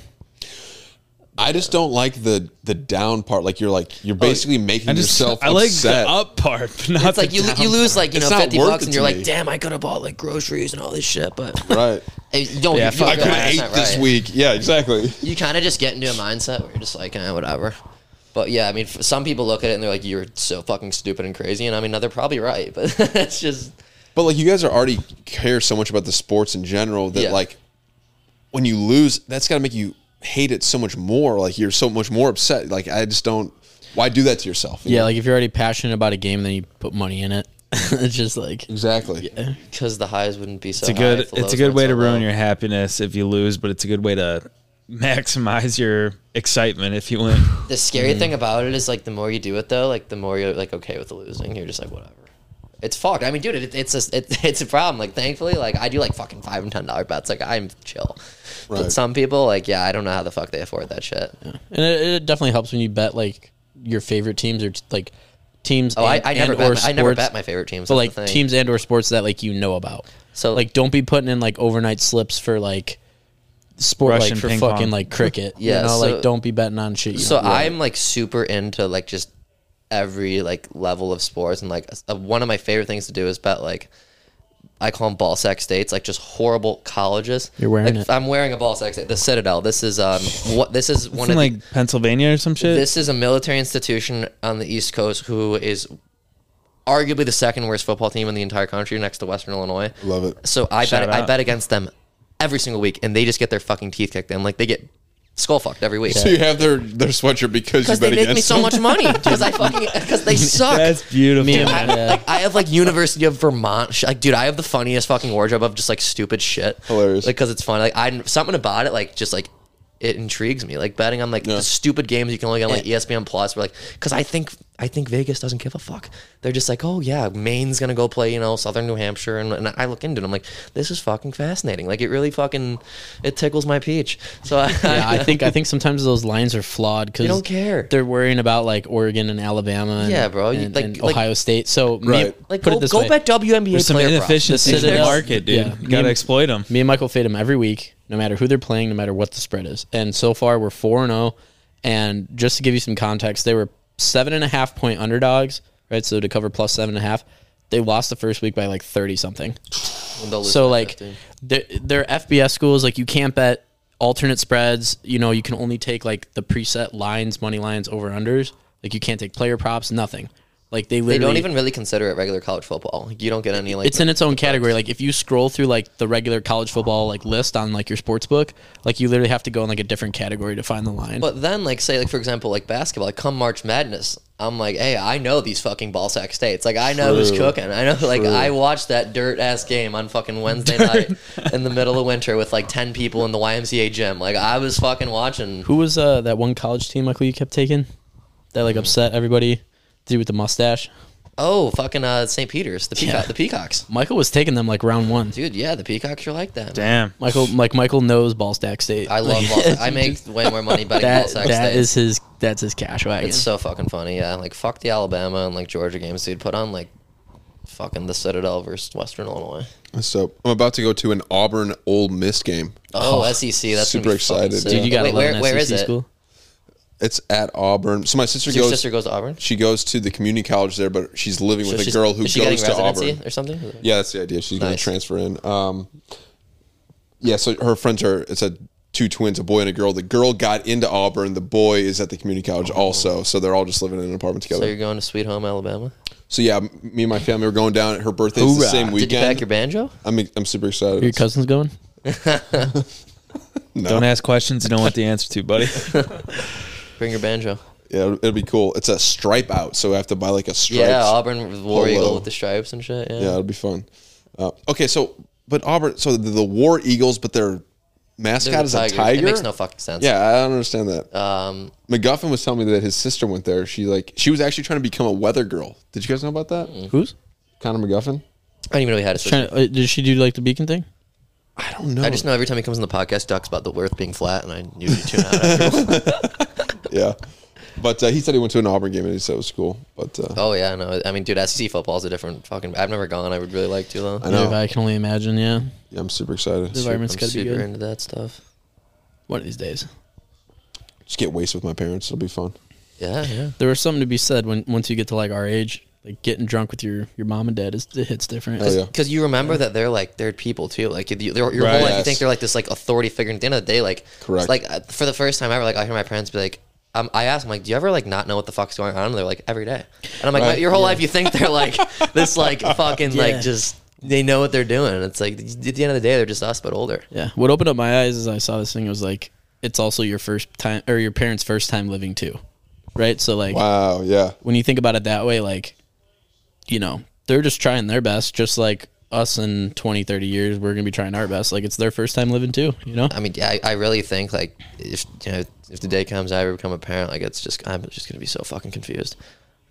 Speaker 1: I just don't like the the down part. Like you're like
Speaker 5: Oh,
Speaker 1: you're basically making
Speaker 3: <laughs> I just
Speaker 1: yourself
Speaker 3: <laughs> I like
Speaker 1: upset.
Speaker 3: the up part, but not
Speaker 5: it's like
Speaker 3: the
Speaker 5: you,
Speaker 3: down
Speaker 5: you lose like you
Speaker 1: It's
Speaker 5: know
Speaker 1: not
Speaker 5: 50
Speaker 1: worth
Speaker 5: bucks
Speaker 1: it
Speaker 5: and
Speaker 1: to
Speaker 5: you're
Speaker 1: me.
Speaker 5: like damn i could have bought like groceries and all this shit
Speaker 3: <laughs>
Speaker 5: but
Speaker 1: right.
Speaker 5: Hey, you don't
Speaker 3: Yeah,
Speaker 5: you,
Speaker 3: fuck
Speaker 1: I
Speaker 3: that.
Speaker 1: could
Speaker 5: that's
Speaker 1: have ate
Speaker 5: not
Speaker 1: this
Speaker 5: right.
Speaker 1: week. Yeah, exactly. <laughs>
Speaker 5: you kind of just get into a mindset where you're just like eh, whatever but yeah i mean f- some people look at it and they're like you're so fucking stupid and crazy and i mean no, they're probably right <laughs> but it's just
Speaker 1: But like you guys are already care so much about the sports in general that
Speaker 5: Yeah.
Speaker 1: like when you lose, that's got to make you hate it so much more. Like you're so much more upset. Like I just don't. Why do that to yourself? you
Speaker 4: Yeah,
Speaker 1: know?
Speaker 4: like if you're already passionate about a game, then you put money in it. it's just like
Speaker 1: exactly.
Speaker 5: because the highs wouldn't be so
Speaker 3: It's a good it's a good way to ruin your happiness if you lose, but it's a good way to <laughs> maximize your excitement if you win.
Speaker 5: the scary
Speaker 4: Mm-hmm.
Speaker 5: thing about it is like the more you do it though like the more you're like okay with the losing you're just like whatever it's fucked. I mean, dude, it, it's a it, <laughs> it's a problem. Like, thankfully, like I do like fucking five and ten dollar bets. Like, I'm chill.
Speaker 1: Right.
Speaker 5: But some people, like, yeah, I don't know how the fuck they afford that shit.
Speaker 4: And it, it definitely helps when you bet like your favorite teams or like teams.
Speaker 5: Oh,
Speaker 4: and-
Speaker 5: I, I never
Speaker 4: and
Speaker 5: bet.
Speaker 4: or
Speaker 5: my- I never
Speaker 4: sports,
Speaker 5: bet my favorite teams.
Speaker 4: but
Speaker 5: that's
Speaker 4: like
Speaker 5: the thing.
Speaker 4: teams and or sports that like you know about.
Speaker 5: So-
Speaker 4: like, don't be putting in like overnight slips for like sport
Speaker 3: Russian
Speaker 4: like for
Speaker 3: ping
Speaker 4: fucking
Speaker 3: pong.
Speaker 4: like cricket.
Speaker 5: Yeah,
Speaker 4: you know,
Speaker 5: so-
Speaker 4: like don't be betting on shit. You
Speaker 5: So
Speaker 4: don't know.
Speaker 5: I'm like super into like just every like level of sports, and like uh, one of my favorite things to do is bet like I call them ball sack states, like just horrible colleges.
Speaker 4: You're wearing
Speaker 5: Like,
Speaker 4: it.
Speaker 5: I'm wearing a ball sack state, the Citadel. This is um what this is one
Speaker 3: in
Speaker 5: of the-
Speaker 3: like Pennsylvania or some shit.
Speaker 5: This is a military institution on the East Coast who is arguably the second worst football team in the entire country next to Western Illinois.
Speaker 1: Love it.
Speaker 5: So I
Speaker 3: Shout
Speaker 5: bet I
Speaker 3: out.
Speaker 5: bet against them every single week, and they just get their fucking teeth kicked in. Like they get skull fucked every week.
Speaker 1: So you have their their sweatshirt because you
Speaker 5: Because
Speaker 1: bet
Speaker 5: they make me
Speaker 1: against
Speaker 5: so
Speaker 1: them? <laughs>
Speaker 5: much money. Because I fucking because they suck.
Speaker 3: That's beautiful.
Speaker 4: Me and
Speaker 3: man.
Speaker 5: I, like, I have like University of Vermont. Sh- like, dude, I have the funniest fucking wardrobe of just like stupid shit.
Speaker 1: Hilarious.
Speaker 5: Like, cause it's fun. Like, I something about it, like, just like it intrigues me. Like betting on like
Speaker 1: Yeah.
Speaker 5: the stupid games you can only get on like E ESPN Plus. We're like, cause I think I think Vegas doesn't give a fuck. They're just like, oh yeah, Maine's gonna go play you know Southern New Hampshire, and, and I look into it. I'm like, this is fucking fascinating. Like, it really fucking it tickles my peach. So <laughs> I,
Speaker 4: Yeah, I think I think sometimes those lines are flawed because
Speaker 5: <laughs> They don't care.
Speaker 4: They're worrying about like Oregon and Alabama. And,
Speaker 5: Yeah, bro, you-
Speaker 4: and,
Speaker 5: like-
Speaker 4: and
Speaker 5: like-
Speaker 4: Ohio State. So me,
Speaker 1: Right.
Speaker 5: like
Speaker 4: put
Speaker 5: go,
Speaker 4: it this
Speaker 5: go
Speaker 4: way.
Speaker 5: bet WNBA
Speaker 3: There's some
Speaker 5: player prop.
Speaker 3: inefficiencies in the
Speaker 5: There's-
Speaker 3: market, dude.
Speaker 4: Yeah.
Speaker 3: You gotta
Speaker 4: Me-
Speaker 3: exploit them.
Speaker 4: Me and Michael fade them every week, no matter who they're playing, no matter what the spread is. And so far, we're four and zero. And just to give you some context, they were seven and a half point underdogs, right? So to cover plus seven and a half, they lost the first week by like thirty something.
Speaker 5: They'll lose
Speaker 4: So
Speaker 5: by
Speaker 4: like
Speaker 5: 15.
Speaker 4: their their FBS schools, like you can't bet alternate spreads. You know, you can only take like the preset lines, money lines, over unders. Like you can't take player props, nothing. Like they literally
Speaker 5: They don't even really consider it regular college football. Like, you don't get any like.
Speaker 4: it's in its own category. Like if you scroll through like the regular college football like list on like your sports book, like you literally have to go in like a different category to find the line.
Speaker 5: but then, like, say, like for example, like basketball. Like, come March Madness, I'm like, hey, I know these fucking ball sack states. Like, I know who's
Speaker 1: True.
Speaker 5: cooking. I know, <laughs> like,
Speaker 1: True.
Speaker 5: I watched that dirt ass game on fucking Wednesday night in the middle of winter with like ten people in the YMCA gym. Like, I was fucking watching.
Speaker 4: Who was uh, that one college team, Michael? You kept taking that like upset everybody. Dude with the mustache.
Speaker 5: Oh, fucking uh, St. Peter's, the peacock,
Speaker 4: Yeah.
Speaker 5: the peacocks,
Speaker 4: Michael was taking them like round one.
Speaker 5: dude. Yeah, the peacocks are like that.
Speaker 3: Damn.
Speaker 4: Michael, like Michael knows ball stack state.
Speaker 5: I love.
Speaker 4: <laughs>
Speaker 5: Ball I make way more money betting ball
Speaker 4: that.
Speaker 5: sack
Speaker 4: That
Speaker 5: states.
Speaker 4: is his. That's his cash wagon.
Speaker 5: It's so fucking funny, yeah. Like fuck the Alabama and like Georgia games, dude. Put on like fucking the Citadel versus Western Illinois.
Speaker 1: So I'm about to go to an Auburn Ole Miss game.
Speaker 5: Oh, SEC. That's
Speaker 1: super
Speaker 5: gonna be fucking
Speaker 1: excited, dude.
Speaker 5: sick.
Speaker 4: Dude, you got
Speaker 5: Wait,
Speaker 4: to
Speaker 5: where,
Speaker 4: where,
Speaker 5: where is it?
Speaker 4: E school.
Speaker 1: It's at Auburn. So my sister
Speaker 5: So Your
Speaker 1: goes.
Speaker 5: sister goes to Auburn.
Speaker 1: She goes to the community college there, but she's living
Speaker 5: So
Speaker 1: with a
Speaker 5: she's-
Speaker 1: girl who
Speaker 5: is she getting
Speaker 1: goes to
Speaker 5: residency
Speaker 1: Auburn.
Speaker 5: or something.
Speaker 1: Yeah, that's the idea. She's going
Speaker 5: Nice.
Speaker 1: to transfer in. Um, yeah, so her friends are. It's a two twins, a boy and a girl. The girl got into Auburn. The boy is at the community college also. So they're all just living in an apartment
Speaker 5: Oh. So
Speaker 1: together.
Speaker 5: you're going to Sweet Home Alabama.
Speaker 1: So yeah, m- me and my family were going down. Her birthday's the
Speaker 4: Hoorah.
Speaker 1: same
Speaker 4: Did
Speaker 1: weekend.
Speaker 5: Did you pack your banjo?
Speaker 1: I'm I'm super excited.
Speaker 4: Your cousin's going.
Speaker 3: Don't ask questions you don't want the answer to, buddy.
Speaker 4: <laughs>
Speaker 5: Bring your banjo.
Speaker 1: yeah, it'll, it'll be cool. It's a stripe out, so I have to buy like a stripe.
Speaker 5: Yeah, Auburn with War
Speaker 1: Polo.
Speaker 5: Eagle with the stripes and shit. Yeah.
Speaker 1: yeah, it'll be fun. Uh, okay, so but Auburn, so the, the War Eagles, but their mascot is
Speaker 5: There's
Speaker 1: a tiger.
Speaker 5: It makes no fucking sense.
Speaker 1: yeah, I don't understand that.
Speaker 5: Um,
Speaker 1: McGuffin was telling me that his sister went there. She like she was actually trying to become a weather girl. Did you guys know about that?
Speaker 5: Mm.
Speaker 4: Who's?
Speaker 1: Connor McGuffin.
Speaker 5: I don't even know he had a
Speaker 4: Trying
Speaker 5: sister.
Speaker 4: to, uh, did she do like the beacon thing?
Speaker 1: I don't know.
Speaker 5: I just know every time he comes on the podcast, he talks about the Earth being flat, and I usually tune out.
Speaker 1: <laughs>
Speaker 5: After.
Speaker 1: Yeah, but uh, he said he went to an Auburn game and he said it was cool. But uh,
Speaker 5: Oh yeah, no. I mean, dude, SEC football is a different fucking. I've never gone. I would really like to though.
Speaker 1: I know.
Speaker 4: I can only imagine. Yeah,
Speaker 1: yeah, I'm super excited.
Speaker 4: the environment's
Speaker 5: I'm
Speaker 4: got to be
Speaker 5: super
Speaker 4: good.
Speaker 5: into that stuff.
Speaker 4: One of these days,
Speaker 1: just get wasted with my parents. It'll be fun.
Speaker 5: Yeah, yeah.
Speaker 4: there was something to be said when once you get to like our age, like getting drunk with your your mom and dad is it hits different.
Speaker 1: Oh, yeah.
Speaker 5: Because you remember that they're like they're people too. Like you, they're- your
Speaker 3: Right.
Speaker 5: whole life, you
Speaker 1: Yes.
Speaker 5: think they're like this like authority figure. And at the end of the day, like it's
Speaker 1: Correct.
Speaker 5: Like uh, for the first time ever, like I hear my parents be like. Um, I ask them like, "Do you ever like not know what the fuck's going on?" And they're like, "Every day." And I'm like,
Speaker 1: Right.
Speaker 5: "Your whole life, you think they're like
Speaker 1: <laughs>
Speaker 5: this, like fucking,
Speaker 4: Yeah.
Speaker 5: like just they know what they're doing." And it's like at the end of the day, they're just us, but older.
Speaker 4: Yeah. What opened up my eyes is I saw this thing. It was like it's also your first time or your parents' first time living too, right? So like
Speaker 1: Wow. Yeah.
Speaker 4: when you think about it that way, like you know they're just trying their best, just like us in 20, 30 years we're gonna be trying our best. Like it's their first time living too. You know.
Speaker 5: I mean, yeah, I, I really think like if you know if the day comes I ever become a parent, like it's just I'm just gonna be so fucking confused.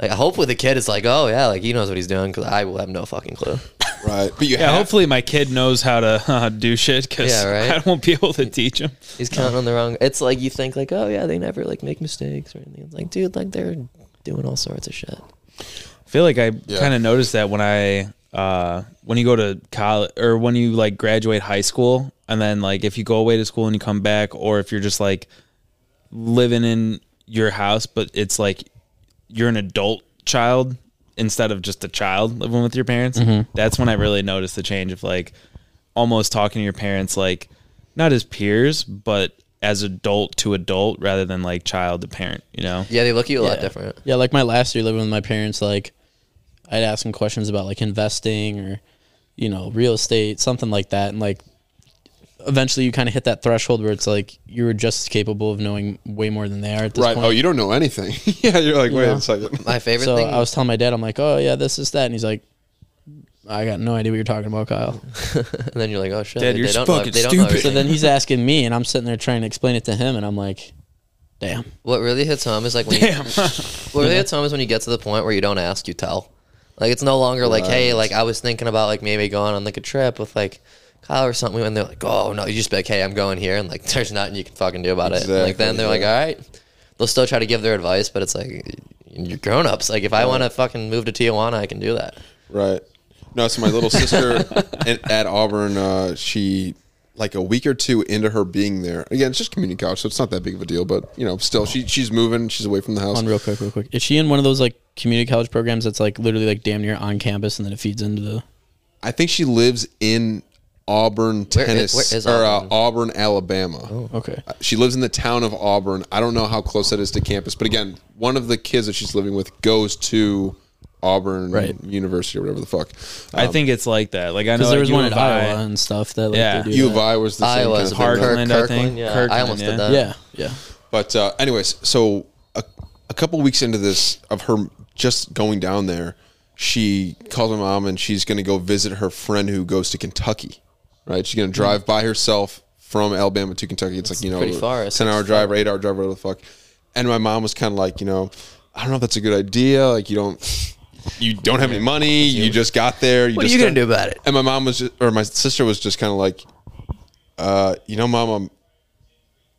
Speaker 5: Like hopefully the kid is like, oh yeah, like he knows what he's doing because I will have no fucking clue.
Speaker 1: Right. But you
Speaker 3: Yeah,
Speaker 1: have
Speaker 3: hopefully my kid knows how to uh, do shit because
Speaker 5: Yeah, right?
Speaker 3: <laughs> I won't be able to teach him.
Speaker 5: He's counting on the wrong. It's like you think like, oh yeah, they never like make mistakes or anything. It's like dude, like they're doing all sorts of shit.
Speaker 3: I feel like I
Speaker 1: Yeah.
Speaker 3: kind of noticed that when I uh, when you go to college or when you like graduate high school, and then like if you go away to school and you come back, or if you're just like living in your house, but it's like you're an adult child instead of just a child living with your parents.
Speaker 4: Mm-hmm.
Speaker 3: That's when I really noticed the change of like almost talking to your parents like not as peers, but as adult to adult rather than like child to parent. You know?
Speaker 5: Yeah, they look at you a lot
Speaker 4: Yeah.
Speaker 5: different.
Speaker 4: Yeah, like my last year living with my parents, like I'd ask them questions about like investing or you know real estate, something like that, and like eventually you kind of hit that threshold where it's like you were just capable of knowing way more than they are at this
Speaker 1: Right.
Speaker 4: point.
Speaker 1: Oh, you don't know anything. <laughs> yeah, you're like, wait
Speaker 4: Yeah.
Speaker 1: a second.
Speaker 5: My favorite
Speaker 4: so
Speaker 5: thing.
Speaker 4: I was telling my dad, I'm like, oh yeah, this is that, and he's like, I got no idea what you're talking about, Kyle.
Speaker 5: <laughs> and then you're like, oh shit,
Speaker 3: Dad,
Speaker 5: they,
Speaker 3: you're
Speaker 5: they don't know.
Speaker 3: fucking
Speaker 5: They don't know
Speaker 3: stupid.
Speaker 5: everything.
Speaker 4: so then he's asking me, and I'm sitting there trying to explain it to him, and I'm like, damn.
Speaker 5: what really hits home is like when you, <laughs>
Speaker 3: Damn.
Speaker 5: what really hits home is when you get to the point where you don't ask, you tell. Like it's no longer like, hey, like I was thinking about like maybe going on like a trip with like Kyle or something, and they're like, oh no, you just be like, hey, I'm going here, and like <laughs> there's nothing you can fucking do about it. And, like
Speaker 1: Exactly,
Speaker 5: then they're like, all
Speaker 1: yeah.
Speaker 5: right, they'll still try to give their advice, but it's like you're grown ups. Like if I want to fucking move to Tijuana, I can do that.
Speaker 1: Right. No, so my little sister in, at Auburn, uh, she like a week or two into her being there. Again, it's just community college, so it's not that big of a deal. But you know, still, she she's moving. She's away from the house.
Speaker 4: On real quick, real quick. Is she in one of those like community college programs that's like literally like damn near on campus, and then it feeds into the
Speaker 1: I think she lives in Auburn,
Speaker 5: Where is-
Speaker 1: Tennessee,
Speaker 5: where is
Speaker 1: or uh,
Speaker 5: Auburn?
Speaker 1: Auburn, Alabama. Uh,
Speaker 4: okay.
Speaker 1: She lives in the town of Auburn. I don't know how close that is to campus, but again, one of the kids that she's living with goes to Auburn
Speaker 4: Right.
Speaker 1: University or whatever the fuck. Um,
Speaker 3: I think it's like that. Like I know
Speaker 4: Because there was one
Speaker 3: in
Speaker 4: at Iowa and stuff that like
Speaker 3: Yeah.
Speaker 4: they do
Speaker 1: U
Speaker 4: that.
Speaker 1: of I was the same
Speaker 5: Iowa
Speaker 1: kind
Speaker 5: is
Speaker 1: of
Speaker 5: a big
Speaker 1: thing, right?
Speaker 5: Kirk-
Speaker 3: Kirkland, I think.
Speaker 5: Yeah, I
Speaker 3: Kirkland,
Speaker 5: almost
Speaker 3: yeah.
Speaker 5: did that.
Speaker 4: yeah, yeah.
Speaker 1: But uh, anyways, so a, a couple weeks into this of her just going down there, she calls my mom and she's going to go visit her friend who goes to Kentucky. Right, she's going to drive by herself from Alabama to Kentucky. It's like you know,
Speaker 5: pretty far. It's
Speaker 1: ten hour
Speaker 5: like-
Speaker 1: drive, or eight hour drive, whatever the fuck. And my mom was kind of like, you know, I don't know if that's a good idea. Like you don't. You don't have any money. You just got there. You
Speaker 5: What are
Speaker 1: just
Speaker 5: you gonna
Speaker 1: don't-
Speaker 5: do about it?
Speaker 1: And my mom was, just, or my sister was just kind of like, uh, you know, mom, I'm,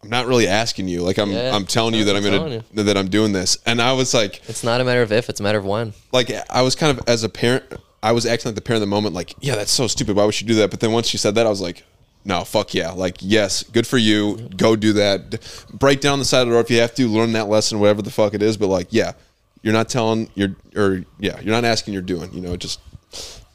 Speaker 1: I'm not really asking you. Like I'm,
Speaker 5: Yeah,
Speaker 1: I'm telling you that I'm
Speaker 5: I'm
Speaker 1: gonna
Speaker 5: telling
Speaker 1: that I'm doing this. And I was like,
Speaker 5: It's not a matter of if, it's a matter of when.
Speaker 1: like I was kind of as a parent, I was acting like the parent in the moment. Like, yeah, that's so stupid. Why would she do that? But then once she said that, I was like, no, fuck yeah. Like, yes, good for you. Go do that. D- Break down the side of the road if you have to. Learn that lesson, whatever the fuck it is. But like, yeah, you're not telling. You're or yeah, you're not asking. You're doing. You know, just.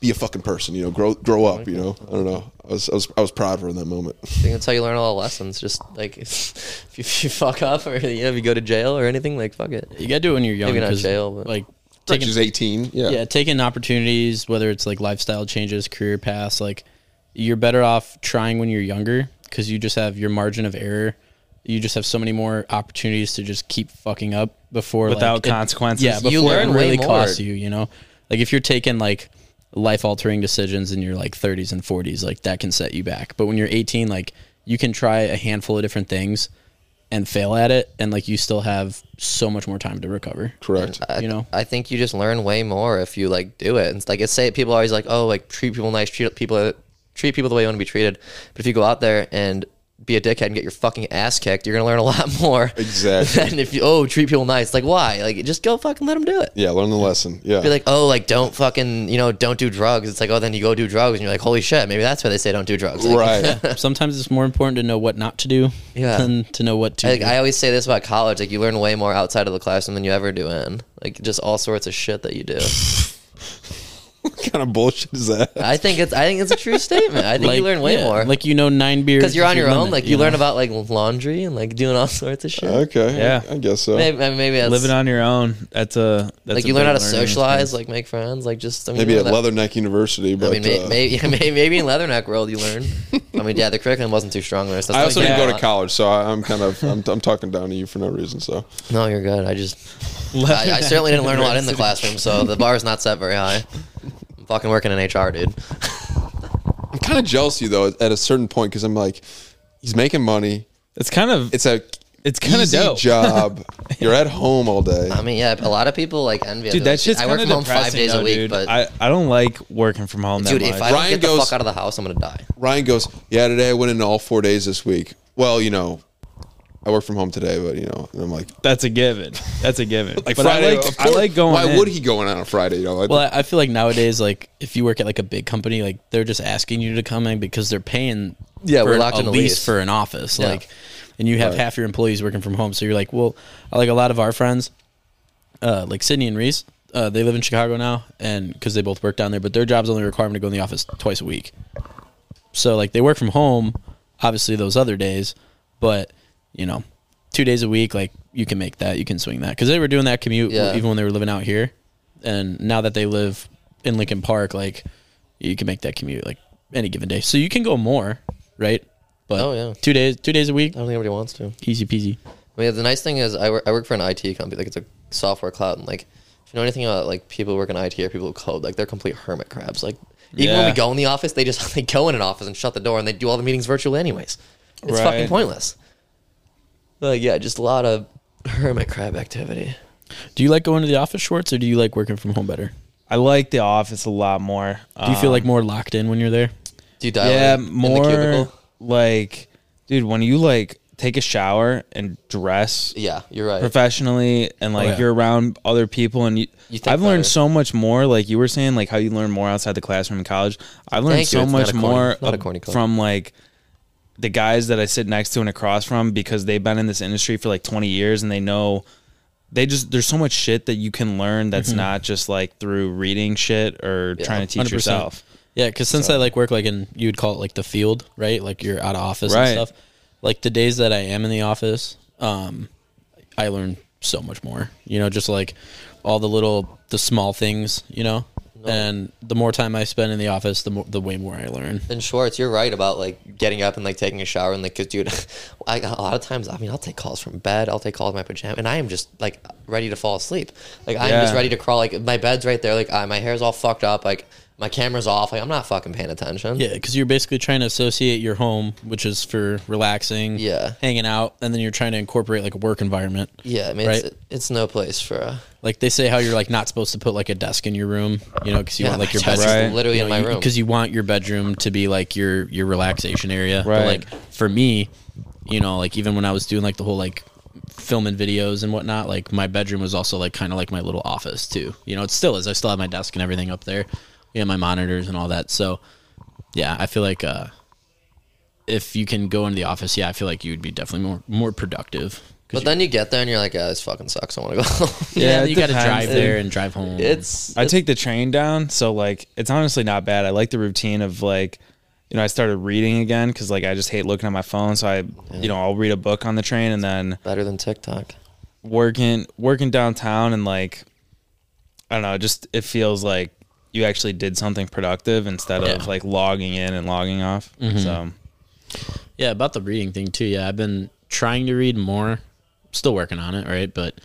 Speaker 1: Be a fucking person, you know. Grow, grow up, you know. I don't know. I was, I was, I was proud of her in that moment. <laughs>
Speaker 5: I think that's how you learn all the lessons. Just like <laughs> if you, if you fuck up or you know if you go to jail or anything, like fuck it.
Speaker 4: You gotta do it when you're young.
Speaker 5: Maybe not
Speaker 4: 'cause,
Speaker 5: jail, but-
Speaker 4: like taking
Speaker 1: She's 18. Yeah.
Speaker 4: yeah, taking opportunities, whether it's like lifestyle changes, career paths, like you're better off trying when you're younger because you just have your margin of error. You just have so many more opportunities to just keep fucking up before like,
Speaker 3: Without
Speaker 4: it-
Speaker 3: consequences.
Speaker 4: Yeah,
Speaker 3: You
Speaker 4: before
Speaker 5: learn
Speaker 4: it
Speaker 5: way
Speaker 4: really
Speaker 5: more.
Speaker 4: costs you. You know, like if you're taking like life altering decisions in your like 30s and 40s, like that can set you back. But when you're 18, like you can try a handful of different things and fail at it, and like you still have so much more time to recover.
Speaker 1: Correct.
Speaker 4: You know,
Speaker 5: I think you just learn way more if you like do it. And it's like it's say people are always like, oh, like treat people nice, treat people treat people the way you want to be treated. But if you go out there and be a dickhead and get your fucking ass kicked, you're gonna learn a <laughs> lot more.
Speaker 1: Exactly.
Speaker 5: than if you oh treat people nice, like why? Like just go fucking let them do it.
Speaker 1: Yeah. Learn the lesson. Yeah.
Speaker 5: Be like, oh, like don't fucking, you know, don't do drugs. It's like, oh, then you go do drugs, and you're like, holy shit, maybe that's why they say don't do drugs. Like, <laughs>
Speaker 1: right. <laughs>
Speaker 4: sometimes it's more important to know what not to do
Speaker 5: Yeah.
Speaker 4: than to know what to
Speaker 5: Like
Speaker 4: do.
Speaker 5: I always say this about college, like you learn way more outside of the classroom than you ever do in. Like just all sorts of shit that you do.
Speaker 1: what kind of bullshit is that?
Speaker 5: <laughs> I think it's I think it's a true statement. I think you learn way
Speaker 4: yeah,
Speaker 5: more. Like
Speaker 4: Like you know nine beers
Speaker 5: because you're
Speaker 4: is
Speaker 5: on your, own,
Speaker 4: limit,
Speaker 5: like you, learn
Speaker 4: know?
Speaker 5: about like laundry and like doing all <laughs> sorts of shit.
Speaker 1: Okay.
Speaker 3: Yeah.
Speaker 1: I, I guess so.
Speaker 5: Maybe I mean, maybe that's,
Speaker 3: Living on your own. That's a that's
Speaker 5: like
Speaker 3: a
Speaker 5: you learn
Speaker 3: big
Speaker 5: how to
Speaker 3: learning
Speaker 5: socialize,
Speaker 3: experience.
Speaker 5: like make friends, like just I mean,
Speaker 1: Maybe
Speaker 5: you
Speaker 1: at
Speaker 5: learn that-
Speaker 1: Leatherneck University, but
Speaker 5: I mean, may,
Speaker 1: uh,
Speaker 5: maybe, yeah, may- <laughs> maybe in Leatherneck world you learn. I mean, yeah, the curriculum wasn't too strong there. So that's
Speaker 1: I
Speaker 5: not
Speaker 1: also
Speaker 5: like-
Speaker 1: didn't go
Speaker 5: yeah.
Speaker 1: to college, so I, I'm kind of I'm, I'm talking down to you for no reason. So
Speaker 5: No, you're good. I just I, I certainly didn't learn a lot in the classroom, so the bar is not set very high. I'm fucking working in HR, dude.
Speaker 1: I'm kind of jealous of you though at a certain point because I'm like, he's making money.
Speaker 3: It's kind of
Speaker 1: It's a
Speaker 3: It's kinda
Speaker 1: easy
Speaker 3: dope.
Speaker 1: job. You're at home all day.
Speaker 5: I mean, yeah, a lot of people like envy.
Speaker 3: dude.
Speaker 5: it.
Speaker 3: That shit's
Speaker 5: I work
Speaker 3: kind of
Speaker 5: from home
Speaker 3: depressing.
Speaker 5: five days
Speaker 3: though,
Speaker 5: a week,
Speaker 3: dude.
Speaker 5: but
Speaker 3: I I don't like working from home
Speaker 5: dude,
Speaker 3: that
Speaker 5: if
Speaker 3: much.
Speaker 5: I don't
Speaker 1: Ryan
Speaker 5: get
Speaker 1: goes-
Speaker 5: the fuck out of the house, I'm gonna die.
Speaker 1: Ryan goes, yeah, today I went into all four days this week. Well, you know, I work from home today, but you know, and I'm like,
Speaker 3: that's a given. That's a given.
Speaker 1: like
Speaker 3: but
Speaker 1: Friday.
Speaker 3: I
Speaker 1: of
Speaker 3: like I
Speaker 1: course-
Speaker 3: like going.
Speaker 1: Why
Speaker 3: in.
Speaker 1: would he go in on a Friday? You know, like,
Speaker 4: Well, I I feel like nowadays, like if you work at like a big company, like they're just asking you to come in because they're paying
Speaker 5: Yeah,
Speaker 4: for
Speaker 5: we're
Speaker 4: an-
Speaker 5: locked
Speaker 4: a
Speaker 5: in a
Speaker 4: lease
Speaker 5: lease.
Speaker 4: for an office,
Speaker 5: Yeah.
Speaker 4: like, and you have half your employees working from home, so you're like, well, like a lot of our friends, uh, like Sydney and Reese, uh, they live in Chicago now, and because they both work down there, but their jobs only require them to go in the office twice a week, so like they work from home, obviously those other days, but you know, two days a week, like you can make that, you can swing that, because they were doing that commute
Speaker 5: Yeah.
Speaker 4: even when they were living out here, and now that they live in Lincoln Park, like you can make that commute like any given day, so you can go more, right? But
Speaker 5: Oh, yeah.
Speaker 4: two days, two days a week,
Speaker 5: I don't think everybody wants to.
Speaker 4: easy peasy.
Speaker 5: I mean, the nice thing is I work, I work for an IT company, like it's a software cloud, and like if you know anything about like people who work in IT or people who code, like they're complete hermit crabs. Like even when
Speaker 3: Yeah.
Speaker 5: we go in the office, they just <laughs> they go in an office and shut the door, and they do all the meetings virtually anyways. It's fucking
Speaker 3: Right.
Speaker 5: pointless. Like yeah, just a lot of hermit crab activity.
Speaker 4: Do you like going to the office, Schwartz, or do you like working from home better?
Speaker 3: I like the office a lot more.
Speaker 4: Do
Speaker 3: Uh,
Speaker 5: Um,
Speaker 4: you feel like more locked in when you're there?
Speaker 5: Do you dial
Speaker 3: yeah,
Speaker 5: in, in the
Speaker 3: more
Speaker 5: cubicle?
Speaker 3: like, dude, when you like take a shower and dress
Speaker 5: Yeah, you're right.
Speaker 3: professionally, and like
Speaker 4: yeah.
Speaker 3: you're around other people, and you,
Speaker 5: You think
Speaker 3: I've learned
Speaker 5: better.
Speaker 3: so much more. Like you were saying, like how you learn more outside the classroom in college. I've learned
Speaker 5: Thank you.
Speaker 3: so
Speaker 5: It's not
Speaker 3: much
Speaker 5: a corny-
Speaker 3: more
Speaker 5: it's not a
Speaker 3: ab-
Speaker 5: corny club.
Speaker 3: from like the guys that I sit next to and across from because they've been in this industry for like 20 years and they know they just there's so much shit that you can learn that's
Speaker 5: Mm-hmm.
Speaker 3: not just like through reading shit or trying to teach
Speaker 4: 100%.
Speaker 3: yourself.
Speaker 4: Yeah, because since I like work like in you would call it like the field, right? Like you're out of office
Speaker 3: Right.
Speaker 4: and stuff. Like the days that I am in the office, um, I learn so much more. You know, just like all the little the small things. You know, and the more time I spend in the office, the more the way more I learn.
Speaker 5: And Schwartz, you're right about like getting up and like taking a shower and like, 'cause, dude, <laughs> I, a lot of times, I mean, I'll take calls from bed, I'll take calls in my pajamas, and I am just like ready to fall asleep. Like I'm just
Speaker 3: Yeah.
Speaker 5: ready to crawl. Like my bed's right there. Like I, my hair's all fucked up. Like my camera's off. Like I'm not fucking paying attention.
Speaker 4: Yeah, because you're basically trying to associate your home, which is for relaxing,
Speaker 5: Yeah.
Speaker 4: hanging out, and then you're trying to incorporate like a work environment.
Speaker 5: Yeah, I mean,
Speaker 4: right.
Speaker 5: it's, it's no place for. A,
Speaker 4: Like they say, how you're like not supposed to put like a desk in your room, you know, because you
Speaker 5: yeah,
Speaker 4: want like
Speaker 5: <laughs>
Speaker 4: your
Speaker 5: desk is
Speaker 4: bedroom.
Speaker 3: Right.
Speaker 5: literally in my room.
Speaker 4: because you want your bedroom to be like your your relaxation area. But
Speaker 3: Right.
Speaker 4: like for me, you know, like even when I was doing like the whole like filming videos and whatnot, like my bedroom was also like kind of like my little office too. You know, it still is. I still have my desk and everything up there. Yeah, my monitors and all that. So yeah, I feel like uh if you can go into the office, yeah, I feel like you would be definitely more more productive. 'Cause
Speaker 5: but then you get there and you're like, oh, this fucking sucks. I want to go. home.
Speaker 4: you- yeah,
Speaker 3: Yeah, it
Speaker 4: you got to
Speaker 3: depends,
Speaker 4: drive
Speaker 3: dude.
Speaker 4: there and drive home.
Speaker 5: <laughs> it's.
Speaker 3: I take the train down, so like it's honestly not bad. I like the routine of like, you know, I started reading again because like I just hate looking at my phone. So I, you know, I'll read a book on the train and then
Speaker 5: better than TikTok.
Speaker 3: working working downtown and like, I don't know, just it feels like you actually did something productive instead
Speaker 4: Yeah.
Speaker 3: of like logging in and logging off.
Speaker 5: Mm-hmm.
Speaker 3: So
Speaker 4: Yeah, about the reading thing too. Yeah, I've been trying to read more. Still working on it, right? But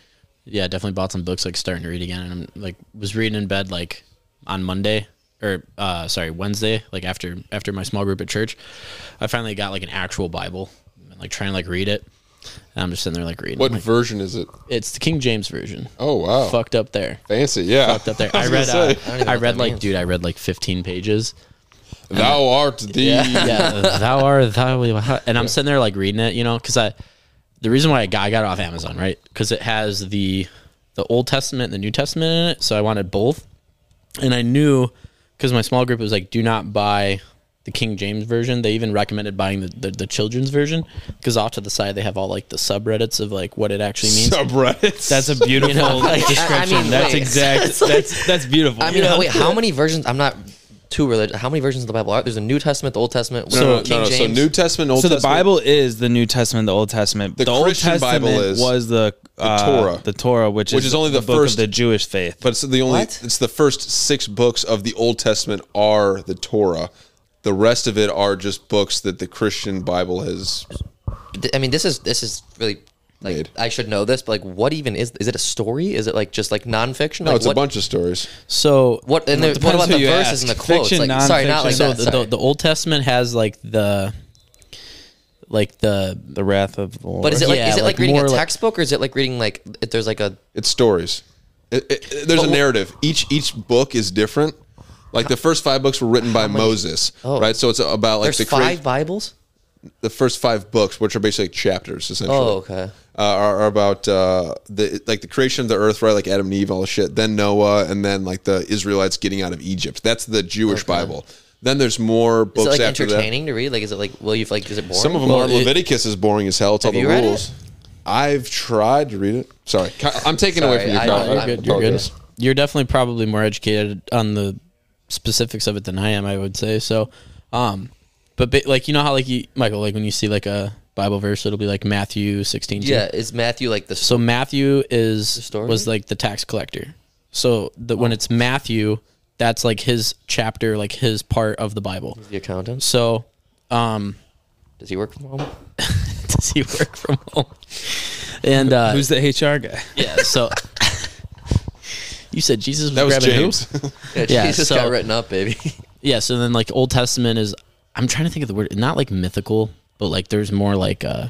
Speaker 4: yeah, definitely bought some books like starting to read again and I'm like was reading in bed like on Monday or uh sorry, Wednesday, like after after my small group at church. I finally got like an actual Bible and like trying to like read it. And I'm just sitting there like reading.
Speaker 1: What
Speaker 4: I'm like,
Speaker 1: version is it?
Speaker 4: it's the King James version.
Speaker 1: Oh wow,
Speaker 4: Fucked up there.
Speaker 1: fancy. Yeah,
Speaker 4: Fucked up there. I,
Speaker 1: was
Speaker 4: read
Speaker 1: gonna say.
Speaker 4: uh,
Speaker 5: <laughs> I don't even know
Speaker 4: I
Speaker 5: what
Speaker 4: read
Speaker 5: that
Speaker 4: like
Speaker 5: means.
Speaker 4: dude, I read like 15 pages.
Speaker 1: Thou art the.
Speaker 4: yeah, <laughs> thou art thou. And I'm sitting there like reading it, you know, because I the reason why I got, I got it off Amazon, right? Because it has the the Old Testament and the New Testament in it, so I wanted both. And I knew because my small group was like, do not buy the King James version. They even recommended buying the the, the children's version because off to the side they have all like the subreddits of like what it actually means.
Speaker 1: Subreddits.
Speaker 3: that's a
Speaker 5: <laughs>
Speaker 3: beautiful
Speaker 4: like, I- I
Speaker 3: description.
Speaker 5: mean, <laughs>
Speaker 3: that's
Speaker 5: wait,
Speaker 3: exact. That's that's beautiful.
Speaker 5: I mean, wait, how many versions? I'm not too religious. How many versions of the Bible are? There's a New Testament, the Old Testament.
Speaker 1: no, no, no,
Speaker 5: King
Speaker 1: no, So
Speaker 5: James.
Speaker 1: New Testament, Old
Speaker 3: so the
Speaker 1: Testament.
Speaker 3: Bible is the New Testament, the Old Testament.
Speaker 1: The
Speaker 3: The, Old
Speaker 1: Christian
Speaker 3: Testament
Speaker 1: Bible is
Speaker 3: was the, uh,
Speaker 1: Torah.
Speaker 3: the Torah, which,
Speaker 1: Which is only the
Speaker 3: book
Speaker 1: first-
Speaker 3: of the Jewish faith.
Speaker 1: But it's the only
Speaker 5: What?
Speaker 1: it's the first six books of the Old Testament are the Torah. The rest of it are just books that the Christian Bible has.
Speaker 5: Th- I mean, this is this is really like
Speaker 1: Made.
Speaker 5: I should know this, but like, what even is? Is it a story? Is it like just like nonfiction?
Speaker 1: No,
Speaker 5: like,
Speaker 1: it's
Speaker 5: what,
Speaker 1: a bunch of stories.
Speaker 4: So
Speaker 5: What and the, what
Speaker 3: depends
Speaker 5: about
Speaker 3: who
Speaker 5: the
Speaker 3: you
Speaker 5: verses
Speaker 3: ask.
Speaker 5: and the quotes?
Speaker 3: Fiction,
Speaker 5: like, sorry, not like that.
Speaker 3: nonfiction.
Speaker 4: so the, the,
Speaker 5: sorry.
Speaker 4: the Old Testament has like the like the
Speaker 3: the wrath of the Lord.
Speaker 5: but is it like
Speaker 4: yeah,
Speaker 5: is it like,
Speaker 4: like,
Speaker 5: reading
Speaker 4: more
Speaker 5: a
Speaker 4: like-
Speaker 5: textbook or is it like reading like if there's like a
Speaker 1: It's stories. It, it, it- there's a narrative. Each each book is different. Like the first five books were written by Moses,
Speaker 5: Oh.
Speaker 1: right? So it's about like
Speaker 5: there's
Speaker 1: the, crea-
Speaker 5: five Bibles?
Speaker 1: the first five books, which are basically chapters, essentially.
Speaker 5: Oh, okay.
Speaker 1: uh, are, are about uh, the like the creation of the earth, right? Like Adam and Eve, all the shit. Then Noah, and then like the Israelites getting out of Egypt. That's the Jewish Bible. Then there's more
Speaker 5: Is it
Speaker 1: books
Speaker 5: like
Speaker 1: after that.
Speaker 5: entertaining to read? Like, is it like will you like is it boring?
Speaker 1: Some of them
Speaker 4: Well,
Speaker 1: are.
Speaker 4: it-
Speaker 1: Leviticus is boring as hell. It's all
Speaker 5: Have
Speaker 1: the
Speaker 5: you read
Speaker 1: rules.
Speaker 5: it?
Speaker 1: I've tried to read it. Sorry, Ki- I'm taking away
Speaker 5: Sorry,
Speaker 1: from your
Speaker 5: I-
Speaker 1: comment.
Speaker 5: I'm-
Speaker 1: I
Speaker 5: good,
Speaker 4: you're good.
Speaker 1: apologize.
Speaker 4: You're definitely probably more educated on the specifics of it than I am. I would say so. Um, but ba- like you know how like you Michael like when you see like a Bible verse, it'll be like Matthew sixteen. two.
Speaker 5: yeah, is Matthew like the
Speaker 4: So Matthew is
Speaker 5: story? Oh.
Speaker 4: was like the tax collector. So the, when it's Matthew, that's like his chapter, like his part of the Bible.
Speaker 5: the accountant?
Speaker 4: So, um,
Speaker 5: Does he work from
Speaker 1: <laughs>
Speaker 5: home?
Speaker 4: <laughs> Does he work from home? And uh,
Speaker 3: Who's the HR guy?
Speaker 4: yeah,
Speaker 3: <laughs>
Speaker 4: so <laughs> you said Jesus was
Speaker 1: That was
Speaker 4: grabbing who?
Speaker 1: James.
Speaker 5: Yeah,
Speaker 4: Yeah,
Speaker 5: Jesus
Speaker 4: so-
Speaker 5: got written up, baby.
Speaker 4: Yeah, so then like Old Testament is I'm trying to think of the word not like mythical, but like there's more like uh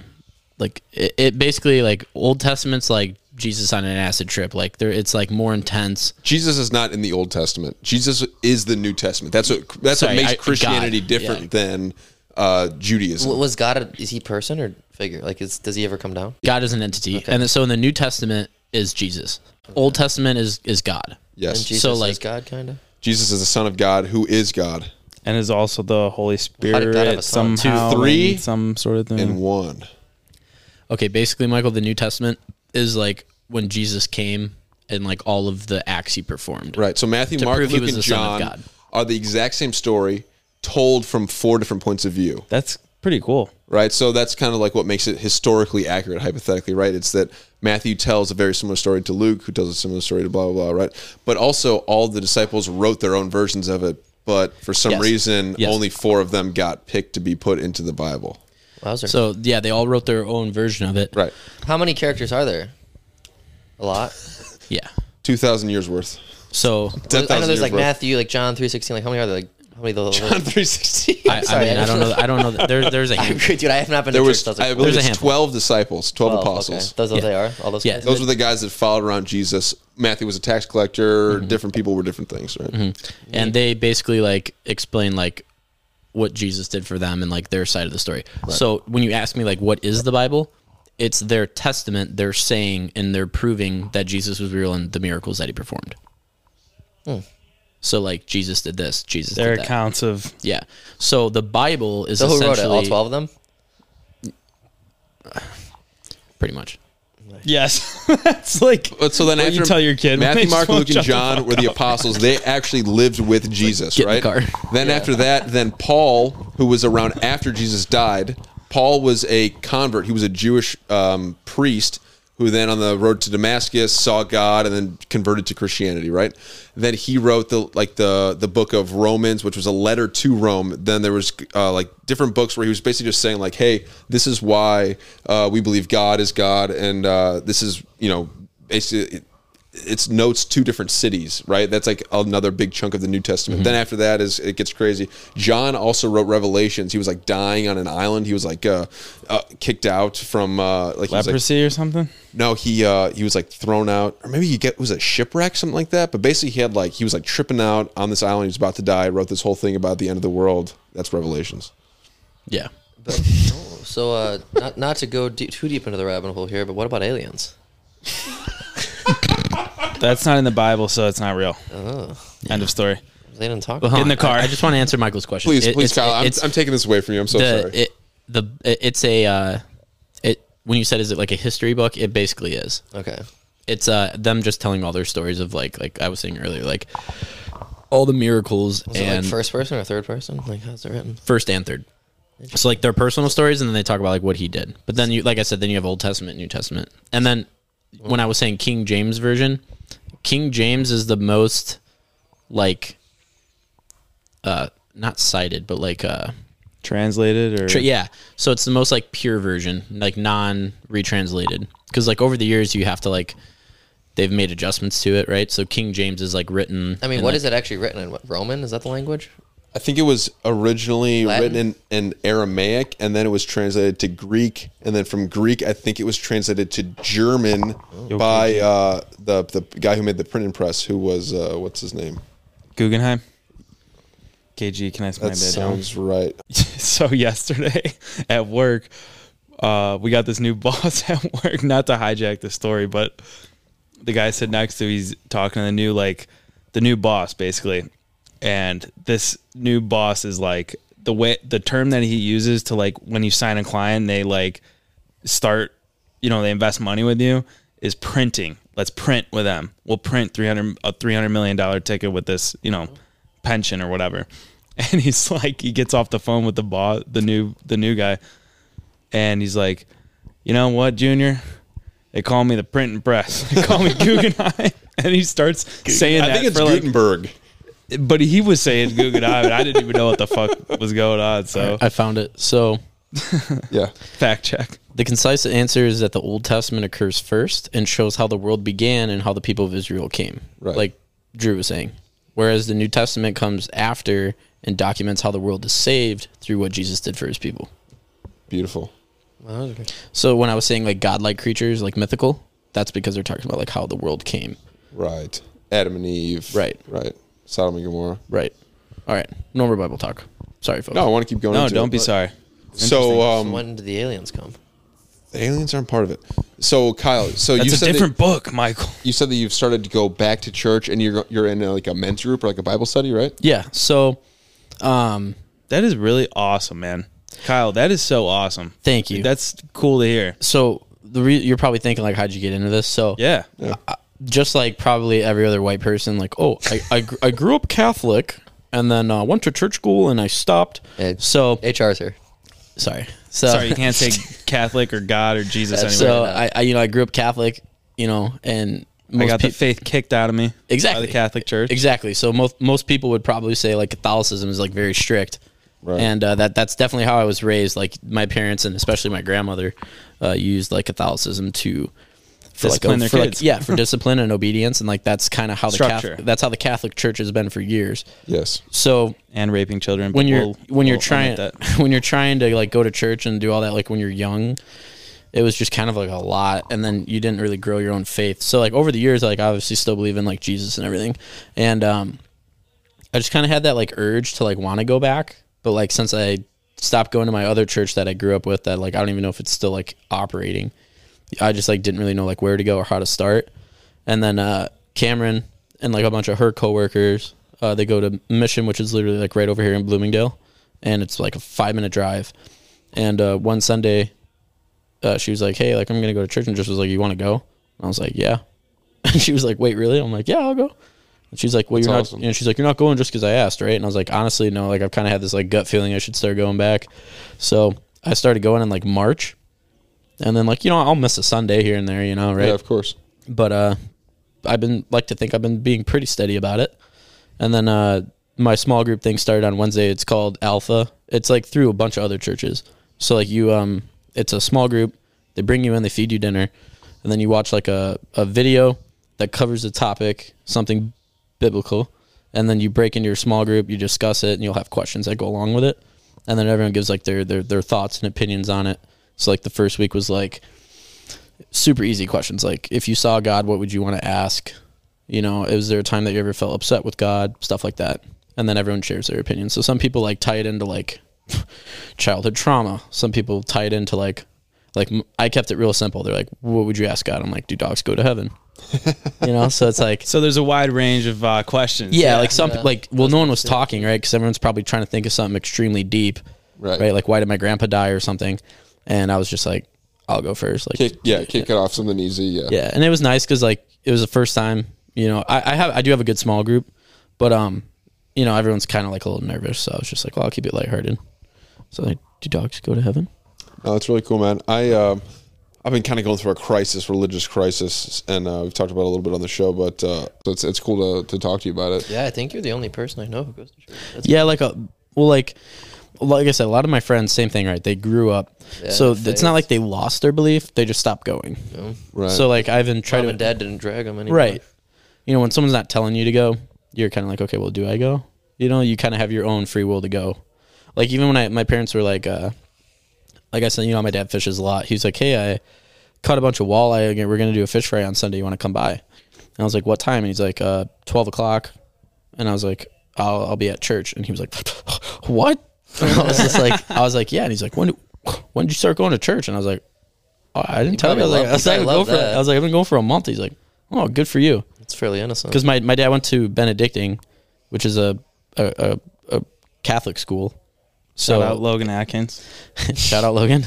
Speaker 4: like it, it basically like Old Testament's like Jesus on an acid trip. Like there it's like more intense.
Speaker 1: Jesus is not in the Old Testament. Jesus is the New Testament. That's what that's
Speaker 4: Sorry,
Speaker 1: what makes
Speaker 4: I- God,
Speaker 1: Christianity
Speaker 4: yeah.
Speaker 1: different than uh, Judaism.
Speaker 5: W- Was God? A, is he person or figure? Like, is, does he ever come down?
Speaker 4: God is an entity. And then, so in the New Testament is Jesus. Old Testament is is God.
Speaker 5: And
Speaker 1: yes,
Speaker 5: Jesus
Speaker 4: So,
Speaker 5: is
Speaker 4: like-
Speaker 5: God, kind of.
Speaker 1: Jesus is the Son of God, who is God,
Speaker 3: And is also the Holy
Speaker 5: God have a
Speaker 3: Spirit
Speaker 5: son? Two,
Speaker 3: somehow,
Speaker 1: three,
Speaker 3: and some sort of thing.
Speaker 5: Mm.
Speaker 1: and one.
Speaker 4: Okay, basically Michael the New Testament is like when Jesus came and like all of the acts he performed.
Speaker 1: Right. So Matthew,
Speaker 4: To
Speaker 1: Mark,
Speaker 4: prove he
Speaker 1: Luke,
Speaker 4: was
Speaker 1: and
Speaker 4: the Son of
Speaker 1: John
Speaker 4: God.
Speaker 1: are the exact same story told from four different points of view.
Speaker 3: That's pretty cool.
Speaker 1: right? So that's kind of like what makes it historically accurate, hypothetically, right? It's that Matthew tells a very similar story to Luke, who tells a similar story to blah blah blah, right? But also, all the disciples wrote their own versions of it, but for some
Speaker 4: Yes.
Speaker 1: reason,
Speaker 4: Yes.
Speaker 1: only four of them got picked to be put into the Bible.
Speaker 5: Wowzer.
Speaker 4: So yeah, they all wrote their own version of it.
Speaker 1: Right,
Speaker 5: how many characters are there? A lot.
Speaker 4: Yeah.
Speaker 1: two thousand years
Speaker 4: <laughs>
Speaker 1: worth. <laughs>
Speaker 4: So
Speaker 5: I know
Speaker 1: 10,000
Speaker 5: there's
Speaker 1: years
Speaker 5: like
Speaker 1: worth.
Speaker 5: Matthew, like John three sixteen. Like, how many are there? Like, how many? The, <laughs>
Speaker 1: John three sixteen.
Speaker 4: I, I
Speaker 5: sorry,
Speaker 4: mean,
Speaker 5: I
Speaker 4: I don't know. I don't know. that- There, there's a
Speaker 1: <laughs>
Speaker 5: I'm
Speaker 4: hand.
Speaker 5: good, dude. <laughs> I have not been
Speaker 1: There
Speaker 5: to
Speaker 1: was,
Speaker 5: church.
Speaker 1: I
Speaker 5: I
Speaker 1: believe,
Speaker 4: There's a
Speaker 1: it's
Speaker 4: handful.
Speaker 1: twelve disciples, twelve apostles.
Speaker 5: Those are what
Speaker 4: Yeah.
Speaker 5: they are. All those.
Speaker 4: Yeah.
Speaker 5: guys?
Speaker 1: Those were the guys that followed around Jesus. Matthew was a tax collector.
Speaker 3: Mm-hmm.
Speaker 1: Different people were different things, right?
Speaker 4: and they basically like explain like what Jesus did for them and like their side of the story. So when you ask me like what is the Bible, it's their testament. They're saying and they're proving that Jesus was real and the miracles that he performed.
Speaker 1: Hmm.
Speaker 4: So like Jesus did this, Jesus
Speaker 3: Their
Speaker 4: did that.
Speaker 3: accounts of
Speaker 4: Yeah. So the Bible is
Speaker 5: So who wrote it? All
Speaker 4: essentially
Speaker 5: twelve of them.
Speaker 4: pretty much.
Speaker 3: yes, <laughs> that's like
Speaker 1: But so then
Speaker 3: What
Speaker 1: after
Speaker 3: you tell your kid when <laughs>
Speaker 1: Matthew,
Speaker 3: they
Speaker 1: Mark,
Speaker 3: just won't
Speaker 1: Luke, and
Speaker 3: shut the
Speaker 1: John
Speaker 3: fuck
Speaker 1: were the apostles. They actually lived with Jesus,
Speaker 4: Get in the
Speaker 1: right?
Speaker 4: car.
Speaker 1: Then after that, then Paul, who was around after Jesus died, Paul was a convert. He was a Jewish um, priest who then on the road to Damascus saw God and then converted to Christianity, right? Then he wrote the like the the book of Romans, which was a letter to Rome. Then there was uh, like different books where he was basically just saying like, "Hey, this is why uh, we believe God is God, and uh, this is you know basically." it's notes two different cities, right? That's like another big chunk of the New
Speaker 4: Mm-hmm.
Speaker 1: Testament. Then after that is it gets crazy. John also wrote Revelations. He was like dying on an island. He was like uh, uh, kicked out from uh, like he was, like-
Speaker 3: leprosy or something.
Speaker 1: no, he uh, he was like thrown out, or maybe he get was a shipwreck, something like that. But basically, he had like he was like tripping out on this island. He was about to die. Wrote this whole thing about the end of the world. That's Revelations.
Speaker 4: Yeah.
Speaker 5: But, oh, so uh, not not to go de- too deep into the rabbit hole here, but what about aliens?
Speaker 3: That's not in the Bible, so it's not real. End of story.
Speaker 5: They didn't talk.
Speaker 4: Well, hold
Speaker 3: in
Speaker 4: on.
Speaker 3: the car.
Speaker 4: Uh-huh. I, I just want to answer Michael's question.
Speaker 1: Please,
Speaker 4: It-
Speaker 1: please,
Speaker 4: it's-
Speaker 1: Kyle. I'm,
Speaker 4: it's-
Speaker 1: I'm taking this away from you. I'm so sorry.
Speaker 4: the it, the it- it's a uh, it when you said is it like a history book? It basically is.
Speaker 5: okay.
Speaker 4: It's uh them just telling all their stories of like like I was saying earlier, like all the miracles
Speaker 5: Is it
Speaker 4: and
Speaker 5: like
Speaker 4: first,
Speaker 5: first person or third person? Like how's it written?
Speaker 4: and third. So like their personal stories, and then they talk about like what he did. But then you, like I said, then you have Old Testament, New Testament, and then when I was saying King James version, King James is the most like uh not cited, but like uh
Speaker 3: Translated or
Speaker 4: Tra- yeah. So it's the most like pure version, like non retranslated. Because like over the years, you have to like they've made adjustments to it, right? So King James is like written.
Speaker 5: I mean, what is it actually written in? What Roman? Is that the language?
Speaker 1: I think it was originally
Speaker 5: Latin?
Speaker 1: written in, in Aramaic and then it was translated to Greek. And then from Greek, I think it was translated to German by uh, the, the guy who made the printing press, who was, uh, what's his name?
Speaker 3: Guggenheim. KG, can I smell
Speaker 1: That
Speaker 3: my bed down?
Speaker 1: sounds right.
Speaker 3: <laughs> so yesterday <laughs> at work, uh, we got this new <laughs> boss at work. Not to hijack the story, but the guy sitting next to he's talking to the new like the new boss basically, and this new boss is like the way the term that he uses to like when you sign a client, they like start, you know, they invest money with you is printing. Let's print with them. We'll print 300 a 300 million dollar ticket with this, you know, pension or whatever. <laughs> And he's like he gets off the phone with the boss, the new the new guy and he's like, "You know what, Junior? They call me the printing press. <laughs> They call
Speaker 1: <laughs>
Speaker 3: me Guggenheim." <laughs> And he starts saying
Speaker 1: I
Speaker 3: that
Speaker 1: think it's
Speaker 3: for like,
Speaker 1: Gutenberg. <laughs>
Speaker 3: but he was saying Guggenheim, and I didn't even know what the fuck was going on. So
Speaker 4: I found it. So
Speaker 1: <laughs> Yeah.
Speaker 3: Fact check.
Speaker 4: The concise answer is that the Old Testament occurs first and shows how the world began and how the people of Israel came.
Speaker 1: Right.
Speaker 4: Like Drew was saying. Whereas the New Testament comes after and documents how the world is saved through what Jesus did for his people.
Speaker 1: Beautiful.
Speaker 5: Oh,
Speaker 4: So when I was saying like godlike creatures, like mythical, that's because they're talking about like how the world came.
Speaker 1: Right. Adam and Eve.
Speaker 4: Right.
Speaker 1: Right. Sodom and Gomorrah.
Speaker 4: Right. All right. No more Bible talk. Sorry, folks.
Speaker 1: No, I want to keep going.
Speaker 3: No,
Speaker 1: into
Speaker 3: don't
Speaker 1: it,
Speaker 3: be
Speaker 1: but-
Speaker 3: sorry.
Speaker 1: So um,
Speaker 5: when did the aliens come?
Speaker 1: the aliens aren't part of it. So Kyle, so you
Speaker 3: That's
Speaker 1: said
Speaker 3: a
Speaker 1: that-
Speaker 3: different book, Michael.
Speaker 1: you said that you've started to go back to church and you're you're in uh like a men's group or like a Bible study, right?
Speaker 4: Yeah. So um
Speaker 3: That is really awesome, man. Kyle, that is so awesome.
Speaker 4: thank you.
Speaker 3: That's cool to hear.
Speaker 4: so the re- you're probably thinking like how'd you get into this? So
Speaker 3: Yeah.
Speaker 4: just like probably every other white person, like, oh, I, I, gr- I grew up Catholic and then uh, went to church school and I stopped.
Speaker 5: Yeah.
Speaker 4: So,
Speaker 5: HR's here.
Speaker 4: sorry. So,
Speaker 3: Sorry, you can't say Catholic or God or Jesus anyway.
Speaker 4: <laughs> So, I, I, you know, I grew up Catholic, you know, and most
Speaker 3: I got
Speaker 4: peop-
Speaker 3: the faith kicked out of me by
Speaker 4: Exactly.
Speaker 3: the Catholic Church.
Speaker 4: Exactly. So most most people would probably say like Catholicism is like very strict,
Speaker 1: Right.
Speaker 4: and uh, that that's definitely how I was raised. Like my parents and especially my grandmother uh, used like Catholicism to for like,
Speaker 3: Discipline their
Speaker 4: for, like-
Speaker 3: kids.
Speaker 4: yeah, for discipline and obedience, and like that's kind of how the
Speaker 3: Structure.
Speaker 4: Catholic, that's how the Catholic Church has been for years.
Speaker 1: Yes.
Speaker 4: So
Speaker 3: And raping children.
Speaker 4: when
Speaker 3: but
Speaker 4: you're
Speaker 3: we'll-
Speaker 4: when you're
Speaker 3: we'll
Speaker 4: trying
Speaker 3: omit that. <laughs>
Speaker 4: <laughs> when you're trying to like go to church and do all that like when you're young it was just kind of like a lot and then you didn't really grow your own faith so like over the years like I obviously still believe in like jesus and everything and um i just kind of had that like urge to like want to go back but like since i stopped going to my other church that i grew up with that like i don't even know if it's still like operating i just like didn't really know like where to go or how to start and then uh cameron and like a bunch of her coworkers uh they go to mission which is literally like right over here in bloomingdale and it's like a five minute drive and uh one sunday uh, she was like, "Hey, like I'm gonna go to church," and just was like, "You want to go?" And I was like, "Yeah." <laughs> And she was like, "Wait, really?" I'm like, "Yeah, I'll go." And she's like, "Well, you're
Speaker 1: awesome.
Speaker 4: not," and she's like, "You're not going just because I asked, right?" And I was like, "Honestly, no. Like I've kind of had this like gut feeling I should start going back." So I started going in like March, and then like you know I'll miss a Sunday here and there, you know, right?
Speaker 1: Yeah, of course.
Speaker 4: but uh, I've been like to think I've been being pretty steady about it. And then uh, my small group thing started on Wednesday. It's called Alpha. It's like through a bunch of other churches. So like you, um, it's a small group. They bring you in, they feed you dinner, and then you watch like a, a video that covers the topic, something biblical, and then you break into your small group. You discuss it, and you'll have questions that go along with it. And then everyone gives like their their their thoughts and opinions on it. So like the first week was like super easy questions like if you saw god what would you want to ask you know is there a time that you ever felt upset with god stuff like that and then everyone shares their opinion so some people like tie it into like <laughs> childhood trauma some people tie it into like like m- i kept it real simple they're like what would you ask god i'm like do dogs go to heaven you know so it's like
Speaker 3: So there's a wide range of uh, questions.
Speaker 4: yeah, like some like well, no one was talking, right? Because everyone's probably trying to think of something extremely deep,
Speaker 1: Right.
Speaker 4: Right, like why did my grandpa die or something? And I was just like, I'll go first, like
Speaker 1: Kick, yeah, kick it off something easy. Yeah.
Speaker 4: yeah, and it was nice because like it was the first time, you know, I, I have I do have a good small group, but um, you know, everyone's kind of like a little nervous, so I was just like, well, I'll keep it lighthearted. So like, do dogs go to heaven?
Speaker 1: No, that's really cool, man. I um, I've been kind of going through a crisis, religious crisis, and uh, we've talked about it a little bit on the show, but uh, so it's it's cool to, to talk to you about it.
Speaker 5: Yeah, I think you're the only person I know who goes to church. That's
Speaker 4: Yeah, like a well, like like I said, a lot of my friends, same thing, right? They grew up,
Speaker 5: Yeah,
Speaker 4: so it's
Speaker 5: faith.
Speaker 4: not like they lost their belief; they just stopped going.
Speaker 1: Right.
Speaker 4: So like I've been trying
Speaker 5: mom
Speaker 4: to
Speaker 5: and dad didn't drag him anymore.
Speaker 4: Right. You know, when someone's not telling you to go, you're kind of like, okay, well, do I go? You know, you kind of have your own free will to go. Like even when I, my parents were like, uh, like I said, you know, my dad fishes a lot. He was like, hey, I caught a bunch of walleye. Again, we're gonna do a fish fry on Sunday. You want to come by? And I was like, what time? And he's like, uh, twelve o'clock. And I was like, I'll, I'll be at church. And he was like, <laughs> what? And I was just like, I was like, yeah. And he's like, when, when did you start going to church? And I was like, oh, I didn't tell you. I was
Speaker 5: probably
Speaker 4: like,
Speaker 5: love-
Speaker 4: I was
Speaker 5: you
Speaker 4: like,
Speaker 5: probably
Speaker 4: "Go
Speaker 5: love
Speaker 4: for it."
Speaker 5: that.
Speaker 4: I was like, I've been going for a month. He's like, oh, good for you
Speaker 5: It's fairly innocent.
Speaker 4: because my, my dad went to Benedictine, which is a a, a, a Catholic school. So
Speaker 3: Shout out Logan Atkins.
Speaker 4: shout out Logan.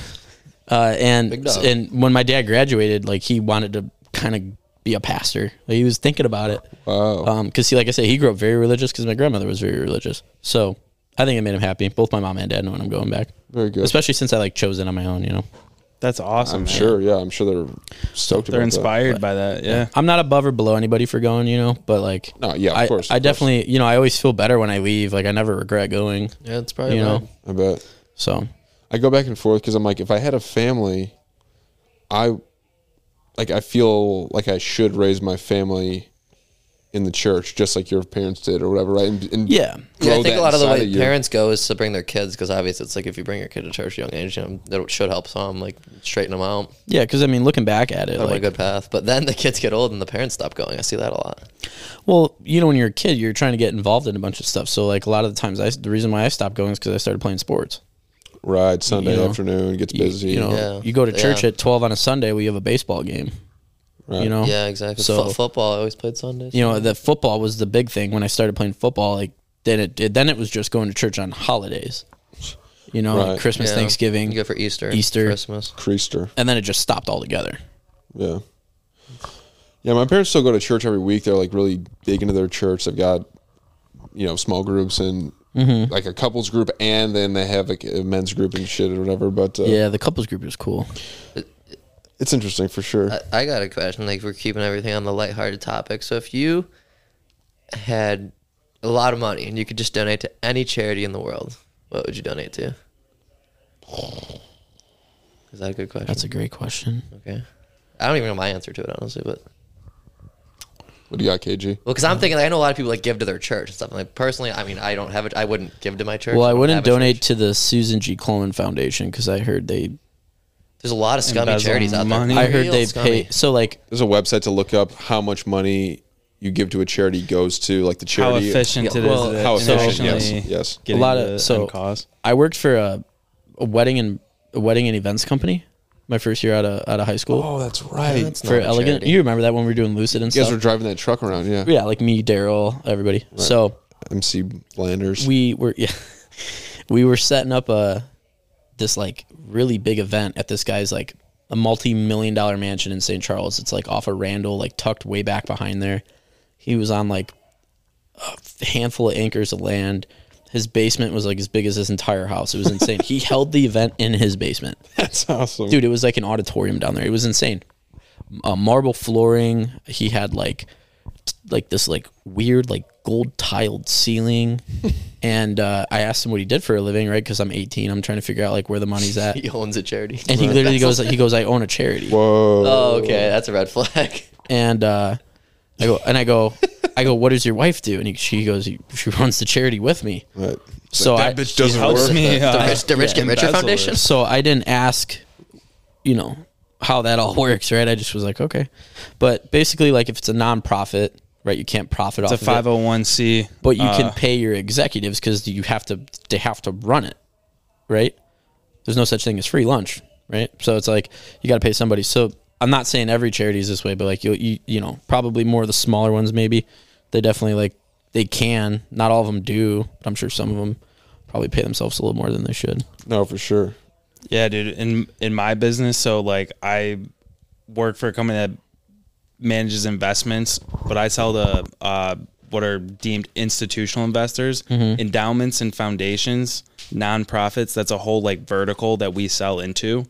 Speaker 4: Uh,
Speaker 5: Big
Speaker 4: and
Speaker 5: dog.
Speaker 4: and when my dad graduated, like he wanted to kind of be a pastor. Like, he was thinking about it
Speaker 1: wow.
Speaker 4: because he, like I said, he grew up very religious because my grandmother was very religious. So I think it made him happy. Both my mom and dad know when I'm going back,
Speaker 1: Very good.
Speaker 4: especially since I like chose it on my own. You know,
Speaker 3: That's awesome.
Speaker 1: I'm
Speaker 3: man.
Speaker 1: sure. Yeah, I'm sure they're stoked.
Speaker 3: They're
Speaker 1: about
Speaker 3: inspired by that. Yeah.
Speaker 4: I'm not above or below anybody for going. You know, but like
Speaker 1: No, yeah, of
Speaker 4: I,
Speaker 1: course,
Speaker 4: I
Speaker 1: of course.
Speaker 4: definitely you know I always feel better when I leave. Like I never regret going.
Speaker 5: yeah, it's probably
Speaker 4: You know.
Speaker 5: right.
Speaker 1: That. I bet.
Speaker 4: So
Speaker 1: I go back and forth because I'm like, if I had a family, I like I feel like I should raise my family in the church, just like your parents did or whatever, right? And, and
Speaker 4: Yeah.
Speaker 5: Yeah, I
Speaker 1: grow
Speaker 5: think
Speaker 1: that
Speaker 5: a lot of the
Speaker 1: inside
Speaker 5: way
Speaker 1: you.
Speaker 5: parents go is to bring their kids because obviously it's like if you bring your kid to church at a young age, you know, that should help some, like straighten them out, put
Speaker 4: Yeah, because I mean, looking back at it,
Speaker 5: them on a
Speaker 4: like,
Speaker 5: good path. But then the kids get old and the parents stop going. I see that a lot.
Speaker 4: well, you know, when you're a kid, you're trying to get involved in a bunch of stuff. So, like, a lot of the times, I the reason why I stopped going is because I started playing sports.
Speaker 1: right Sunday
Speaker 4: You know,
Speaker 1: afternoon gets
Speaker 4: You-
Speaker 1: busy.
Speaker 4: You, know,
Speaker 5: Yeah.
Speaker 4: you go to church
Speaker 5: Yeah.
Speaker 4: at twelve on a Sunday. We have a baseball game.
Speaker 1: Right.
Speaker 4: You know.
Speaker 5: Yeah, exactly.
Speaker 4: Oh. So-
Speaker 5: So football, I always played Sundays.
Speaker 4: You know, the football was the big thing when I started playing football. Like then it, it then it was just going to church on holidays. You know, like
Speaker 1: Right.
Speaker 4: Christmas,
Speaker 5: Yeah.
Speaker 4: Thanksgiving,
Speaker 5: You go for Easter,
Speaker 4: Easter.
Speaker 5: Christmas.
Speaker 1: Creaster.
Speaker 4: and then it just stopped altogether.
Speaker 1: Yeah. Yeah, my parents still go to church every week. They're like really big into their church. They've got, you know, small groups and
Speaker 4: Mm-hmm.
Speaker 1: like a couples group, and then they have like a men's group and shit or whatever. But uh,
Speaker 4: Yeah, the couples group was cool.
Speaker 1: it's interesting for sure.
Speaker 4: Uh,
Speaker 5: I, I got a question. Like we're keeping everything on the lighthearted topic. So if you had a lot of money and you could just donate to any charity in the world, what would you donate to? Is that a good question?
Speaker 4: That's a great question.
Speaker 5: okay. I don't even know my answer to it honestly, but
Speaker 1: what do you got, KG?
Speaker 5: well, because I'm thinking like, I know a lot of people like give to their church and stuff. Like personally, I mean, I don't have it. I wouldn't give to my church.
Speaker 4: Well, I
Speaker 5: don't
Speaker 4: wouldn't
Speaker 5: have a
Speaker 4: donate
Speaker 5: church.
Speaker 4: to the Susan G. Komen Foundation because I heard they
Speaker 5: There's a lot of scummy
Speaker 3: Embezzle
Speaker 5: charities out there.
Speaker 3: money.
Speaker 4: I heard
Speaker 5: Real
Speaker 4: they
Speaker 5: scummy.
Speaker 4: pay. So like,
Speaker 1: There's a website to look up how much money you give to a charity goes to, like the
Speaker 3: How
Speaker 1: charity.
Speaker 3: efficient it is.
Speaker 4: well,
Speaker 3: that
Speaker 1: How efficient?
Speaker 3: internationally
Speaker 1: Yes, yes.
Speaker 4: A
Speaker 3: getting
Speaker 4: lot of-
Speaker 3: the
Speaker 4: so-
Speaker 3: end cause.
Speaker 4: I worked for a, a wedding and a wedding and events company. My first year out of out of high school
Speaker 1: Oh, that's right.
Speaker 5: That's
Speaker 4: for
Speaker 5: not a
Speaker 4: Elegant.
Speaker 5: charity.
Speaker 4: You remember that when we were doing Lucid and
Speaker 1: you guys
Speaker 4: stuff?
Speaker 1: were driving that truck around, yeah.
Speaker 4: yeah, like me, Daryl, everybody. So
Speaker 1: MC Landers.
Speaker 4: we were <laughs> yeah, we were setting up a this like really big event at this guy's like a multi-million dollar mansion in St. Charles. It's like off of Randall, like tucked way back behind there. He was on like a handful of acres of land. His basement was like as big as his entire house. It was insane. he held the event in his basement.
Speaker 1: <laughs> that's awesome,
Speaker 4: dude it was like an auditorium down there it was insane uh, marble flooring he had like t- like this like weird like gold
Speaker 1: <laughs>
Speaker 4: tiled ceiling and uh, i asked him what he did for a living right because i'm 18 i'm trying to figure out like where the money's at
Speaker 1: <laughs>
Speaker 5: <laughs> He owns a charity.
Speaker 4: and he literally goes he goes i own a charity
Speaker 1: Whoa.
Speaker 5: Oh, okay, that's a red flag.
Speaker 4: and uh, i go and
Speaker 1: <laughs>
Speaker 4: i go i go what does your wife do and he, she goes she runs the charity with me
Speaker 1: Right. It's
Speaker 4: So
Speaker 1: like,
Speaker 4: I-
Speaker 1: that bitch
Speaker 4: she
Speaker 1: doesn't
Speaker 3: helps
Speaker 1: work.
Speaker 5: <laughs>
Speaker 3: me.
Speaker 5: the
Speaker 3: uh,
Speaker 5: rich, the rich
Speaker 3: yeah,
Speaker 5: get richer
Speaker 3: embezzler.
Speaker 5: foundation.
Speaker 4: So I didn't ask, you know, how that all <laughs> works, right? I just was like, okay. But basically, like if it's a nonprofit, right, you can't profit
Speaker 3: It's
Speaker 4: off
Speaker 3: a
Speaker 4: of it,
Speaker 3: 501c.
Speaker 4: but you
Speaker 3: uh,
Speaker 4: can pay your executives because you have to they have to run it, right? There's no such thing as free lunch, right? So it's like you got to pay somebody. So I'm not saying every charity is this way, but like you you you know probably more of the smaller ones maybe they definitely like they can. Not all of them do, but I'm sure some of them probably pay themselves a little more than they should.
Speaker 1: No, for sure.
Speaker 3: Yeah, dude. In in my business, so like I work for a company that manages investments, but I sell to uh, what are deemed institutional investors, endowments and foundations, nonprofits. That's a whole like vertical that we sell into,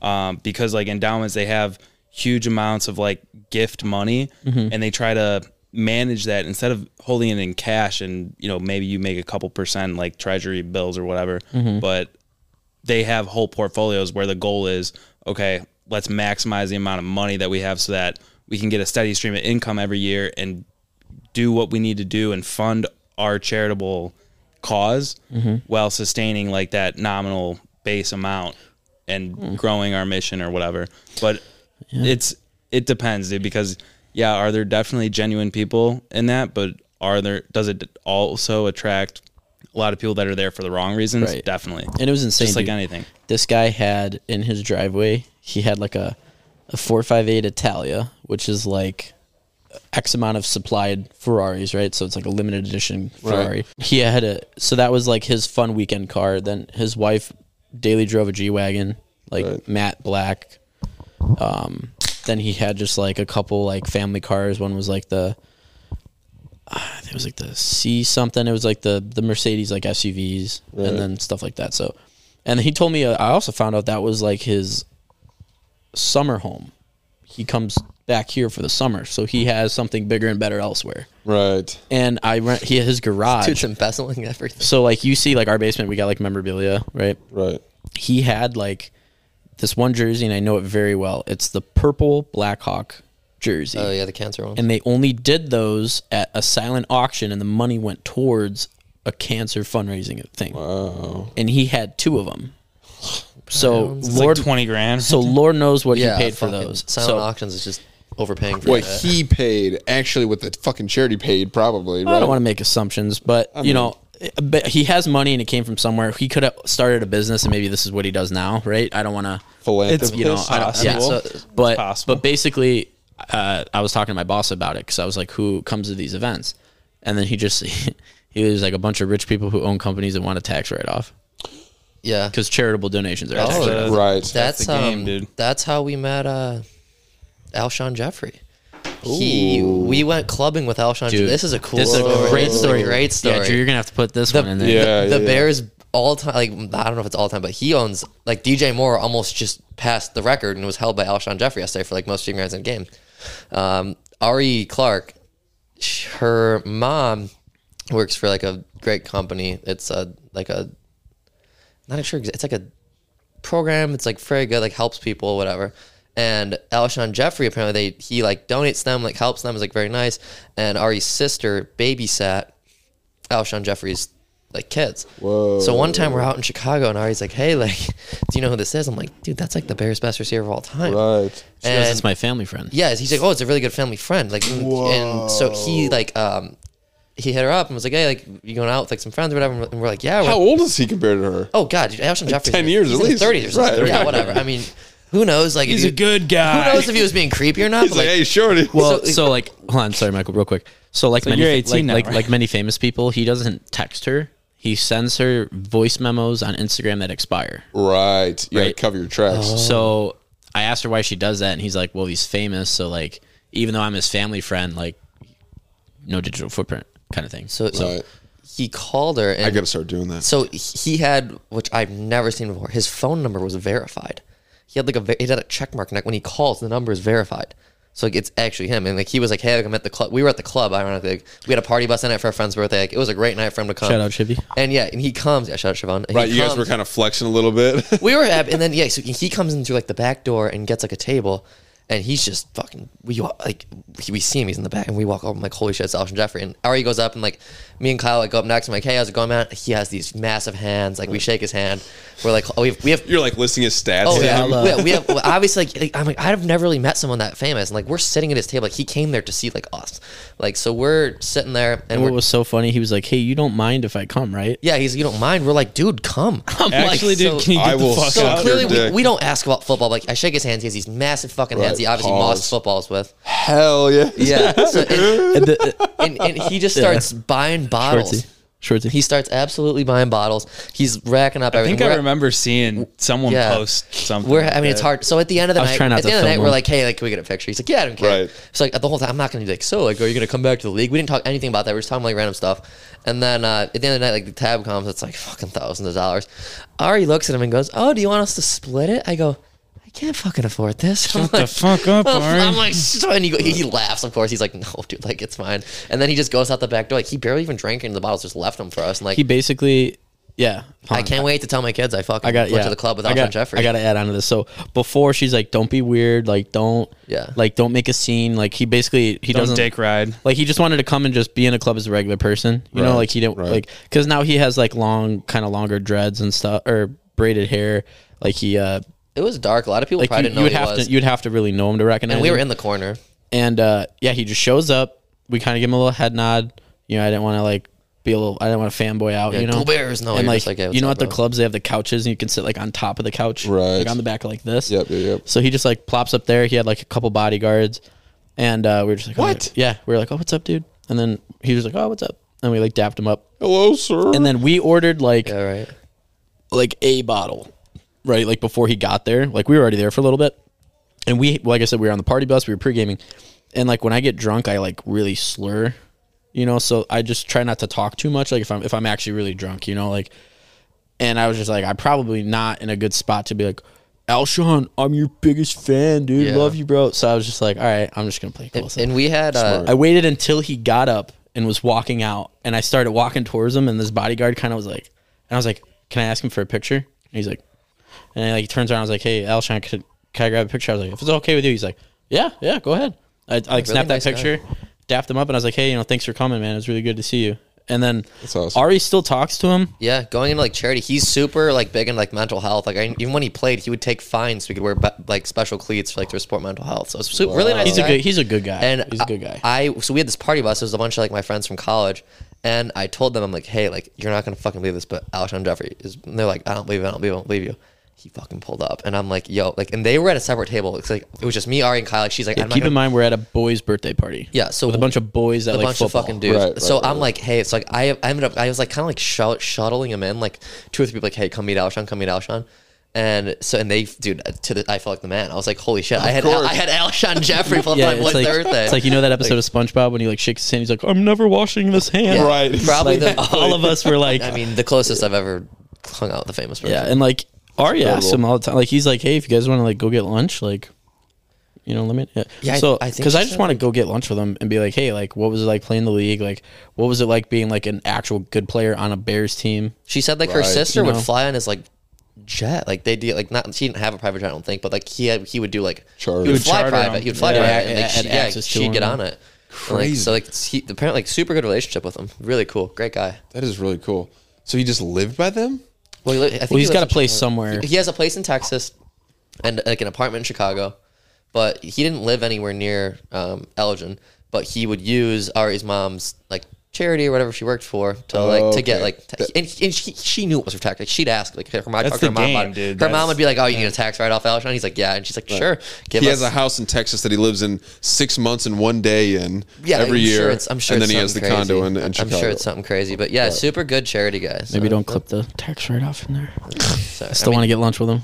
Speaker 3: um, because like endowments, they have huge amounts of like gift money, and they try to manage that instead of holding it in cash and you know maybe you make a couple percent like treasury bills or whatever but they have whole portfolios where the goal is okay let's maximize the amount of money that we have so that we can get a steady stream of income every year and do what we need to do and fund our charitable because
Speaker 4: Mm-hmm.
Speaker 3: while sustaining like that nominal base amount and
Speaker 4: Mm-hmm.
Speaker 3: growing our mission or whatever but it's it depends dude because yeah are there definitely genuine people in that but are there does it also attract a lot of people that are there for the wrong reasons
Speaker 4: Right.
Speaker 3: definitely
Speaker 4: And it was insane.
Speaker 3: just like
Speaker 4: dude.
Speaker 3: anything.
Speaker 4: This guy had in his driveway, he had like a, a 458 Italia, which is like X amount of supplied Ferraris, right? So it's like a limited edition Ferrari. He had a, so that was like his fun weekend car. Then his wife daily drove a G Wagon, like
Speaker 1: Right.
Speaker 4: matte black. Um, then he had just like a couple like family cars. One was like the, I think it was like the C something. It was like the the Mercedes like SUVs and then stuff like that. So, and he told me uh, I also found out that was like his summer home. He comes back here for the summer, so he has something bigger and better elsewhere.
Speaker 1: Right.
Speaker 4: And I rent he his garage.
Speaker 5: Dude's embezzling <laughs> everything.
Speaker 4: So like you see like our basement, we got like memorabilia, right?
Speaker 1: Right.
Speaker 4: he had like this one jersey, and I know it very well. It's the purple Blackhawk jersey.
Speaker 5: Oh yeah, the cancer one.
Speaker 4: and they only did those at a silent auction and the money went towards a cancer fundraising thing and he had two of them so
Speaker 3: It's
Speaker 4: lord
Speaker 3: like twenty grand. <laughs>
Speaker 4: so lord knows what
Speaker 5: yeah,
Speaker 4: he paid for
Speaker 5: fucking
Speaker 4: those
Speaker 5: Silent
Speaker 4: so
Speaker 5: auctions is just overpaying for
Speaker 1: What
Speaker 5: that.
Speaker 1: he paid, actually, what the fucking charity paid, probably.
Speaker 4: i
Speaker 1: right?
Speaker 4: don't want to make assumptions but you know but he has money and it came from somewhere he could have started a business and maybe this is what he does now right i don't want to
Speaker 1: Philanthropist.
Speaker 4: you know, I don't,
Speaker 3: possible.
Speaker 4: yeah, so- but
Speaker 3: possible.
Speaker 4: but basically, uh, I was talking to my boss about it because I was like, "Who comes to these events?" And then he just <laughs> he was like a bunch of rich people who own companies that want a tax write off
Speaker 5: yeah,
Speaker 4: because charitable donations are.
Speaker 5: Oh,
Speaker 4: tax
Speaker 5: yeah.
Speaker 1: right.
Speaker 5: that's,
Speaker 3: the game,
Speaker 5: um,
Speaker 3: dude.
Speaker 5: That's how we met uh, Alshon Jeffrey. He we went clubbing with Alshon. Dude, this is a cool.
Speaker 4: This is a
Speaker 5: story.
Speaker 4: great
Speaker 5: This is a
Speaker 4: story.
Speaker 5: great story.
Speaker 4: Yeah, Drew, you're gonna have to put this one in there.
Speaker 1: Yeah.
Speaker 5: <laughs> the
Speaker 1: yeah.
Speaker 5: Bears all time, like I don't know if it's all time, but he owns like DJ Moore almost just passed the record and was held by Alshon Jeffrey yesterday for like most shooting yards in a game. Um, Ari Clark, sh- her mom works for like a great company. It's a like a not sure. exa- It's like a program. It's like very good, like helps people, whatever. And Alshon Jeffrey apparently they he like donates them, like helps them, is like very nice. And Ari's sister babysat Alshon Jeffrey's like kids. Whoa. So one time we're out in Chicago and Ari's like, Hey, like, <laughs> do you know who this is? I'm like, dude, that's like the Bears best receiver of all time.
Speaker 1: Right.
Speaker 4: She goes,
Speaker 5: And-
Speaker 4: it's my family friend.
Speaker 5: yeah, he's like, oh, it's a really good family friend. Like, and- and so he like um he hit her up and was like, hey, like you going out with like some friends or whatever? And we're like, yeah. We're
Speaker 1: How old is he compared to her?
Speaker 5: oh god, dude, Alshon Jeffrey,
Speaker 1: 10 years
Speaker 5: he's
Speaker 1: at
Speaker 5: in
Speaker 1: least.
Speaker 5: thirties or something.
Speaker 1: Right,
Speaker 5: Yeah,
Speaker 1: right.
Speaker 5: whatever. I mean, who knows? Like,
Speaker 3: He's
Speaker 5: if
Speaker 3: a
Speaker 5: you-
Speaker 3: good
Speaker 5: Who <laughs>
Speaker 3: guy.
Speaker 5: knows if he was being creepy or not?
Speaker 1: He's
Speaker 5: but,
Speaker 1: like, hey, shorty.
Speaker 4: Well,
Speaker 5: So-
Speaker 4: so, like, hold on, sorry, Michael, real quick. So like many,
Speaker 3: you're
Speaker 4: fa-
Speaker 3: 18
Speaker 4: like,
Speaker 3: now,
Speaker 4: like,
Speaker 3: right?
Speaker 4: like many famous people, he doesn't text her. He sends her voice memos on Instagram that expire.
Speaker 1: right. You gotta
Speaker 4: Right. Uh,
Speaker 1: cover your tracks.
Speaker 4: So I asked her why she does that, and he's like, "Well, he's famous, so like, even though I'm his family friend, like, no digital footprint, kind of thing."
Speaker 5: so, so
Speaker 1: Right.
Speaker 5: he called her, and
Speaker 1: I gotta start doing that.
Speaker 5: so he had, which I've never seen before. His phone number was verified. He had like a ver- he had a check mark neck when he calls. The number is verified. So like it's actually him, and like he was like, "Hey, like, I'm at the club. We were at the club. Ironically, like, we had a party bus in it for a friend's birthday. Like, it was a great night for him to come.
Speaker 4: Shout out, Chivy.
Speaker 5: And yeah, and he comes. Yeah, shout out Siobhan. And he
Speaker 1: right. You guys
Speaker 5: comes-
Speaker 1: were kind of flexing a little bit. <laughs>
Speaker 5: we were happy, and then yeah, so he comes in through like the back door and gets like a table, and he's just fucking. We wa- like he- we see him, he's in the back, and we walk over. I'm like, holy shit, it's Alshon Jeffrey. And Ari goes up, and like me and Kyle like go up next. I'm like, hey, how's it going, man? He has these massive hands. Like we shake his hand. We're like, oh, we have, we have
Speaker 1: You're like listing his stats.
Speaker 5: Oh
Speaker 1: to
Speaker 5: yeah,
Speaker 1: him.
Speaker 5: we, we have well, obviously like, like, I'm like I've never really met someone that famous, and like we're sitting at his table. Like he came there to see like us, like so we're sitting there, and
Speaker 4: And
Speaker 5: we're
Speaker 4: what was so funny, he was like, "Hey, you don't mind if I come, right?"
Speaker 5: yeah, he's you don't mind. We're like, dude, come. I'm like,
Speaker 3: Actually, dude,
Speaker 5: so- <laughs>
Speaker 3: can you get
Speaker 1: I
Speaker 3: the
Speaker 1: will
Speaker 3: fuck
Speaker 1: suck
Speaker 3: out?
Speaker 1: your
Speaker 5: clearly we,
Speaker 1: dick.
Speaker 5: we don't ask about football. Like I shake his hands, he has these massive fucking hands.
Speaker 1: Right,
Speaker 5: He obviously
Speaker 1: paws.
Speaker 5: mossed footballs with.
Speaker 1: Hell <laughs> yeah.
Speaker 5: Yeah. So, and, and, and he just starts buying bottles.
Speaker 4: uh, Shorty, shorty.
Speaker 5: He starts absolutely buying bottles. He's racking up
Speaker 3: I
Speaker 5: everything.
Speaker 3: think I
Speaker 5: We're-
Speaker 3: remember seeing someone
Speaker 5: Yeah.
Speaker 3: post something.
Speaker 5: We're,
Speaker 3: like
Speaker 5: I mean, it's
Speaker 3: that.
Speaker 5: hard. So at the end of the
Speaker 4: I was
Speaker 5: night,
Speaker 4: trying not
Speaker 5: at the
Speaker 4: to
Speaker 5: end of the night,
Speaker 4: film
Speaker 5: we're
Speaker 4: him.
Speaker 5: like, "Hey, like, can we get a picture?" He's like, "Yeah, I don't care."
Speaker 1: Right.
Speaker 5: It's like the whole time I'm not gonna be like, "So, like, are you gonna come back to the league?" We didn't talk anything about that. We are just talking like random stuff. And then uh, at the end of the night, like the tab comes, it's like fucking thousands of dollars. Ari looks at him and goes, "Oh, do you want us to split it?" I go. I can't fucking afford this. <laughs> I'm
Speaker 3: the fuck <laughs> up,
Speaker 5: <laughs> I'm,
Speaker 3: Ari.
Speaker 5: I'm like, so, and he, go- he laughs. Of course, he's like, "No, dude, like it's fine." And then he just goes out the back door. Like he barely even drank, and the bottles just left him for us. And like,
Speaker 4: He basically, yeah.
Speaker 5: I can't wait to tell my kids I fucking
Speaker 4: I got
Speaker 5: went
Speaker 4: yeah.
Speaker 5: to the club with
Speaker 4: I
Speaker 5: Alshon
Speaker 4: got,
Speaker 5: Jeffrey.
Speaker 4: I got to add on to this. So before she's like, "Don't be weird. Like, don't,
Speaker 5: Yeah.
Speaker 4: like, don't make a scene." Like he basically he
Speaker 3: Don't
Speaker 4: doesn't
Speaker 3: dick ride.
Speaker 4: Like he just wanted to come and just be in a club as a regular person. You know, like he didn't
Speaker 1: right.
Speaker 4: like because now he has like long, kind of longer dreads and stuff or braided hair. Like he, uh
Speaker 5: it was dark. A lot of people
Speaker 4: like
Speaker 5: probably
Speaker 4: you,
Speaker 5: didn't know
Speaker 4: you would
Speaker 5: he
Speaker 4: have
Speaker 5: was.
Speaker 4: to you'd have to really know him to recognize.
Speaker 5: and we were
Speaker 4: him.
Speaker 5: in the corner.
Speaker 4: and uh yeah, he just shows up. We kind of give him a little head nod. You know, I didn't want to like be a little. I didn't want to fanboy out. you know,
Speaker 5: "Go Bears!" No,
Speaker 4: and
Speaker 5: you're
Speaker 4: like,
Speaker 5: just like, "Hey, what's
Speaker 4: you know,
Speaker 5: up,
Speaker 4: at the
Speaker 5: bro?"
Speaker 4: clubs they have the couches and you can sit like on top of the couch,
Speaker 1: Right.
Speaker 4: Like on the back like this.
Speaker 1: Yep, yep, yep.
Speaker 4: So he just like plops up there. He had like a couple bodyguards, and uh, we were just like, oh,
Speaker 1: What?
Speaker 4: yeah, we were like, "Oh, what's up, dude?" And then he was like, "Oh, what's up?" And we like dapped him up,
Speaker 1: Hello, sir.
Speaker 4: and then we ordered like
Speaker 5: Yeah, right.
Speaker 4: like a bottle, right? Like before he got there, like we were already there for a little bit, and we, like I said, we were on the party bus, we were pre gaming, and like when I get drunk, I like really slur, you know. So I just try not to talk too much, like if I'm if I'm actually really drunk, you know, like. And I was just like, I'm probably not in a good spot to be like, Alshon, I'm your biggest fan, dude.
Speaker 5: Yeah.
Speaker 4: Love you, bro. So I was just like, all right, I'm just gonna play cool.
Speaker 5: And,
Speaker 4: So-
Speaker 5: and we had uh,
Speaker 4: I waited until he got up and was walking out, and I started walking towards him, and this bodyguard kind of was like, and I was like, "Can I ask him for a picture?" And he's like, And he, like he turns around, I was like, "Hey, Alshon, could can I grab a picture?" I was like, "If it's okay with you," he's like, "Yeah, yeah, go ahead." I, I like snapped
Speaker 5: nice
Speaker 4: that
Speaker 5: guy.
Speaker 4: picture, dapped him up, and I was like, "Hey, you know, thanks for coming, man. It was really good to see you." And then
Speaker 1: That's awesome.
Speaker 4: Ari still talks to him.
Speaker 5: Yeah, going into like charity, he's super like big into like mental health. Like I, even when he played, he would take fines. So he could wear be- like special cleats for like to support mental health. So it's su- really nice.
Speaker 4: He's a
Speaker 5: guy.
Speaker 4: good. He's a good guy.
Speaker 5: and
Speaker 4: he's a good guy.
Speaker 5: I so we had this party bus. It was a bunch of like my friends from college, and I told them I'm like, hey, like you're not gonna fucking believe this, but Alshon Jeffrey is. And they're like, I don't believe it. I don't believe. It, I don't believe you. He fucking pulled up, and I'm like, yo, like, and they were at a separate table. It's like it was just me, Ari, and Kyle. Like, she's like, I'm not
Speaker 4: Keep
Speaker 5: gonna
Speaker 4: in mind, we're at a boys' birthday party.
Speaker 5: Yeah, so
Speaker 4: with a bunch of boys that
Speaker 5: a
Speaker 4: like
Speaker 5: bunch
Speaker 4: football.
Speaker 5: of fucking dudes.
Speaker 1: Right, right,
Speaker 5: so I'm
Speaker 1: right.
Speaker 5: like, hey, it's like I, I ended up, I was like kind of like shut- shuttling him in, like two or three people, like, hey, come meet Alshon, come meet Alshon. And so, and they, dude, to the, I felt like the man. I was like, holy shit, I had, Al,
Speaker 1: course.
Speaker 5: I had Alshon Jeffrey pull
Speaker 4: <laughs>
Speaker 5: up
Speaker 4: Yeah,
Speaker 5: my
Speaker 4: it's
Speaker 5: one
Speaker 4: like,
Speaker 5: Thursday.
Speaker 4: it's like you know that episode of SpongeBob when he like shakes his hand. He's like, "I'm never washing this hand."
Speaker 5: Yeah,
Speaker 1: Right.
Speaker 5: Probably the,
Speaker 4: <laughs> All of us were like,
Speaker 5: I mean, the closest I've ever hung out with a famous person.
Speaker 4: Yeah, and like Ari asks
Speaker 1: incredible.
Speaker 4: him all the time. Like he's like, "Hey, if you guys want to like go get lunch, like, you know, let me." Yeah.
Speaker 5: Yeah, I-
Speaker 4: so
Speaker 5: I think
Speaker 4: because I,
Speaker 5: she
Speaker 4: just
Speaker 5: said,
Speaker 4: want to go get lunch with him and be like, "Hey, like, what was it like playing the league? Like, what was it like being like an actual good player on a Bears team?"
Speaker 5: She said like her
Speaker 1: Right.
Speaker 5: sister
Speaker 4: You
Speaker 5: would
Speaker 4: know.
Speaker 5: fly on his like jet. Like they do like not she didn't have a private jet, I don't think, but like he had he would do like
Speaker 1: Charter.
Speaker 5: He
Speaker 1: He
Speaker 5: would
Speaker 1: would
Speaker 5: fly
Speaker 3: charter
Speaker 5: private.
Speaker 3: them.
Speaker 5: He would fly
Speaker 4: Yeah,
Speaker 5: private, and
Speaker 4: yeah,
Speaker 5: like she,
Speaker 4: had
Speaker 5: yeah,
Speaker 4: access to
Speaker 5: she'd get
Speaker 4: them.
Speaker 5: on it. And, like, so like he, apparently like super good relationship with him. Really cool, great guy.
Speaker 1: That is really cool. So he just lived by them?
Speaker 5: Well, he, li- I think
Speaker 4: Well, he's
Speaker 5: he
Speaker 4: got
Speaker 5: lives
Speaker 4: a
Speaker 5: in
Speaker 4: place
Speaker 5: Chicago.
Speaker 4: somewhere.
Speaker 5: He has a place in Texas, and like an apartment in Chicago, but he didn't live anywhere near um, Elgin. But he would use Ari's mom's like charity or whatever she worked for to like to get
Speaker 1: Okay.
Speaker 5: like ta- and, and she, she knew it was her tax. Like she'd ask like her mom,
Speaker 3: That's
Speaker 5: talk to her
Speaker 3: the
Speaker 5: mom about
Speaker 3: game,
Speaker 5: it.
Speaker 3: dude.
Speaker 5: Her mom
Speaker 3: That's-
Speaker 5: would be like, "Oh, you need a tax write off, Elgin." He's like, "Yeah," and she's like, "Sure." Give
Speaker 1: He
Speaker 5: us
Speaker 1: has a house in Texas that he lives in six months and one day in
Speaker 5: <laughs> yeah,
Speaker 1: every
Speaker 5: I'm
Speaker 1: year.
Speaker 5: Sure it's, I'm sure
Speaker 1: and
Speaker 5: it's
Speaker 1: then he has the
Speaker 5: something
Speaker 1: condo in,
Speaker 5: crazy.
Speaker 1: in
Speaker 5: I'm
Speaker 1: Chicago.
Speaker 5: sure it's something crazy, but yeah, super good charity guys.
Speaker 4: Maybe don't clip the tax write off in
Speaker 5: <laughs>
Speaker 4: there.
Speaker 5: Sorry.
Speaker 4: Still want to get lunch with him.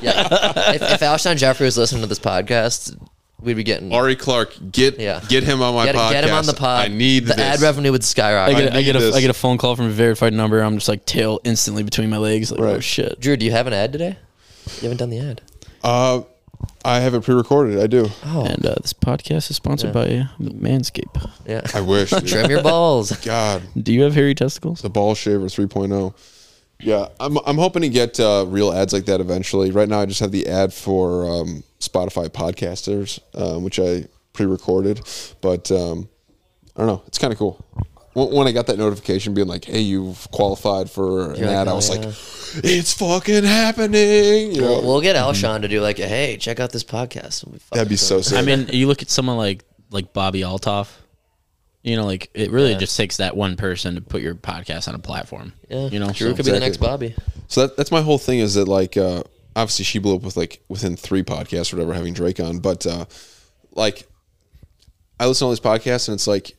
Speaker 5: yeah. if, if Alshon Jeffrey was listening to this podcast, we'd be getting
Speaker 1: Ari Clark, get
Speaker 5: Yeah.
Speaker 1: get him on my
Speaker 5: get,
Speaker 1: podcast.
Speaker 5: get him on the pod.
Speaker 1: I need
Speaker 5: the
Speaker 1: this.
Speaker 5: ad revenue would
Speaker 4: I
Speaker 5: skyrocket.
Speaker 4: get, a, I,
Speaker 1: need
Speaker 4: get a,
Speaker 1: this.
Speaker 4: I get a phone call from a verified number. I'm just like tail instantly between my legs. Like, oh
Speaker 1: Right.
Speaker 4: shit.
Speaker 5: Drew, do you have an ad today? You haven't done the ad.
Speaker 1: Uh, I have it pre-recorded. I do.
Speaker 5: Oh.
Speaker 4: And uh, this podcast is sponsored by Manscaped.
Speaker 5: Yeah,
Speaker 1: I wish. dude.
Speaker 5: <laughs> trim
Speaker 1: <laughs>
Speaker 5: your balls.
Speaker 1: God,
Speaker 4: Do you have hairy testicles?
Speaker 1: the ball shaver 3.0. Yeah, I'm I'm hoping to get uh, real ads like that eventually. Right now, I just have the ad for um, Spotify podcasters, um, which I pre-recorded, but um, I don't know. It's kind of cool. When when I got that notification being like, "Hey, you've qualified for an
Speaker 5: like,
Speaker 1: ad," I
Speaker 5: "Oh,
Speaker 1: was
Speaker 5: yeah."
Speaker 1: like, "It's fucking happening!" You know,
Speaker 5: We'll, we'll get Alshon to do like, a, hey, check out this podcast. We
Speaker 1: that'd be
Speaker 5: fucking-
Speaker 1: so sick.
Speaker 4: I mean, you look at someone like like Bobby Altoff. You know, like it really just takes that one person to put your podcast on a platform.
Speaker 5: Yeah.
Speaker 4: You know,
Speaker 5: Drew
Speaker 4: so-
Speaker 5: could be the
Speaker 1: Exactly.
Speaker 5: next Bobby.
Speaker 1: So that, that's my whole thing is that like uh, obviously she blew up with like within three podcasts or whatever having Drake on, but uh, like I listen to all these podcasts and it's like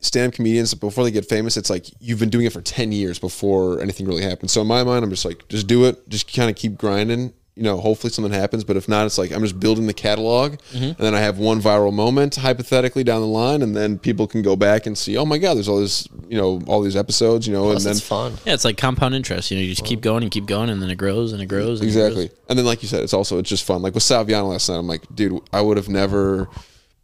Speaker 1: stand-up comedians before they get famous, it's like you've been doing it for ten years before anything really happens. So in my mind, I'm just like just do it, just kind of keep grinding. You know, hopefully something happens, but if not, it's like I'm just building the catalog,
Speaker 5: Mm-hmm.
Speaker 1: and then I have one viral moment hypothetically down the line, and then people can go back and see, oh my god, there's all this, you know, all these episodes, you know,
Speaker 5: Plus,
Speaker 1: and then
Speaker 5: it's fun.
Speaker 4: yeah, it's like compound interest. You know, you just keep going and keep going, and then it grows and it grows. And it
Speaker 1: Exactly.
Speaker 4: grows.
Speaker 1: And then, like you said, it's also it's just fun. Like with Salviano last night, I'm like, dude, I would have never,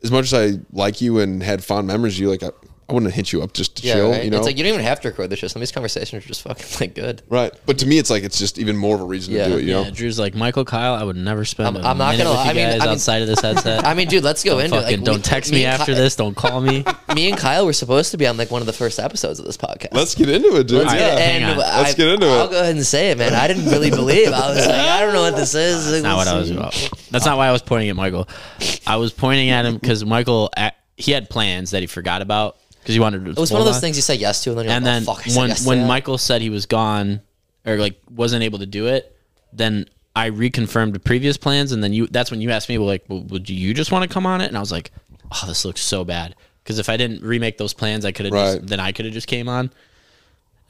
Speaker 1: as much as I like you and had fond memories of you, like I, I wouldn't have hit you up just to
Speaker 5: Yeah,
Speaker 1: chill,
Speaker 5: right?
Speaker 1: you know?
Speaker 5: it's like you don't even have to record this shit. Some of these conversations are just <laughs> fucking like good.
Speaker 1: right. But to me, it's like it's just even more of a reason
Speaker 5: Yeah.
Speaker 1: to do it, you
Speaker 4: Yeah,
Speaker 1: know?
Speaker 4: Drew's like Michael Kyle. I would never spend.
Speaker 5: I'm-
Speaker 4: a
Speaker 5: I'm not
Speaker 4: minute
Speaker 5: gonna
Speaker 4: with
Speaker 5: lie.
Speaker 4: you
Speaker 5: I mean-
Speaker 4: guys
Speaker 5: I mean-
Speaker 4: outside
Speaker 5: <laughs>
Speaker 4: of this headset.
Speaker 5: I mean, dude, let's go into it.
Speaker 4: fucking
Speaker 5: Like,
Speaker 4: don't
Speaker 5: we-
Speaker 4: text me,
Speaker 5: and Ky-
Speaker 4: after this. Don't call
Speaker 5: <laughs>
Speaker 4: me.
Speaker 5: Me and Kyle were supposed to be on like one of the first episodes of this podcast.
Speaker 1: Let's get into it, dude.
Speaker 5: Let's
Speaker 1: yeah.
Speaker 5: get,
Speaker 4: hang
Speaker 5: and
Speaker 4: on.
Speaker 5: I,
Speaker 1: Let's get into
Speaker 5: I'll
Speaker 1: it.
Speaker 5: go ahead and say it, man. I didn't really believe. I was like, I don't know what this is.
Speaker 4: That's not what I was about. That's not why I was pointing at Michael. I was pointing at him because Michael a he had plans that he forgot about because he wanted to.
Speaker 5: It was one of those things you say yes to, and then you're
Speaker 4: and
Speaker 5: like,
Speaker 4: then
Speaker 5: oh, fuck, I said
Speaker 4: when
Speaker 5: yes to
Speaker 4: when
Speaker 5: that.
Speaker 4: Michael said he was gone or like wasn't able to do it, then I reconfirmed the previous plans, and then you that's when you asked me well, like, well, would you just want to come on it? And I was like, oh, this looks so bad because if I didn't remake those plans, I could have
Speaker 1: Right.
Speaker 4: just then I could have just came on.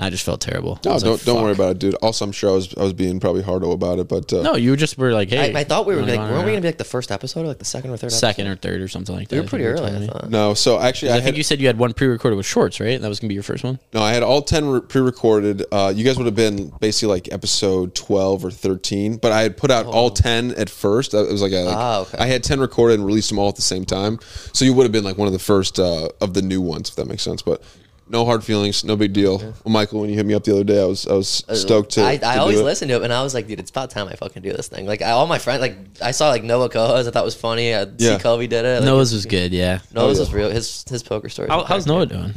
Speaker 4: I just felt terrible. I
Speaker 1: No,
Speaker 4: was
Speaker 1: don't
Speaker 4: like,
Speaker 1: don't worry
Speaker 4: fuck.
Speaker 1: about it, dude. Also, I'm sure I was I was being probably hardo about it, but uh,
Speaker 4: No, you just were like, hey,
Speaker 5: I, I thought we were
Speaker 4: you
Speaker 5: like,
Speaker 4: wanna
Speaker 5: weren't
Speaker 4: go on
Speaker 5: we gonna be like the first episode or like the second or third?
Speaker 4: or not? second or third or something like that?
Speaker 5: Episode? We
Speaker 4: I
Speaker 5: were
Speaker 4: think
Speaker 5: pretty
Speaker 4: you were
Speaker 5: early.
Speaker 4: telling
Speaker 5: I
Speaker 4: me.
Speaker 5: thought.
Speaker 1: no. So actually, I,
Speaker 4: I
Speaker 1: had,
Speaker 4: think you said you had one pre-recorded with shorts, right? And that was gonna be your first one.
Speaker 1: No, I had all ten re- pre-recorded. Uh, you guys would have been basically like episode twelve or thirteen, but I had put out all ten at first. It was like, I, like
Speaker 5: Oh. Ah, okay.
Speaker 1: I had ten recorded and released them all at the same time, so you would have been like one of the first uh, of the new ones, if that makes sense. But No hard feelings. No big deal. Well, Michael, when you hit me up the other day, I was I was stoked to.
Speaker 5: Uh, I, I
Speaker 1: to do
Speaker 5: always
Speaker 1: it.
Speaker 5: listen to it, and I was like, dude, it's about time I fucking do this thing. Like I, all my friends, like I saw like Noah Cohoes, I thought was funny. I
Speaker 1: Yeah.
Speaker 5: see Kobe did it. Like,
Speaker 6: Noah's was good, yeah.
Speaker 5: Noah's
Speaker 1: Oh, yeah.
Speaker 5: was real. His his poker story.
Speaker 6: How, how's Noah doing?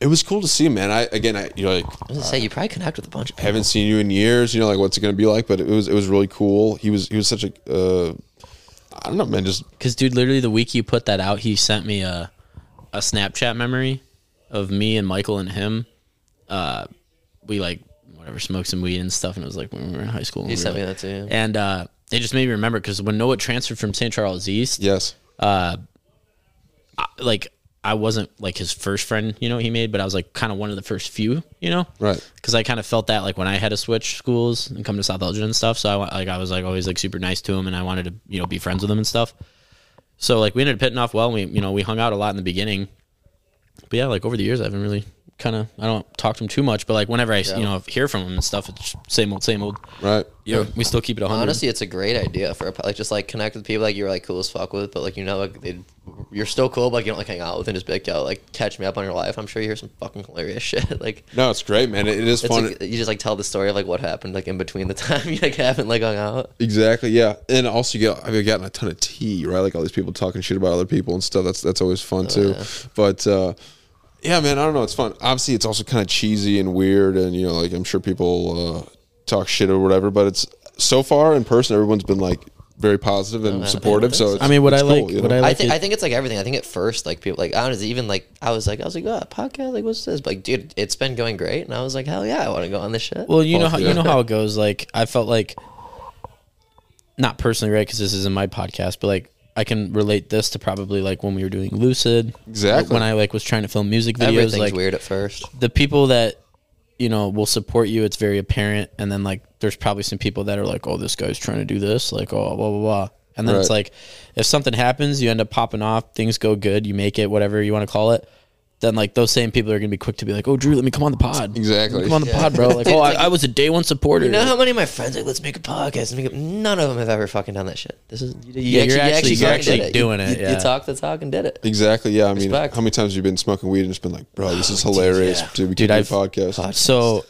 Speaker 1: It was cool to see, him, man. I again, I you know, like
Speaker 5: I was gonna say you probably connect with a bunch of people.
Speaker 1: haven't seen you in years. You know, like what's it going to be like? But it was it was really cool. He was he was such a uh, I don't know, man. Just
Speaker 4: Because, dude, literally the week you put that out, he sent me a, a Snapchat memory of me and Michael and him. Uh, we, like, whatever, smoked some weed and stuff. And it was like when we were in high school.
Speaker 5: He sent me that too. yeah.
Speaker 4: And uh, it just made me remember because when Noah transferred from St. Charles East,
Speaker 1: yes,
Speaker 4: like, I wasn't like his first friend, you know, he made, but I was like kind of one of the first few, you know?
Speaker 1: right.
Speaker 4: because I kind of felt that like when I had to switch schools and come to South Elgin and stuff. So I wa- like I was like always like super nice to him, and I wanted to you know be friends with him and stuff. So like we ended up hitting off well. And we you know we hung out a lot in the beginning, but yeah, like over the years I haven't really kind of I don't talk to him too much, but like whenever I s- you know hear from him and stuff, it's same old same old.
Speaker 1: Right.
Speaker 4: You know, we still keep it a hundred.
Speaker 5: Honestly, it's a great idea for a, po- like just like connect with people like you're like cool as fuck with, but like you know like they, you're still cool, but like, you don't like hang out with and just be like yo like catch me up on your life. I'm sure you hear some fucking hilarious <laughs> shit. Like
Speaker 1: No, it's great, man. It, it is
Speaker 5: it's
Speaker 1: fun.
Speaker 5: like you just like tell the story of like what happened like in between the <laughs> time you like haven't like hung out.
Speaker 1: exactly. Yeah, and also you get I've gotten a ton of tea, right? Like all these people talking shit about other people and stuff. That's that's always fun too. But uh, yeah, man, I don't know. It's fun. Obviously, it's also kind of cheesy and weird, and you know, like I'm sure people uh, talk shit or whatever. But it's so far in person, everyone's been like very positive and supportive. So it's,
Speaker 4: I mean, what I
Speaker 1: it's
Speaker 4: like,
Speaker 1: cool, you
Speaker 4: what
Speaker 1: know?
Speaker 4: I
Speaker 5: I
Speaker 4: like,
Speaker 5: think
Speaker 4: is-
Speaker 5: I think it's like everything. I think at first, like people, like honestly, even like I was like, I was like, oh, podcast, like what's this? But, like, dude, it's been going great, and I was like, hell yeah, I want to go on this shit.
Speaker 4: Well, you know
Speaker 1: Fuck
Speaker 4: how
Speaker 1: yeah.
Speaker 4: you know how it goes. Like I felt like, not personally, right? Because this isn't my podcast, but like I can relate this to probably like when we were doing Lucid.
Speaker 1: Exactly.
Speaker 4: When I like was trying to film music videos,
Speaker 5: Everything's
Speaker 4: like
Speaker 5: weird at first.
Speaker 4: the people that you know will support you, it's very apparent. And then like there's probably some people that are like, oh, this guy's trying to do this, like oh, blah blah blah. And then it's
Speaker 1: Right.
Speaker 4: like, if something happens, you end up popping off, things go good, you make it, whatever you want to call it. Then like those same people are gonna be quick to be like, oh, Drew, let me come on the pod.
Speaker 1: Exactly.
Speaker 4: Come on the pod, bro. Like, oh, I, I was a day one supporter.
Speaker 5: You know how many of my friends like, let's make a podcast. And make a, none of them have ever fucking done that shit. This is you, you
Speaker 4: Yeah, you're
Speaker 5: you
Speaker 4: actually- you're
Speaker 5: fucking
Speaker 4: actually
Speaker 5: did
Speaker 4: doing
Speaker 5: You-
Speaker 4: it,
Speaker 5: You,
Speaker 4: yeah.
Speaker 5: you talk the talk and did it.
Speaker 1: Exactly. Yeah. I mean,
Speaker 5: Respect.
Speaker 1: how many times have you been smoking weed and just been like, bro, this is hilarious. Dude, we
Speaker 4: Dude,
Speaker 1: can
Speaker 4: I've-
Speaker 1: do a podcast.
Speaker 4: So,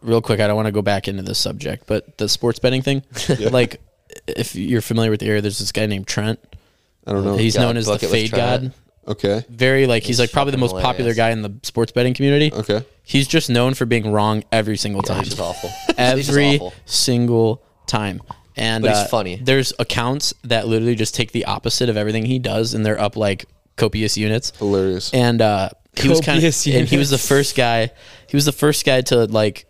Speaker 4: real quick, I don't want to go back into this subject, but the sports betting thing, like, if you're familiar with the area, there's this guy named Trent.
Speaker 1: I don't know.
Speaker 4: He's
Speaker 5: God,
Speaker 4: known as the
Speaker 5: book it with
Speaker 4: fade
Speaker 5: Trent.
Speaker 4: god.
Speaker 1: okay.
Speaker 4: Very like he's like probably the most
Speaker 5: fucking
Speaker 4: popular
Speaker 5: hilarious.
Speaker 4: guy in the sports betting community.
Speaker 1: Okay.
Speaker 4: He's just known for being wrong every single time.
Speaker 5: Which is
Speaker 4: <laughs>
Speaker 5: awful. <laughs> It's just
Speaker 4: every
Speaker 5: awful.
Speaker 4: single time. And
Speaker 5: But he's
Speaker 4: uh,
Speaker 5: funny.
Speaker 4: There's accounts that literally just take the opposite of everything he does, and they're up like copious units.
Speaker 1: Hilarious.
Speaker 4: And uh, he was kind
Speaker 7: Copious
Speaker 4: of, and he was the
Speaker 7: units.
Speaker 4: first guy. He was the first guy to like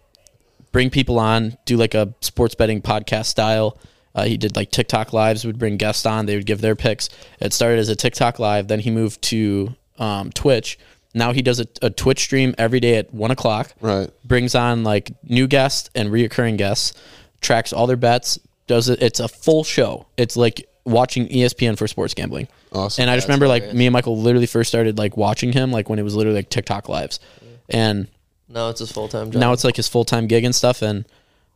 Speaker 4: bring people on, do like a sports betting podcast style. Uh, he did like TikTok lives, would bring guests on, they would give their picks. It started as a TikTok live, then he moved to um, Twitch. Now he does a, a Twitch stream every day at one o'clock
Speaker 1: Right.
Speaker 4: brings on like new guests and reoccurring guests, tracks all their bets, does it. It's a full show. It's like watching E ESPN for sports gambling.
Speaker 1: Awesome.
Speaker 4: And I just remember like me and Michael literally first started like watching him like when it was literally like TikTok lives, and
Speaker 5: No, it's his full time job.
Speaker 4: now it's like his full time gig and stuff. And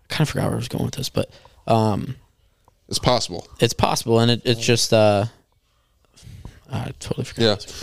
Speaker 4: I kind of forgot where I was going with this, but um,
Speaker 1: It's possible.
Speaker 4: it's possible. And it, it's just uh, I totally forgot.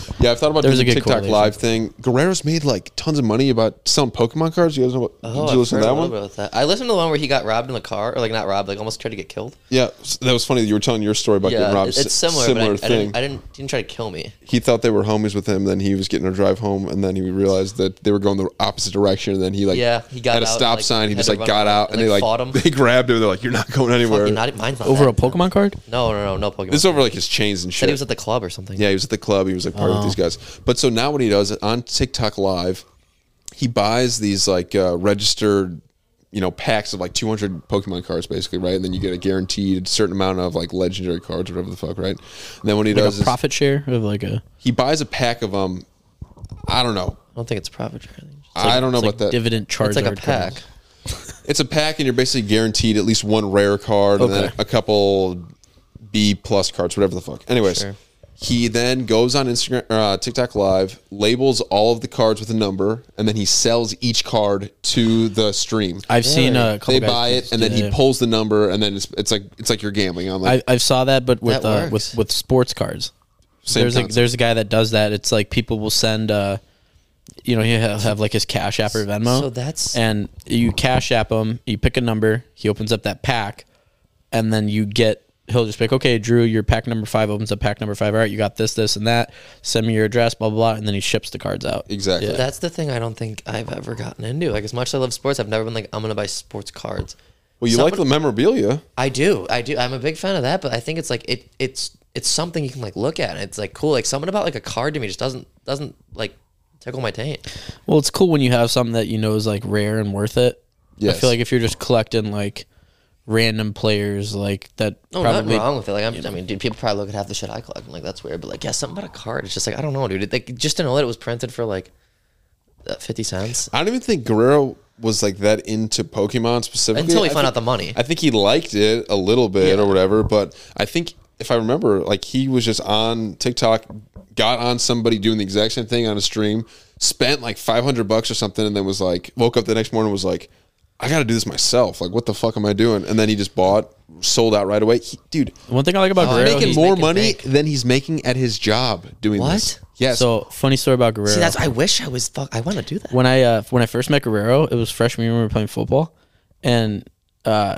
Speaker 1: Yeah. Yeah. I've thought about
Speaker 4: There was
Speaker 1: doing
Speaker 4: a
Speaker 1: the
Speaker 4: good
Speaker 1: TikTok
Speaker 4: correlation.
Speaker 1: live thing. Guerrero's made like tons of money about selling Pokemon cards. You guys know what?
Speaker 5: Oh,
Speaker 1: did
Speaker 5: I've
Speaker 1: you listen to
Speaker 5: heard
Speaker 1: that
Speaker 5: a little
Speaker 1: one?
Speaker 5: bit about that. I listened to the one where he got robbed in the car, or like not robbed, like almost tried to get killed.
Speaker 1: Yeah. s- That was funny. You were telling your story about
Speaker 5: Yeah,
Speaker 1: getting robbed.
Speaker 5: it's
Speaker 1: S-
Speaker 5: it's similar.
Speaker 1: Similar
Speaker 5: but I, I
Speaker 1: thing.
Speaker 5: didn't, I didn't, didn't try to kill me.
Speaker 1: he thought they were homies with him. Then he was getting her drive home, and then he realized that they were going the opposite direction. And then he like
Speaker 5: Yeah, he got
Speaker 1: at a
Speaker 5: out and,
Speaker 1: stop
Speaker 5: like,
Speaker 1: sign. He
Speaker 5: had
Speaker 1: just
Speaker 5: to
Speaker 1: like
Speaker 5: run
Speaker 1: got
Speaker 5: around
Speaker 1: out, and,
Speaker 5: and, like,
Speaker 1: they
Speaker 5: fought
Speaker 1: like
Speaker 5: him.
Speaker 1: <laughs> they grabbed him. They're like, "You're not going anywhere."
Speaker 5: Fucking not, mine's not
Speaker 4: Over a
Speaker 5: that.
Speaker 4: Pokemon card?
Speaker 5: No, no, no, no Pokemon.
Speaker 1: This is over like his chains and shit.
Speaker 5: said he was at the club or something.
Speaker 1: Yeah, he was at the club. He was like part of
Speaker 4: Oh.
Speaker 1: these guys. But so now what he does on TikTok Live, he buys these like uh, registered, you know, packs of like 200 Pokemon cards, basically, right? And then you get a guaranteed certain amount of like legendary cards, whatever the fuck, right? And then what he
Speaker 4: Like
Speaker 1: does is
Speaker 4: a profit share of like a
Speaker 1: he buys a pack of them. I don't know.
Speaker 5: I don't think it's profit sharing.
Speaker 1: I don't know
Speaker 4: it's
Speaker 1: about
Speaker 4: like
Speaker 1: that.
Speaker 4: dividend charge.
Speaker 5: It's like a pack.
Speaker 1: It's a pack, and you're basically guaranteed at least one rare card and then
Speaker 4: Okay.
Speaker 1: a couple B plus cards, whatever the fuck. Anyways,
Speaker 5: Sure.
Speaker 1: he then goes on Instagram, or, uh, TikTok Live, labels all of the cards with a number, and then he sells each card to the stream.
Speaker 4: I've seen uh, a couple
Speaker 1: they
Speaker 4: guys
Speaker 1: buy it,
Speaker 4: just
Speaker 1: and
Speaker 4: do
Speaker 1: then he
Speaker 4: that.
Speaker 1: pulls the number, and then it's, it's like it's like you're gambling on like
Speaker 4: I, I've saw that, but with
Speaker 5: That
Speaker 4: uh,
Speaker 5: works.
Speaker 4: with with sports cards.
Speaker 1: same
Speaker 4: there's a
Speaker 1: concept.
Speaker 4: there's a guy that does that. It's like people will send uh, you know, he'll have, have like his Cash App or Venmo.
Speaker 5: So that's-
Speaker 4: and you Cash App him. You pick a number. He opens up that pack, and then you get. He'll just pick, okay, Drew, your pack number five opens up pack number five. All right, you got this, this, and that. Send me your address, blah, blah, blah. And then he ships the cards out.
Speaker 1: Exactly.
Speaker 5: That's the thing I don't think I've ever gotten into. Like as much as I love sports, I've never been like I'm gonna buy sports cards.
Speaker 1: Well, you like the
Speaker 5: Somebody-
Speaker 1: memorabilia.
Speaker 5: I do, I do. I'm a big fan of that, but I think it's like it, it's it's something you can like look at. And it's like cool. Like something about like a card to me just doesn't doesn't like tickle my taint.
Speaker 4: Well, it's cool when you have something that you know is like rare and worth it. I
Speaker 1: Yes.
Speaker 4: feel like if you're just collecting like random players, like that
Speaker 5: No,
Speaker 4: probably
Speaker 5: nothing wrong with it. Like I'm, I mean, dude, people probably look at half the shit I collect. and like that's weird, but like yeah, something about a card. It's just like I don't know, dude. It, like just to know that it was printed for like uh, fifty cents.
Speaker 1: I don't even think Guerrero was like that into Pokemon specifically
Speaker 5: Until he
Speaker 1: I
Speaker 5: found
Speaker 1: think-
Speaker 5: out the money.
Speaker 1: I think he liked it a little bit
Speaker 5: Yeah.
Speaker 1: or whatever, but I think if I remember, like he was just on TikTok, got on somebody doing the exact same thing on a stream, spent like five hundred bucks or something, and then was like, woke up the next morning and was like, I got to do this myself. Like, what the fuck am I doing? And then he just bought, sold out right away. He, dude,
Speaker 4: One thing I like about
Speaker 5: Oh, I
Speaker 4: Guerrero,
Speaker 5: think
Speaker 1: making
Speaker 5: he's
Speaker 1: more
Speaker 5: making
Speaker 1: money
Speaker 5: bank.
Speaker 1: than he's making at his job doing
Speaker 5: What?
Speaker 1: this. Yes.
Speaker 4: so funny story about Guerrero.
Speaker 5: See, that's I wish I was fuck. I want to do that.
Speaker 4: when I uh, when I first met Guerrero, it was freshman year when we were playing football, and uh,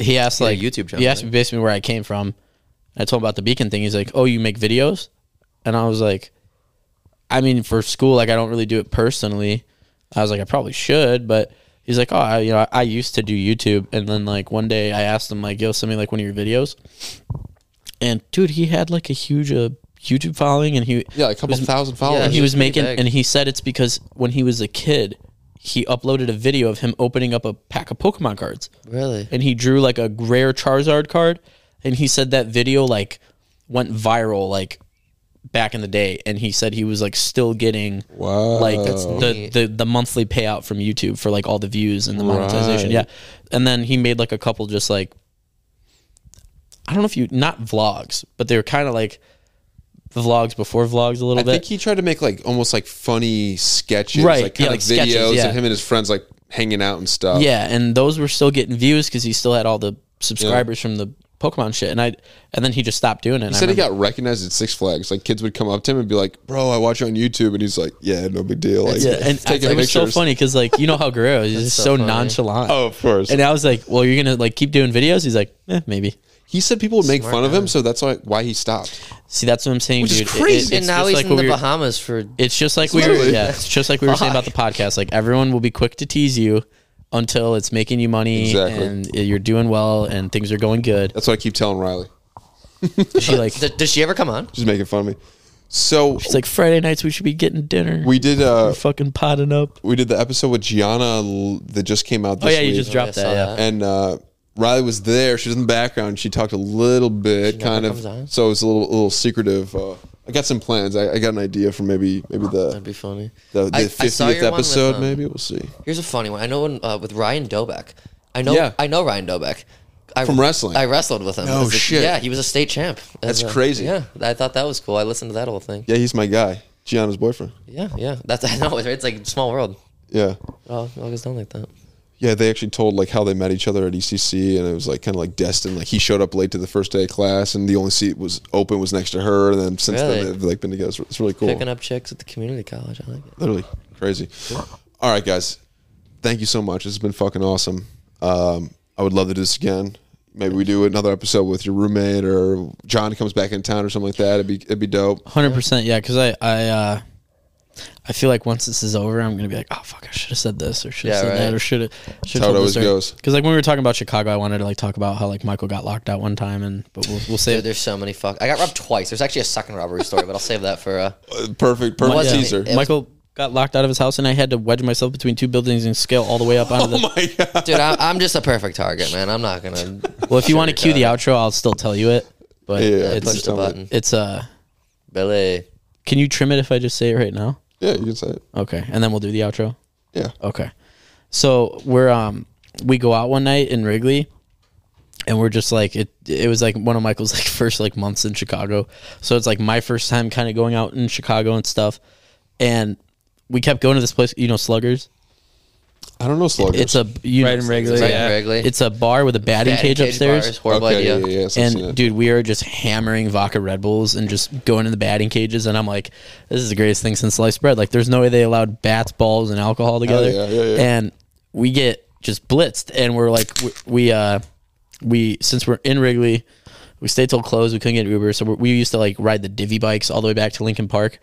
Speaker 4: he asked
Speaker 5: He had a
Speaker 4: like
Speaker 5: YouTube channel,
Speaker 4: He asked
Speaker 5: right?
Speaker 4: me basically where I came from. I told him about the Beacon thing. He's like, "Oh, you make videos," and I was like, "I mean, for school, like I don't really do it personally." I was like, "I probably should," but he's like, "Oh, I, you know, I, I used to do YouTube," and then like one day I asked him like, "Yo, send me like one of your videos," and dude, he had like a huge uh, YouTube following, and he
Speaker 1: yeah, a couple
Speaker 4: was-
Speaker 1: thousand followers.
Speaker 5: Yeah,
Speaker 4: and he was
Speaker 5: pretty
Speaker 4: making,
Speaker 5: big.
Speaker 4: and he said it's because when he was a kid, he uploaded a video of him opening up a pack of Pokemon cards,
Speaker 5: Really?
Speaker 4: and he drew like a rare Charizard card, and he said that video like went viral like back in the day, and he said he was like still getting
Speaker 1: Wow.
Speaker 4: like the,
Speaker 5: neat.
Speaker 4: the the monthly payout from YouTube for like all the views and the monetization,
Speaker 1: Right.
Speaker 4: yeah, and then he made like a couple just like I don't know if you not vlogs, but they were kind of like vlogs before vlogs a little
Speaker 1: I
Speaker 4: bit.
Speaker 1: think he tried to make like almost like funny sketches,
Speaker 4: Right,
Speaker 1: Like kind
Speaker 4: yeah,
Speaker 1: of
Speaker 4: like sketches,
Speaker 1: videos
Speaker 4: yeah.
Speaker 1: of him and his friends like hanging out and stuff.
Speaker 4: Yeah, and those were still getting views because he still had all the subscribers from the Pokemon shit, and I and then he just stopped doing it. and
Speaker 1: He
Speaker 4: I
Speaker 1: said he
Speaker 4: remember-
Speaker 1: got recognized at Six Flags. Like kids would come up to him and be like, "Bro, I watch you on YouTube," and he's like, "Yeah, no big deal." Like,
Speaker 4: yeah, and
Speaker 1: taking
Speaker 4: it was
Speaker 1: pictures.
Speaker 4: so funny because like you know how
Speaker 1: <laughs>
Speaker 4: Guerrero is just
Speaker 5: so
Speaker 4: so,
Speaker 5: funny.
Speaker 4: nonchalant.
Speaker 1: Oh, of course.
Speaker 4: and I was like, well, you're gonna like keep doing videos? He's like, eh, maybe.
Speaker 1: he said people would make
Speaker 5: Smart
Speaker 1: fun of
Speaker 5: guy.
Speaker 1: him, so that's why why he stopped.
Speaker 4: See, that's what I'm saying,
Speaker 1: Which is
Speaker 4: dude. It- it-
Speaker 1: crazy.
Speaker 4: it's
Speaker 5: and now
Speaker 4: just
Speaker 5: he's
Speaker 4: like
Speaker 5: in
Speaker 4: what
Speaker 5: the
Speaker 4: we were-
Speaker 5: Bahamas for
Speaker 4: It's just like we were,
Speaker 1: Literally.
Speaker 4: yeah. It's just like we were saying about the
Speaker 5: Fuck.
Speaker 4: podcast. Like everyone will be quick to tease you until it's making you money
Speaker 1: Exactly.
Speaker 4: and you're doing well and things are going good.
Speaker 1: That's what I keep telling Riley.
Speaker 4: She like
Speaker 5: Th- does she ever come on?
Speaker 1: She's making fun of me. So
Speaker 4: she's like Friday nights we should be getting dinner.
Speaker 1: we did uh
Speaker 4: fucking potting up.
Speaker 1: we did the episode with Gianna L- that just came out. This
Speaker 4: Oh yeah, you
Speaker 1: week.
Speaker 4: just dropped
Speaker 5: I saw
Speaker 4: that. Yeah.
Speaker 5: that.
Speaker 1: and uh, Riley was there. She was in the background. She talked a little bit,
Speaker 5: never
Speaker 1: kind
Speaker 5: comes on?
Speaker 1: of. So it was a little, little secretive. Uh, I got some plans. I, I got an idea for maybe, maybe
Speaker 5: That'd
Speaker 1: the
Speaker 5: be funny.
Speaker 1: the, the
Speaker 5: I- I saw your
Speaker 1: 50th
Speaker 5: one with,
Speaker 1: episode.
Speaker 5: um,
Speaker 1: maybe we'll see
Speaker 5: Here's a funny one. I know when uh, with Ryan Dobek. I know.
Speaker 1: Yeah.
Speaker 5: I know Ryan Dobek. I,
Speaker 1: From wrestling.
Speaker 5: I wrestled with him.
Speaker 1: No
Speaker 5: As a-
Speaker 1: shit.
Speaker 5: Yeah, he was a state champ. As
Speaker 1: That's
Speaker 5: a-
Speaker 1: crazy.
Speaker 5: Yeah, I thought that was cool. I listened to that whole thing.
Speaker 1: Yeah, he's my guy, Gianna's boyfriend.
Speaker 5: Yeah, yeah. That's <laughs> I know. It's, it's like small world.
Speaker 1: Yeah,
Speaker 5: Oh, it all goes down like that.
Speaker 1: yeah. They actually told like how they met each other at ECC, and it was like kind of like destined. Like he showed up late to the first day of class, and the only seat was open was next to her. And then since
Speaker 5: Really?
Speaker 1: then they've like been together. It's, it's really cool.
Speaker 5: Picking up chicks at the community college. I like it.
Speaker 1: literally crazy. All right, guys, thank you so much. This has been fucking awesome. Um, I would love to do this again. Maybe we do another episode with your roommate or John comes back in town or something like that. It'd be it'd be dope.
Speaker 4: Hundred percent, yeah. Because I, I, uh, I feel like once this is over, I'm gonna be like, oh fuck, I should have said this, or should have
Speaker 5: Yeah,
Speaker 4: said that,
Speaker 5: right.
Speaker 4: or should have.
Speaker 1: That's how it always goes.
Speaker 4: Because like when we were talking about Chicago, I wanted to like talk about how like Michael got locked out one time, and but we'll we'll save
Speaker 5: Dude, there's so many fuck. I got robbed twice. There's actually a second robbery story, but I'll save that for. Uh, <laughs>
Speaker 1: Uh, Perfect, perfect
Speaker 5: Yeah.
Speaker 1: teaser.
Speaker 5: It was-
Speaker 4: Michael got locked out of his house, and I had to wedge myself between two buildings and scale all the
Speaker 1: <laughs>
Speaker 4: way up onto
Speaker 1: <laughs> Oh
Speaker 4: the.
Speaker 1: my god!
Speaker 5: dude, I'm, I'm just a perfect target, man. I'm not gonna.
Speaker 4: Well, if you want to cue the outro, I'll still tell you it.
Speaker 1: <laughs>
Speaker 4: But
Speaker 1: Yeah,
Speaker 4: it's
Speaker 5: push
Speaker 1: just
Speaker 5: the
Speaker 1: tell me.
Speaker 5: button,
Speaker 4: it's uh,
Speaker 5: Billy.
Speaker 4: can you trim it if I just say it right now?
Speaker 1: Yeah, you can say it.
Speaker 4: Okay, and then we'll do the outro.
Speaker 1: Yeah,
Speaker 4: Okay. So we're um we go out one night in Wrigley and we're just like it it was like one of Michael's <laughs> like first like months in Chicago. So it's like my first time kind of going out in Chicago and stuff. And we kept going to this place, you know, Sluggers.
Speaker 1: I don't know sluggish.
Speaker 4: It's a you,
Speaker 3: Right and regular,
Speaker 5: Right
Speaker 3: yeah.
Speaker 5: and regular.
Speaker 4: It's a bar with a batting,
Speaker 5: Batting
Speaker 4: cage, upstairs.
Speaker 5: bars, horrible
Speaker 1: Okay,
Speaker 5: idea.
Speaker 1: yeah, yeah, yeah, so I've seen
Speaker 4: And
Speaker 1: it.
Speaker 4: dude, we are just hammering vodka Red Bulls and just going in the batting cages. And I'm like, this is the greatest thing since sliced bread. Like, there's no way they allowed bats, balls, and alcohol together.
Speaker 1: yeah, yeah, yeah.
Speaker 4: And we get just blitzed, and we're like, we, we uh, we since we're in Wrigley, we stayed till close. We couldn't get Uber, so we we used to like ride the divvy bikes all the way back to Lincoln Park,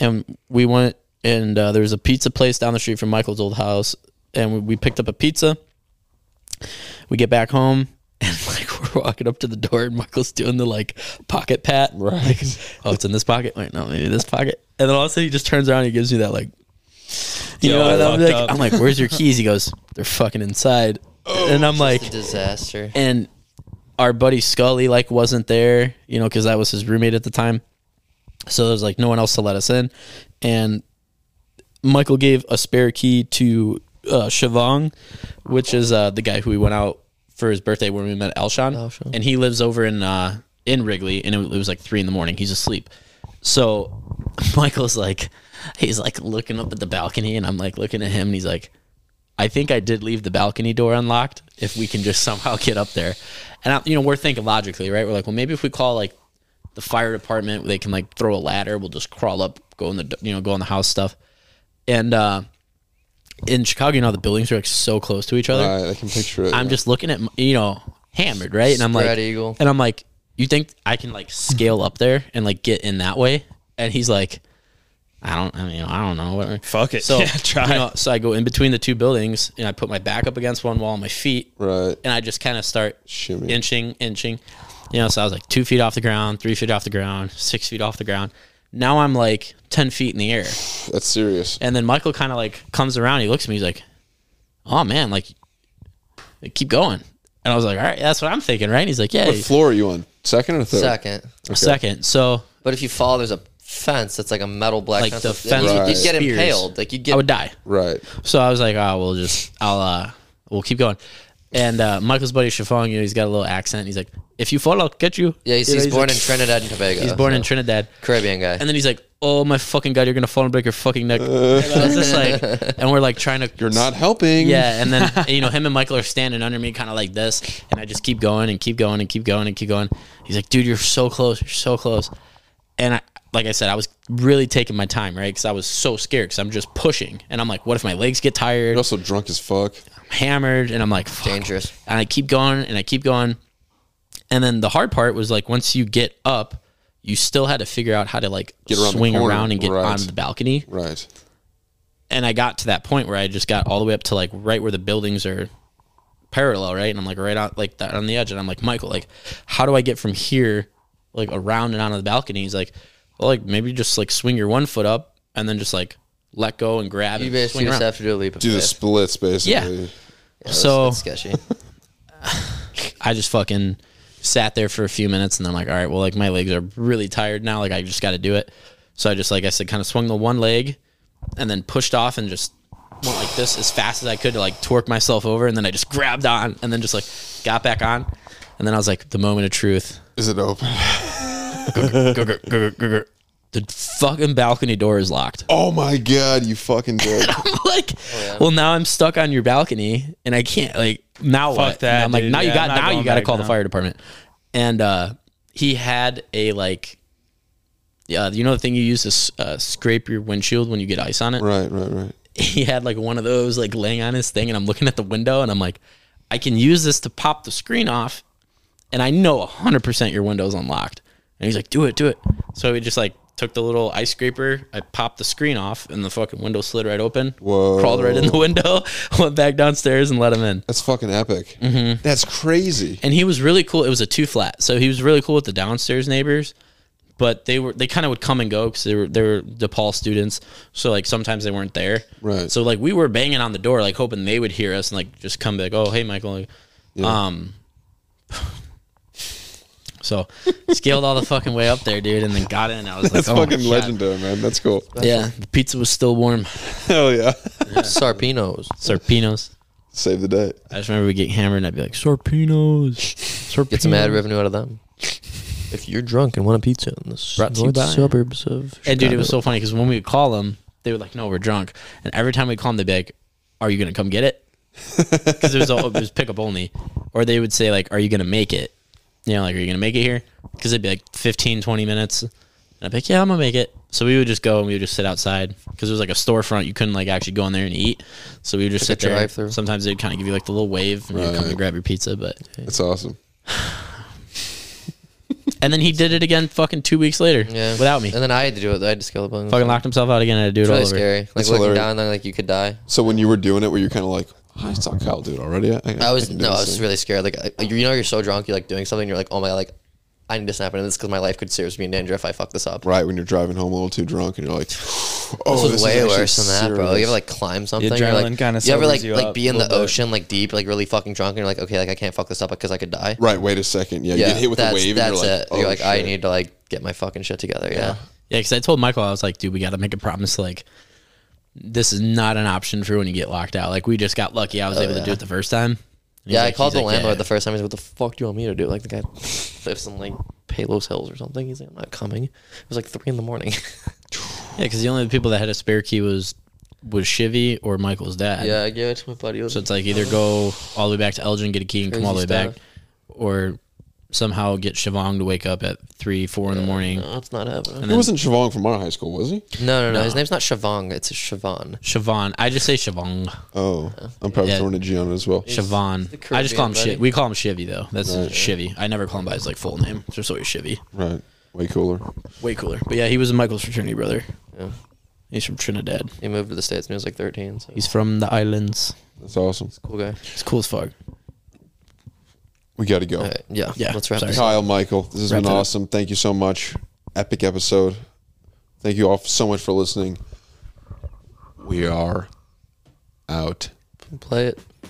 Speaker 4: and we went and uh, there was a pizza place down the street from Michael's old house, and we, we picked up a pizza. We get back home <laughs> and like we're walking up to the door and Michael's doing the like pocket pat. Right. oh, it's in this pocket. Wait, no, maybe this pocket. And then all of a sudden he just turns around and he gives me that like you
Speaker 3: Yo,
Speaker 4: know, and I'm
Speaker 3: fucked
Speaker 4: like,
Speaker 3: up. Oh,
Speaker 4: I'm like, where's your keys? He goes, they're fucking
Speaker 3: <laughs>
Speaker 4: inside. and I'm like,
Speaker 5: It's a disaster.
Speaker 4: and our buddy Scully like wasn't there, you know, because that was his roommate at the time. So there was like no one else to let us in, and Michael gave a spare key to uh, Shavong, which is uh, the guy who we went out for his birthday when we met Alshon,
Speaker 5: Alshon.
Speaker 4: and he lives over in uh, in Wrigley, and it, it was like three in the morning. He's asleep, so <laughs> Michael's like, he's like looking up at the balcony, and I'm like looking at him, and he's like, I think I did leave the balcony door unlocked. If we can just <laughs> somehow get up there, and I, you know, we're thinking logically, right? We're like, well, maybe if we call like the fire department, they can like throw a ladder. We'll just crawl up, go in the you know, go in the house stuff. And uh, in Chicago, you know, the buildings are like so close to each other.
Speaker 1: Right, I can picture it.
Speaker 4: I'm
Speaker 1: yeah.
Speaker 4: just looking at m- you know hammered right, and I'm like
Speaker 5: Spread eagle.
Speaker 4: and I'm like, you think I can like scale up there and like get in that way? And he's like, I don't, I mean, I don't know, whatever.
Speaker 3: Fuck it.
Speaker 4: So
Speaker 3: <laughs> Yeah, try.
Speaker 4: you know, so I go in between the two buildings and I put my back up against one wall, and my feet,
Speaker 1: right.
Speaker 4: and I just kind of start
Speaker 1: Shimmy.
Speaker 4: inching, inching. You know, so I was like two feet off the ground, three feet off the ground, six feet off the ground. Now I'm like ten feet in the air.
Speaker 1: That's serious.
Speaker 4: And then Michael kind of like comes around. He looks at me. He's like, "Oh man, like, like, keep going." And I was like, "All right, that's what I'm thinking, right?" And he's like, "Yeah,
Speaker 1: What floor are you on? Second or third?
Speaker 5: Second.
Speaker 4: second. So
Speaker 5: But if you fall, there's a fence that's like a metal black
Speaker 4: Like
Speaker 5: fence.
Speaker 4: the
Speaker 5: It's-
Speaker 4: fence
Speaker 5: you'd-
Speaker 1: with
Speaker 5: you'd, get
Speaker 4: spears.
Speaker 5: impaled. Like you get
Speaker 4: I would die.
Speaker 1: Right.
Speaker 4: So I was like, "Oh, we'll just, I'll, uh, we'll keep going." And uh, Michael's buddy Shafong, you know, he's got a little accent. He's like, "If you fall, I'll get you."
Speaker 5: Yeah, he's,
Speaker 4: You know,
Speaker 5: he's born
Speaker 4: like-
Speaker 5: in Trinidad and Tobago.
Speaker 4: He's born in
Speaker 5: so-
Speaker 4: Trinidad.
Speaker 5: Caribbean guy.
Speaker 4: And then he's like, "Oh my fucking god, you're gonna fall and break your fucking
Speaker 5: <laughs>
Speaker 4: neck." and I was just like, and we're like trying to.
Speaker 1: You're not helping.
Speaker 4: Yeah,
Speaker 1: <laughs>
Speaker 4: and then you know him and Michael are standing under me, kind of like this, and I just keep going and keep going and keep going and keep going. He's like, "Dude, you're so close, you're so close," and I, like I said, I was really taking my time, right? Because I was so scared, because I'm just pushing, and I'm like, "What if my legs get tired?
Speaker 1: You're also drunk as fuck.
Speaker 4: I'm hammered?" And I'm like, "Fuck."
Speaker 5: Dangerous.
Speaker 4: and I keep going and I keep going, and then the hard part was like once you get up, you still had to figure out how to like
Speaker 1: Get around the
Speaker 4: swing
Speaker 1: corner,
Speaker 4: around and get
Speaker 1: right.
Speaker 4: on the balcony,
Speaker 1: Right.
Speaker 4: and I got to that point where I just got all the way up to like right where the buildings are parallel, right? And I'm like right out like that on the edge, and I'm like, Michael, like, how do I get from here like around and onto the balcony? He's like, well, like maybe just like swing your one foot up and then just like let go and grab
Speaker 5: you
Speaker 4: and
Speaker 5: basically
Speaker 4: swing
Speaker 5: just
Speaker 4: around.
Speaker 5: have to do a leap of
Speaker 1: Do the
Speaker 5: faith.
Speaker 1: splits
Speaker 4: Yeah.
Speaker 1: basically.
Speaker 4: so
Speaker 5: That's sketchy.
Speaker 4: I just fucking sat there for a few minutes and then like, all right, well, like my legs are really tired now. Like I just got to do it. So I just, like I said, kind of swung the one leg and then pushed off and just went like this as fast as I could to like torque myself over. And then I just grabbed on and then just like got back on. And then I was like, the moment of truth.
Speaker 1: Is it open? <laughs>
Speaker 4: The fucking balcony door is locked.
Speaker 1: Oh my god, you fucking dick.
Speaker 4: <laughs> I'm like, well, now I'm stuck on your balcony and I can't like now what?
Speaker 3: that,
Speaker 4: And I'm like
Speaker 3: dude.
Speaker 4: now you
Speaker 3: Yeah,
Speaker 4: got
Speaker 3: I'm not
Speaker 4: now you
Speaker 3: going
Speaker 4: got to
Speaker 3: back
Speaker 4: call the
Speaker 3: now.
Speaker 4: fire department. And uh, he had a like, yeah, you know the thing you use to s- uh, scrape your windshield when you get ice on it.
Speaker 1: right, right, right.
Speaker 4: He had like one of those like laying on his thing, and I'm looking at the window and I'm like, I can use this to pop the screen off, and I know 100 percent your window's unlocked. And he's like, do it, do it. So he just like. Took the little ice scraper. I popped the screen off, and the fucking window slid right open.
Speaker 1: Whoa.
Speaker 4: Crawled right in the window, <laughs> went back downstairs, and let him in.
Speaker 1: That's fucking epic.
Speaker 5: Mm-hmm.
Speaker 1: That's crazy.
Speaker 4: and he was really cool. It was a two flat, so he was really cool with the downstairs neighbors. But they were they kind of would come and go because they were they were DePaul students, so like sometimes they weren't there.
Speaker 1: Right.
Speaker 4: So like we were banging on the door, like hoping they would hear us and like just come back. Oh hey Michael. Like, Um. So scaled all the fucking way up there, dude, and then got in. I was like,
Speaker 1: That's
Speaker 4: oh my
Speaker 1: fucking
Speaker 4: God.
Speaker 1: legendary, man. That's
Speaker 5: <laughs>
Speaker 1: cool.
Speaker 4: <laughs> Yeah, the pizza was still warm.
Speaker 1: Hell yeah.
Speaker 5: Sarpinos.
Speaker 4: Sarpinos.
Speaker 1: Save the day.
Speaker 4: I just remember we get hammered, and I'd be like, Sarpinos. Sarpinos.
Speaker 5: Get some ad revenue out of them. If you're drunk and want a pizza in the
Speaker 4: Brought to you
Speaker 5: north
Speaker 4: by-
Speaker 5: suburbs of
Speaker 4: And dude, it was
Speaker 5: Chicago.
Speaker 4: so funny because when we would call them, they were like, "No, we're drunk." And every time we call them, they'd be like, "Are you gonna come get
Speaker 5: <laughs>
Speaker 4: it?" Because it was all, it was pickup only, or they would say like, "Are you gonna make it?" You know, like, "Are you gonna make it here?" Because it'd be like 15, 20 minutes, and I'd be like, "Yeah, I'm gonna make it." So we would just go and we would just sit outside because it was like a storefront. You couldn't like actually go in there and eat. So we would just
Speaker 5: Like a
Speaker 4: sit there.
Speaker 5: drive-through.
Speaker 4: Sometimes they'd kind of give you like the little wave and you'd come
Speaker 1: Right.
Speaker 4: and grab your pizza, but
Speaker 1: That's awesome.
Speaker 4: and then he did it again, fucking two weeks later,
Speaker 5: Yeah.
Speaker 4: without me.
Speaker 5: And then I had to do it. I had to scale the button.
Speaker 4: fucking locked himself out again. I had to do it
Speaker 5: It's really
Speaker 4: all over.
Speaker 5: scary. Like
Speaker 1: That's
Speaker 5: looking
Speaker 1: hilarious.
Speaker 5: down, there, like you could die.
Speaker 1: So when you were doing it, were you kind of like, I saw Kyle do it already? I,
Speaker 5: I was
Speaker 1: can do
Speaker 5: no, I
Speaker 1: this
Speaker 5: was
Speaker 1: thing."
Speaker 5: really scared. Like I, you know, you're so drunk, you're like doing something, you're like, oh my god, like I need to snap into this because my life could seriously be in danger if I fuck this up.
Speaker 1: right when you're driving home a little too drunk and you're
Speaker 5: <sighs>
Speaker 1: like, oh,
Speaker 5: This was way
Speaker 1: actually
Speaker 5: worse than that, bro. You
Speaker 1: serious."
Speaker 5: ever like climb something? or,
Speaker 3: adrenaline
Speaker 5: like,
Speaker 3: kinda
Speaker 5: You ever
Speaker 3: sobers
Speaker 5: like
Speaker 3: you
Speaker 5: like
Speaker 3: up
Speaker 5: be in
Speaker 3: a
Speaker 5: the
Speaker 3: little bit.
Speaker 5: ocean like deep, like really fucking drunk, and you're like, okay, like I can't fuck this up because I could die.
Speaker 1: right, wait a second. Yeah, you get hit with a
Speaker 5: that's,
Speaker 1: wave and
Speaker 5: That's
Speaker 1: you're
Speaker 5: it.
Speaker 1: like, oh,
Speaker 5: you're like, I
Speaker 1: shit."
Speaker 5: need to like get my fucking shit together. Yeah.
Speaker 4: Yeah, because I told Michael, I was like, dude, we got to make a promise. Like, this is not an option for when you get locked out. Like, we just got lucky. I was able to do it the first time. And he's
Speaker 5: Oh, Yeah, I
Speaker 4: like-
Speaker 5: called
Speaker 4: he's
Speaker 5: the
Speaker 4: like,
Speaker 5: landlord
Speaker 4: yeah.
Speaker 5: the first time. He's like, "What the fuck do you want me to do?" Like the guy lives in like Palos Hills or something. He's like, "I'm not coming." It was like three in the morning.
Speaker 4: yeah, because the only people that had a spare key was was Shivy or Michael's dad.
Speaker 5: yeah, I gave it to my buddy. It was
Speaker 4: So it's like either go all the way back to Elgin, get a key, and come all the way
Speaker 5: Crazy
Speaker 4: back,
Speaker 5: stuff.
Speaker 4: or somehow get Shavong to wake up at three, four in the morning.
Speaker 5: no, it's not happening.
Speaker 1: He wasn't Siobhan from our high school, was he?
Speaker 5: No, no, no. His name's not Shavong. It's Siobhan.
Speaker 4: Siobhan, I just say Shavong.
Speaker 1: Oh, I'm probably
Speaker 4: Yeah.
Speaker 1: throwing a G on it as well.
Speaker 4: Siobhan.
Speaker 5: the
Speaker 4: I just call him
Speaker 5: Caribbean,
Speaker 4: Shivy.
Speaker 5: buddy.
Speaker 4: We call him Shivy though. That's Shivy. I never call him by his like full name. It's Just always Shivy.
Speaker 1: Right, way cooler.
Speaker 4: Way cooler. But yeah, he was Michael's fraternity brother. He's from Trinidad.
Speaker 5: He moved to the states when he was like 13. So he's
Speaker 4: He's from the islands.
Speaker 1: That's awesome.
Speaker 5: a cool guy.
Speaker 4: He's cool as fuck.
Speaker 1: We got to go.
Speaker 5: All right, yeah,
Speaker 4: Yeah,
Speaker 5: Let's wrap
Speaker 4: sorry.
Speaker 5: this up.
Speaker 1: Kyle, Michael, this has
Speaker 4: Wrap
Speaker 1: been
Speaker 4: it up.
Speaker 1: awesome. Thank you so much. Epic episode. Thank you all so much for listening. We are out.
Speaker 5: Play it.